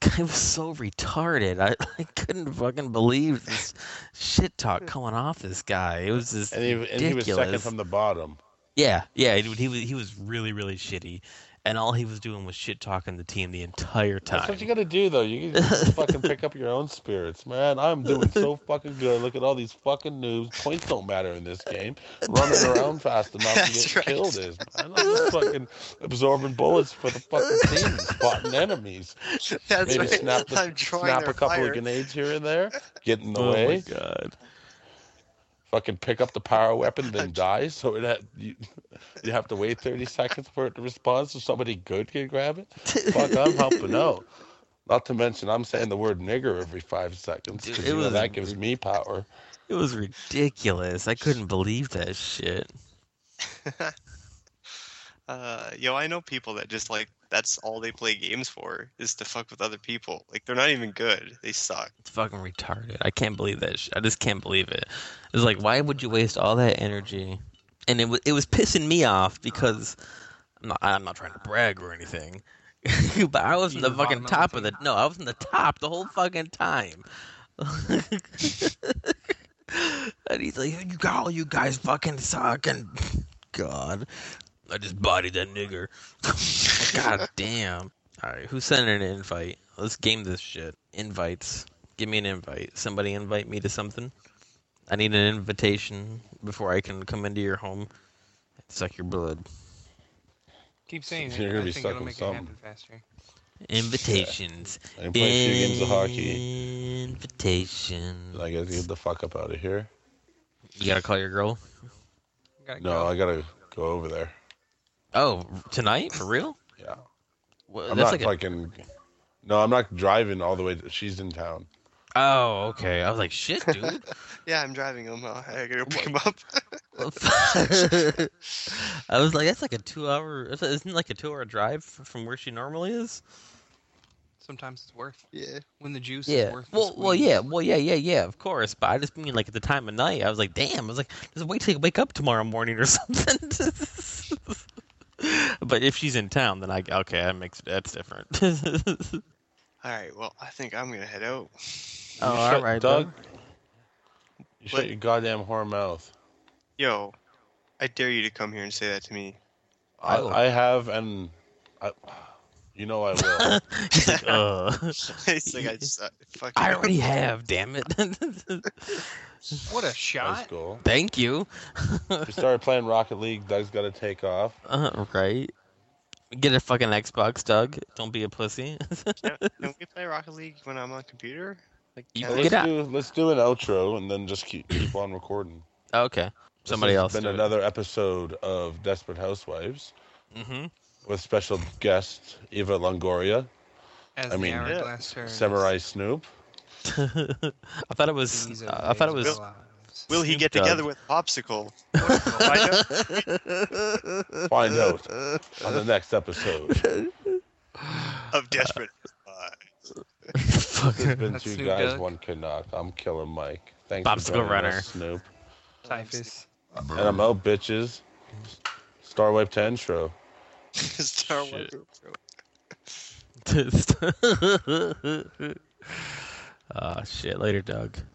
Speaker 3: it was so retarded i, I couldn't fucking believe this shit talk coming off this guy it was just
Speaker 2: And he, and he was second
Speaker 3: ridiculous.
Speaker 2: from the bottom.
Speaker 3: Yeah, yeah, dude, he was he was really really shitty, and all he was doing was shit talking the team the entire
Speaker 2: That's
Speaker 3: time.
Speaker 2: what you gotta do, though. You can just fucking pick up your own spirits, man. I'm doing so fucking good. Look at all these fucking noobs. Points don't matter in this game. Running around fast enough to
Speaker 5: That's
Speaker 2: get
Speaker 5: right.
Speaker 2: killed is. Man. I'm just fucking absorbing bullets for the fucking team, and spotting enemies.
Speaker 5: that's
Speaker 2: Maybe
Speaker 5: right.
Speaker 2: snap, the,
Speaker 5: I'm drawing
Speaker 2: snap
Speaker 5: their
Speaker 2: a couple
Speaker 5: fire.
Speaker 2: of grenades here and there. Get in the
Speaker 3: oh
Speaker 2: way.
Speaker 3: my god!
Speaker 2: Fucking pick up the power weapon, then die. So it ha- you, you have to wait 30 seconds for it to respond so somebody good can grab it. Fuck, I'm helping out. Not to mention, I'm saying the word nigger every five seconds. 'cause
Speaker 3: Dude, it
Speaker 2: you know
Speaker 3: was-
Speaker 2: that gives me power.
Speaker 3: It was ridiculous. I couldn't believe that shit.
Speaker 5: Uh, yo, I know people that just like that's all they play games for is to fuck with other people. Like they're not even good. They suck.
Speaker 3: It's fucking retarded. I can't believe that. Shit. I just can't believe it. It's like, why would you waste all that energy? And it was it was pissing me off because I'm not I'm not trying to brag or anything, but I was in
Speaker 6: You
Speaker 3: the
Speaker 6: were bottom
Speaker 3: fucking
Speaker 6: of the
Speaker 3: top of the no, I was in the top the whole fucking time. and he's like, you got all you guys fucking suck and God, I just bodied that nigger. God damn. All right, who's sending an invite? Let's game this shit. Invites. Give me an invite. Somebody invite me to something. I need an invitation before I can come into your home and suck your blood.
Speaker 6: keep saying
Speaker 2: You're
Speaker 6: it.
Speaker 2: gonna
Speaker 6: I
Speaker 2: be
Speaker 6: think
Speaker 2: stuck with
Speaker 6: it'll make it
Speaker 2: something.
Speaker 6: happen faster.
Speaker 3: Invitations.
Speaker 2: I play two games of hockey.
Speaker 3: Invitations.
Speaker 2: And I gotta get the fuck up out of here.
Speaker 3: You gotta call your girl.
Speaker 6: Gotta
Speaker 2: No,
Speaker 6: go.
Speaker 2: I gotta go over there.
Speaker 3: Oh, tonight for real?
Speaker 2: Yeah.
Speaker 3: Well,
Speaker 2: I'm
Speaker 3: that's
Speaker 2: not
Speaker 3: like a-
Speaker 2: fucking. No, I'm not driving all the way. To, she's in town.
Speaker 3: oh, okay. I was like, shit, dude.
Speaker 5: Yeah, I'm driving him. I gotta go pick him up.
Speaker 3: Well, fuck. I was like, that's like a two-hour. Isn't it like a two-hour drive f- from where she normally is?
Speaker 6: Sometimes it's worth
Speaker 5: yeah.
Speaker 6: when the juice is
Speaker 3: Yeah.
Speaker 6: worth. the
Speaker 3: Well, well,
Speaker 6: squeeze.
Speaker 3: yeah, well, yeah, yeah, yeah. Of course, but I just mean like at the time of night. I was like, damn. I was like, just wait till you wake up tomorrow morning or something. but if she's in town, then I okay, that makes that's different. oh,
Speaker 5: All right. Well, I think I'm gonna head out.
Speaker 3: Oh, all
Speaker 2: shut-
Speaker 3: right,
Speaker 2: Doug?
Speaker 3: Doug.
Speaker 2: You shut your goddamn whore mouth.
Speaker 5: Yo, I dare you to come here and say that to me.
Speaker 2: I,
Speaker 3: I will.
Speaker 2: I have and I, you know I will.
Speaker 3: He's like, uh,
Speaker 5: it's like I just uh, fuck.
Speaker 3: I
Speaker 5: you.
Speaker 3: already have. Damn it.
Speaker 6: What a
Speaker 2: High
Speaker 6: shot!
Speaker 2: school.
Speaker 3: Thank you.
Speaker 2: We started playing Rocket League. Doug's got to take off.
Speaker 3: Uh, right. Get a fucking Xbox, Doug. Don't be a pussy.
Speaker 5: Can, can we play Rocket League when I'm on computer? Like,
Speaker 3: You
Speaker 5: can
Speaker 2: Well,
Speaker 5: I-
Speaker 3: Get
Speaker 2: let's
Speaker 3: out.
Speaker 2: do let's do an outro and then just keep keep on recording.
Speaker 3: okay. Somebody
Speaker 2: this has
Speaker 3: else.
Speaker 2: Been another episode of Desperate Housewives
Speaker 3: Mm-hmm.
Speaker 2: with special guest Eva Longoria,
Speaker 6: As
Speaker 2: I mean,
Speaker 6: the
Speaker 2: yeah.
Speaker 6: hourglass turns,
Speaker 2: Samurai Snoop.
Speaker 3: Mm-hmm. I thought it was.
Speaker 6: these are
Speaker 3: Uh,
Speaker 6: the
Speaker 3: I thought it
Speaker 6: days
Speaker 3: was.
Speaker 6: of our lives.
Speaker 5: Will he
Speaker 3: Snoop
Speaker 5: get
Speaker 3: Dogg.
Speaker 5: together with Popsicle?
Speaker 2: Find out on the next episode.
Speaker 5: of Desperate. Uh,
Speaker 2: This has been
Speaker 6: That's
Speaker 2: two
Speaker 6: Snoop
Speaker 2: guys,
Speaker 6: Dogg.
Speaker 2: one Canuck. I'm Killer Mike. Thanks
Speaker 3: Popsicle
Speaker 2: for joining
Speaker 3: Runner.
Speaker 2: us, Snoop.
Speaker 6: Typhus.
Speaker 2: And I'm out, bitches. Starwipe Ten Show.
Speaker 5: Star Wars.
Speaker 3: oh Ah, shit! Later, Doug.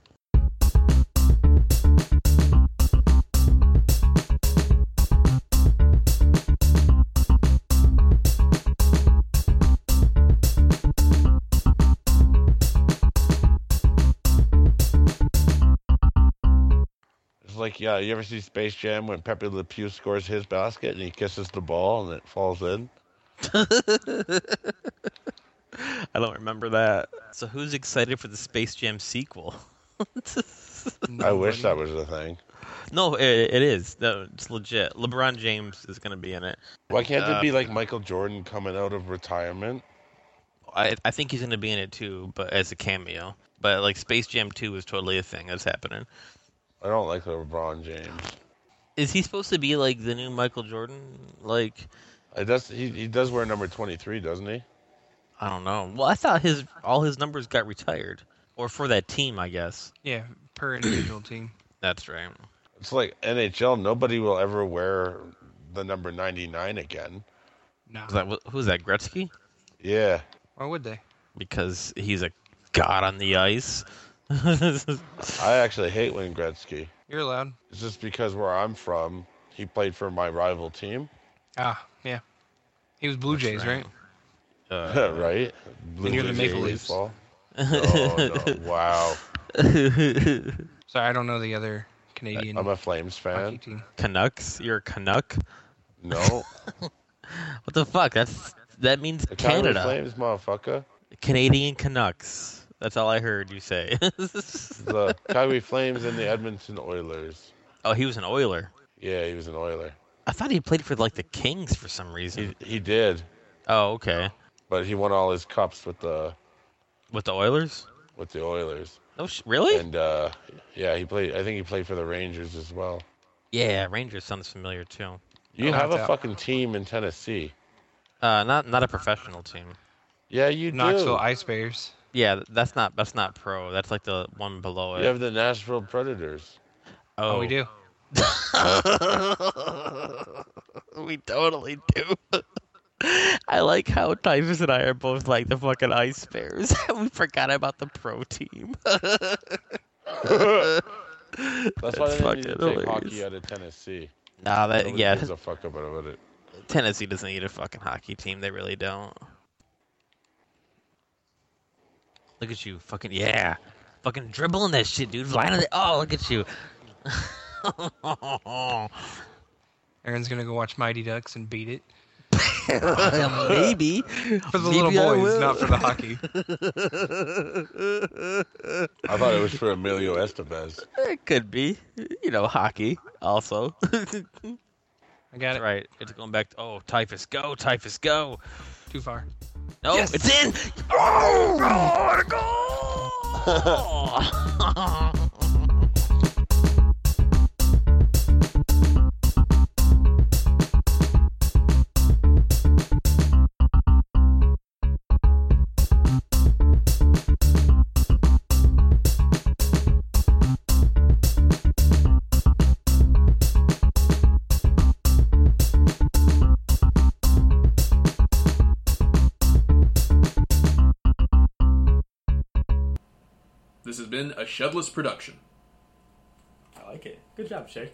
Speaker 2: It's like, yeah, you ever see Space Jam when Pepe Le Pew scores his basket and he kisses the ball and it falls in?
Speaker 3: I don't remember that. So who's excited for the Space Jam sequel?
Speaker 2: I wish that was a thing.
Speaker 3: no, it, it is. No, it's legit. LeBron James is gonna be in it.
Speaker 2: Why can't
Speaker 3: Uh,
Speaker 2: it be like Michael Jordan coming out of retirement?
Speaker 3: I I think he's gonna be in it too, but as a cameo. But like Space Jam Two is totally a thing that's happening.
Speaker 2: I don't like LeBron James.
Speaker 3: Is he supposed to be like the new Michael Jordan? Like
Speaker 2: I does he, he does wear number twenty three, doesn't he?
Speaker 3: I don't know. Well, I thought his all his numbers got retired, or for that team, I guess.
Speaker 6: Yeah, per individual team.
Speaker 3: That's right.
Speaker 2: It's like NHL. Nobody will ever wear the number ninety nine again.
Speaker 6: No,
Speaker 3: Was that who's that Gretzky?
Speaker 2: Yeah,
Speaker 6: why would they?
Speaker 3: Because he's a god on the ice. Uh,
Speaker 2: I actually hate Wayne Gretzky.
Speaker 6: You're allowed.
Speaker 2: It's just because where I'm from, he played for my rival team,
Speaker 6: Ah, yeah. He was Blue Jays, right?
Speaker 3: Uh,
Speaker 2: right? Blue
Speaker 6: And you're the
Speaker 2: Jays
Speaker 6: Maple Leafs.
Speaker 2: baseball. Oh, no. Wow.
Speaker 6: Sorry, I don't know the other Canadian
Speaker 2: I'm a Flames
Speaker 6: hockey
Speaker 2: fan.
Speaker 6: team.
Speaker 3: Canucks? You're a Canuck?
Speaker 2: No,
Speaker 3: What the fuck? That's that means
Speaker 2: the Calgary
Speaker 3: Canada.
Speaker 2: Flames, motherfucker.
Speaker 3: Canadian Canucks. That's all I heard you say.
Speaker 2: The Calgary Flames and the Edmonton Oilers.
Speaker 3: oh, he was an Oiler.
Speaker 2: Yeah, he was an Oiler.
Speaker 3: I thought he played for like the Kings for some reason.
Speaker 2: He he did,
Speaker 3: Oh, okay.
Speaker 2: but he won all his cups with the
Speaker 3: With the Oilers?
Speaker 2: with the Oilers.
Speaker 3: No, sh- really?
Speaker 2: And uh, yeah, he played. I think he played for the Rangers as well.
Speaker 3: yeah, Rangers sounds familiar too.
Speaker 2: You
Speaker 6: Oh,
Speaker 2: have
Speaker 6: that's
Speaker 2: a
Speaker 6: out.
Speaker 2: fucking team in Tennessee.
Speaker 3: Uh, not not a professional team.
Speaker 2: Yeah, you
Speaker 6: Knoxville
Speaker 2: do.
Speaker 6: Ice Bears.
Speaker 3: Yeah, th- that's not that's not pro. That's like the one below it.
Speaker 2: You have the Nashville Predators.
Speaker 6: Oh, we do.
Speaker 3: Oh. we totally do. I like how Typhus and I are both like the fucking ice bears. we forgot about the pro team.
Speaker 2: That's why
Speaker 3: That's
Speaker 2: they need to
Speaker 3: fucking
Speaker 2: take hockey
Speaker 3: hilarious.
Speaker 2: out of Tennessee.
Speaker 3: nah, that
Speaker 2: Nobody
Speaker 3: yeah,
Speaker 2: gives a fuck about it.
Speaker 3: Tennessee doesn't need a fucking hockey team. They really don't. Look at you, fucking yeah, fucking dribbling that shit, dude. Line it. Oh, look at you.
Speaker 6: Aaron's gonna go watch Mighty Ducks and beat it.
Speaker 7: Well, maybe
Speaker 6: For the little boys, not for the hockey.
Speaker 7: hockey.
Speaker 2: I thought it was for Emilio Estevez.
Speaker 7: it could be, you know, hockey also.
Speaker 6: I got
Speaker 3: That's
Speaker 6: it.
Speaker 3: right. It's going back to oh, typhus go, typhus go.
Speaker 6: Too far.
Speaker 3: No,
Speaker 7: Yes!
Speaker 3: it's in. Oh, God, goal!
Speaker 1: This has been a Shedless production.
Speaker 8: I like it. Good job, Shay.